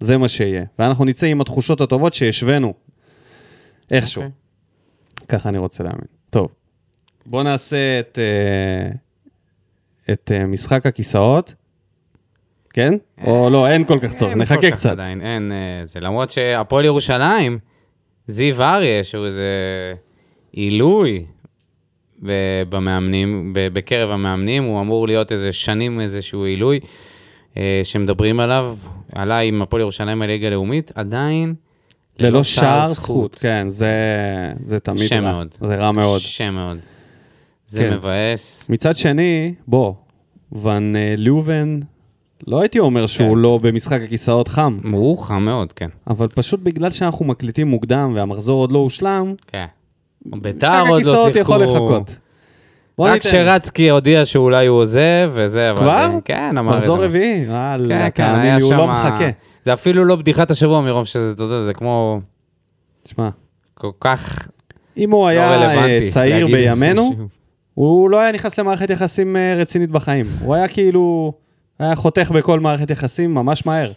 S1: זה מה שיהיה. ואנחנו נצא עם התחושות הטובות שהשווינו. איכשהו.
S2: אוקיי.
S1: ככה אני רוצה להאמין. טוב, בואו נעשה את, אה, את אה, משחק הכיסאות. כן? או לא, אין כל כך צורך,
S2: אה, אין כל
S1: נחכה
S2: כך
S1: קצת.
S2: עדיין, אין, אה, זה למרות שהפועל ירושלים, זיו אריה, שהוא איזה עילוי ב- במאמנים, ב- בקרב המאמנים, הוא אמור להיות איזה שנים איזשהו עילוי אה, שמדברים עליו, עלה עם הפועל ירושלים בליגה הלאומית, עדיין
S1: ללא שער זכות. כן, זה, זה תמיד
S2: קשה
S1: רע.
S2: מאוד.
S1: זה רע מאוד.
S2: קשה מאוד. זה
S1: כן.
S2: מבאס.
S1: מצד שני, בוא, ון אה, לובן, לא הייתי אומר שהוא
S2: כן.
S1: לא במשחק הכיסאות חם,
S2: הוא חם מאוד, כן.
S1: אבל פשוט בגלל שאנחנו מקליטים מוקדם והמחזור עוד לא הושלם,
S2: כן.
S1: משחק
S2: ביתר עוד לא שיחקו.
S1: הכיסאות יכול לחכות. בוא
S2: רק
S1: ניתן.
S2: שרצקי הודיע שאולי הוא עוזב, וזה, אבל...
S1: כבר?
S2: כן, אמר את זה.
S1: מחזור רביעי? וואלה,
S2: כן, כן, היה
S1: תאמין לי, הוא לא
S2: שם...
S1: מחכה.
S2: זה אפילו לא בדיחת השבוע מרוב שזה, אתה יודע, זה כמו
S1: תשמע,
S2: כל כך
S1: אם הוא
S2: לא
S1: היה אה,
S2: רלוונטי.
S1: צעיר
S2: להגיד את זה
S1: בימינו,
S2: שוב.
S1: הוא לא היה נכנס למערכת יחסים אה, רצינית בחיים. הוא היה כאילו, היה חותך בכל מערכת יחסים ממש מהר.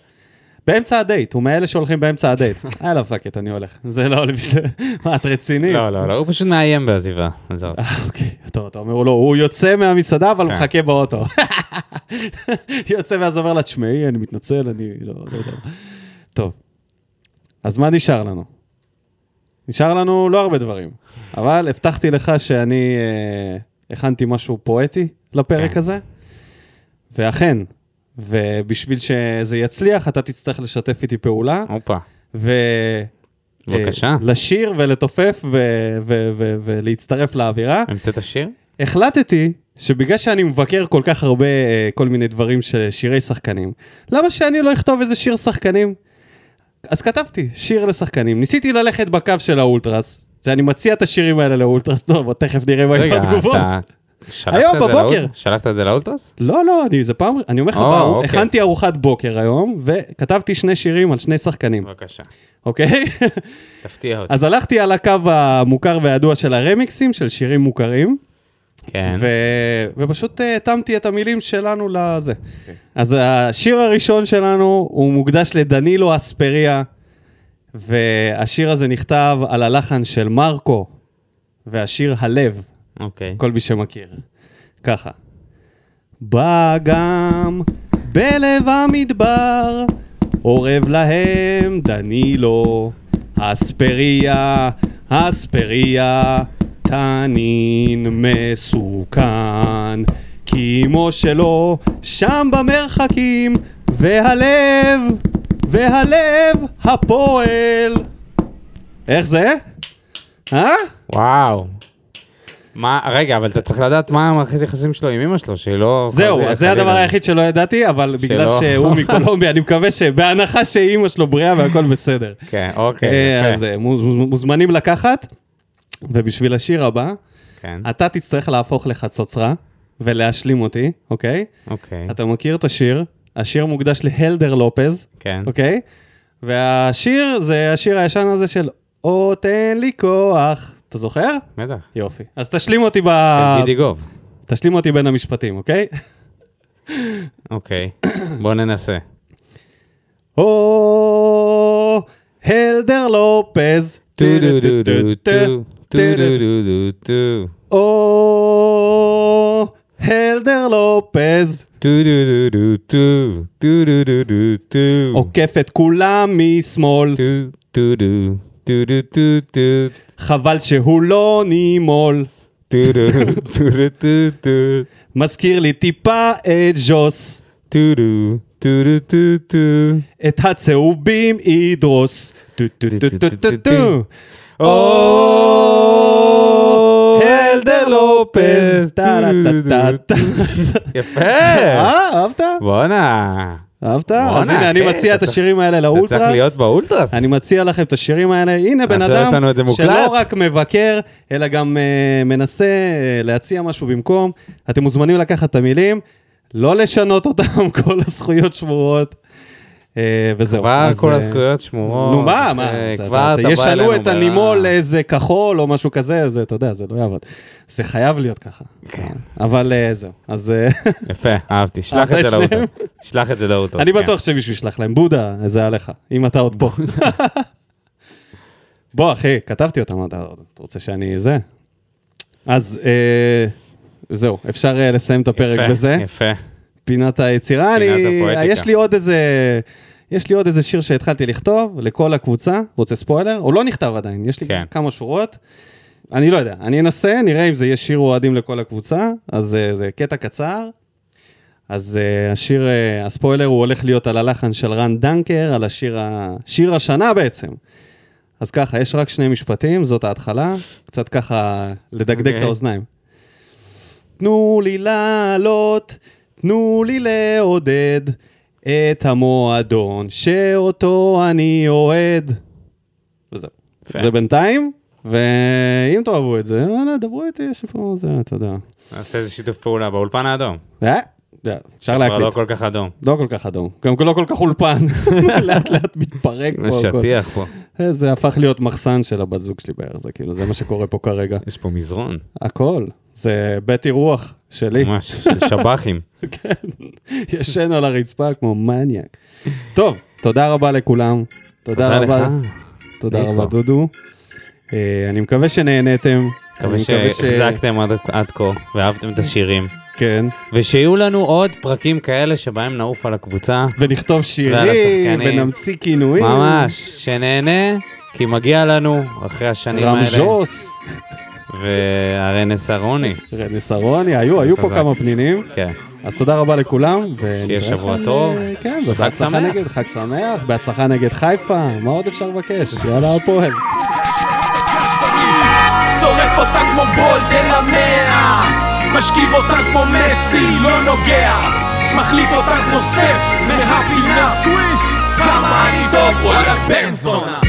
S1: באמצע הדייט, הוא מאלה שהולכים באמצע הדייט. יאללה, פאק את, אני הולך. זה לא, מה, את רצינית?
S2: לא, לא, לא, הוא פשוט מאיים בעזיבה. עזוב.
S1: אוקיי, טוב, אתה אומר, לא, הוא יוצא מהמסעדה, אבל הוא
S2: כן.
S1: מחכה באוטו. יוצא ואז אומר לה, תשמעי, אני מתנצל, אני לא לא יודע. טוב, אז מה נשאר לנו? נשאר לנו לא הרבה דברים, אבל הבטחתי לך שאני אה, הכנתי משהו פואטי לפרק
S2: כן.
S1: הזה, ואכן, ובשביל שזה יצליח, אתה תצטרך לשתף איתי פעולה,
S2: הופה,
S1: ו...
S2: בבקשה.
S1: אה, לשיר ולתופף ו- ו- ו- ולהצטרף לאווירה.
S2: המצאת שיר?
S1: החלטתי שבגלל שאני מבקר כל כך הרבה אה, כל מיני דברים של שירי שחקנים, למה שאני לא אכתוב איזה שיר שחקנים? אז כתבתי, שיר לשחקנים. ניסיתי ללכת בקו של האולטרס, שאני מציע את השירים האלה לאולטרס, טוב, תכף נראה מה יהיו
S2: רגע,
S1: התגובות.
S2: אתה... שלחת
S1: היום
S2: את זה
S1: בבוקר.
S2: לאולט- שלחת את זה לאולטרס?
S1: לא, לא, אני, זה פעם, אני אומר לך,
S2: או,
S1: בארו-
S2: אוקיי.
S1: הכנתי ארוחת בוקר היום, וכתבתי שני שירים על שני שחקנים,
S2: בבקשה,
S1: אוקיי?
S2: תפתיע אותי.
S1: אז הלכתי על הקו המוכר והידוע של הרמיקסים, של שירים מוכרים.
S2: כן,
S1: ו... ופשוט אה, התאמתי את המילים שלנו לזה. אז השיר הראשון שלנו הוא מוקדש לדנילו אספריה, והשיר הזה נכתב על הלחן של מרקו, והשיר הלב,
S2: אוקיי.
S1: כל מי שמכיר. ככה. באגם בלב המדבר, אורב להם דנילו, אספריה, אספריה, תנין מסוכן, כי אמו שלו שם במרחקים, והלב, והלב הפועל. איך זה? אה?
S2: וואו. מה, רגע, אבל אתה צריך לדעת מה המערכת יחסים שלו עם אמא שלו, שהיא לא...
S1: זהו,
S2: חלילה-
S1: אז זה הדבר
S2: חלילה.
S1: היחיד שלא ידעתי, אבל בגלל
S2: שלא.
S1: שהוא מקולומביה, אני מקווה שבהנחה שאימא שלו בריאה והכל בסדר.
S2: כן, אוקיי,
S1: אה, אז
S2: יפה.
S1: אה, מוז- מוז- מוזמנים לקחת, ובשביל השיר הבא,
S2: כן,
S1: אתה תצטרך להפוך לחצוצרה ולהשלים אותי, אוקיי?
S2: אוקיי,
S1: אתה מכיר את השיר, השיר מוקדש להלדר לופז,
S2: כן.
S1: אוקיי? והשיר זה השיר הישן הזה של "או תן לי כוח", אתה זוכר?
S2: בטח.
S1: יופי. אז תשלים אותי ב...
S2: של גידי גוב.
S1: תשלים אותי בין המשפטים, אוקיי?
S2: אוקיי, בוא ננסה.
S1: או, הלדר לופז.
S2: טו-דו-דו-דו-טו, טו-דו-דו-דו-טו,
S1: או, הלדר לופז.
S2: טו-דו-דו-דו-טו, טו-דו-דו-דו-טו,
S1: עוקף את כולם משמאל.
S2: טו-טו-דו, טו דו טו טו
S1: חבל שהוא לא נימול.
S2: טו דו טו דו טו טו
S1: מזכיר לי טיפה את ז'וס,
S2: טו דו טו דו טו טו
S1: את הצהובים ידרוס. טו טו טו טו טו טו.
S2: או,
S1: הלדר לופז. טה-טה-טה-טה.
S2: יפה!
S1: אה, אהבת?
S2: בואנה.
S1: אהבת?
S2: בואנה,
S1: אז הנה, אני
S2: אחי,
S1: מציע את
S2: אתה צריך-
S1: השירים האלה
S2: אתה צריך להיות
S1: לאולטרס.
S2: באולטרס.
S1: אני מציע לכם את השירים האלה. הנה בן
S2: עכשיו
S1: אדם
S2: יש לנו את זה מוקלט.
S1: שלא רק מבקר, אלא גם אה, מנסה אה, להציע משהו במקום. אתם מוזמנים לקחת את המילים, לא לשנות אותם, כל הזכויות שמורות. אה, וזהו.
S2: כבר
S1: אז,
S2: כל
S1: אה,
S2: הזכויות שמורות.
S1: נו מה,
S2: אה,
S1: מה, זה-
S2: כבר
S1: אתה-
S2: אתה בא
S1: ישנו
S2: אלינו
S1: את
S2: ב-
S1: הנימול לאיזה כחול או משהו כזה, זה, אתה יודע, זה לא יעבוד. זה חייב להיות ככה.
S2: כן.
S1: אבל אה, זהו, אז אה,
S2: יפה, אהבתי.
S1: אהבת
S2: שלח את
S1: את
S2: זה
S1: שניהם?
S2: לאולטרס. שלח את זה לאולטרס.
S1: אני
S2: כן.
S1: בטוח שמישהו ישלח להם. בודה, זה עליך, אם אתה עוד פה. בוא, אחי, כתבתי אותם, אתה אתה רוצה שאני זה? אז אה, זהו, אפשר אה, לסיים את הפרק
S2: יפה,
S1: בזה.
S2: יפה.
S1: פינת היצירה, אני...
S2: הפואטיקה.
S1: יש לי עוד איזה... יש לי עוד איזה שיר שהתחלתי לכתוב לכל הקבוצה, רוצה ספוילר? הוא לא נכתב עדיין, יש לי
S2: כן.
S1: כמה שורות. אני לא יודע, אני אנסה, נראה אם זה יהיה שיר אוהדים לכל הקבוצה, אז אה, זה קטע קצר. אז אה, השיר, אה, הספוילר, הוא הולך להיות על הלחן של רן דנקר, על השיר ה- שיר השנה בעצם. אז ככה, יש רק שני משפטים, זאת ההתחלה, קצת ככה לדגדג את
S2: אוקיי.
S1: האוזניים. תנו לי לעלות, תנו לי לעודד את המועדון שאותו אני אוהד. וזהו.
S2: יפה.
S1: זה בינתיים, ואם תאהבו את זה, וואלה, דברו איתי, יש לי פה זה, אתה יודע.
S2: נעשה איזה שיתוף פעולה באולפן האדום.
S1: אה, אה, אפשר
S2: כבר לא
S1: להקליט.
S2: כל כך אדום.
S1: לא כל כך אדום, גם לא כל כך אולפן, לאט לאט מתפרק פה. הכל.
S2: שטיח פה.
S1: אה, זה הפך להיות מחסן של הבת זוג שלי בערך, זה כאילו, זה מה שקורה פה כרגע.
S2: יש פה מזרון.
S1: הכל, זה בית אירוח שלי. כן.
S2: ממש, של שב"חים.
S1: ישן על הרצפה כמו מניאק. טוב, תודה רבה לכולם. תודה
S2: תודה
S1: רבה.
S2: לך.
S1: תודה
S2: ניקו.
S1: רבה, דודו. אה, אני מקווה שנהניתם.
S2: מקווה
S1: אני
S2: שהחזקתם עד- עד כה, ואהבתם את השירים.
S1: כן.
S2: ושיהיו לנו עוד פרקים כאלה שבהם נעוף על הקבוצה.
S1: ונכתוב
S2: ועל
S1: שירים,
S2: השחקנים.
S1: ונמציא כינויים.
S2: ממש, שנהנה, כי מגיע לנו אחרי השנים האלה.
S1: רמז'וס,
S2: והרנס אהרוני.
S1: רנס ארוני, היו, היו פה
S2: חזק.
S1: כמה פנינים.
S2: כן.
S1: אז תודה רבה לכולם. ונתראה
S2: שבוע
S1: לכם,
S2: טוב.
S1: אה, כן,
S2: חג
S1: ובהצלחה
S2: שמח.
S1: נגד, חג שמח, בהצלחה נגד חיפה, מה עוד אפשר לבקש? יאללה הפועל.
S3: שורף אותה כמו בולד אל המאה משכיב אותה כמו מסי, לא נוגע מחליט אותה כמו סטף מהפינה סוויש כמה אני טוב, וואלה בן זונה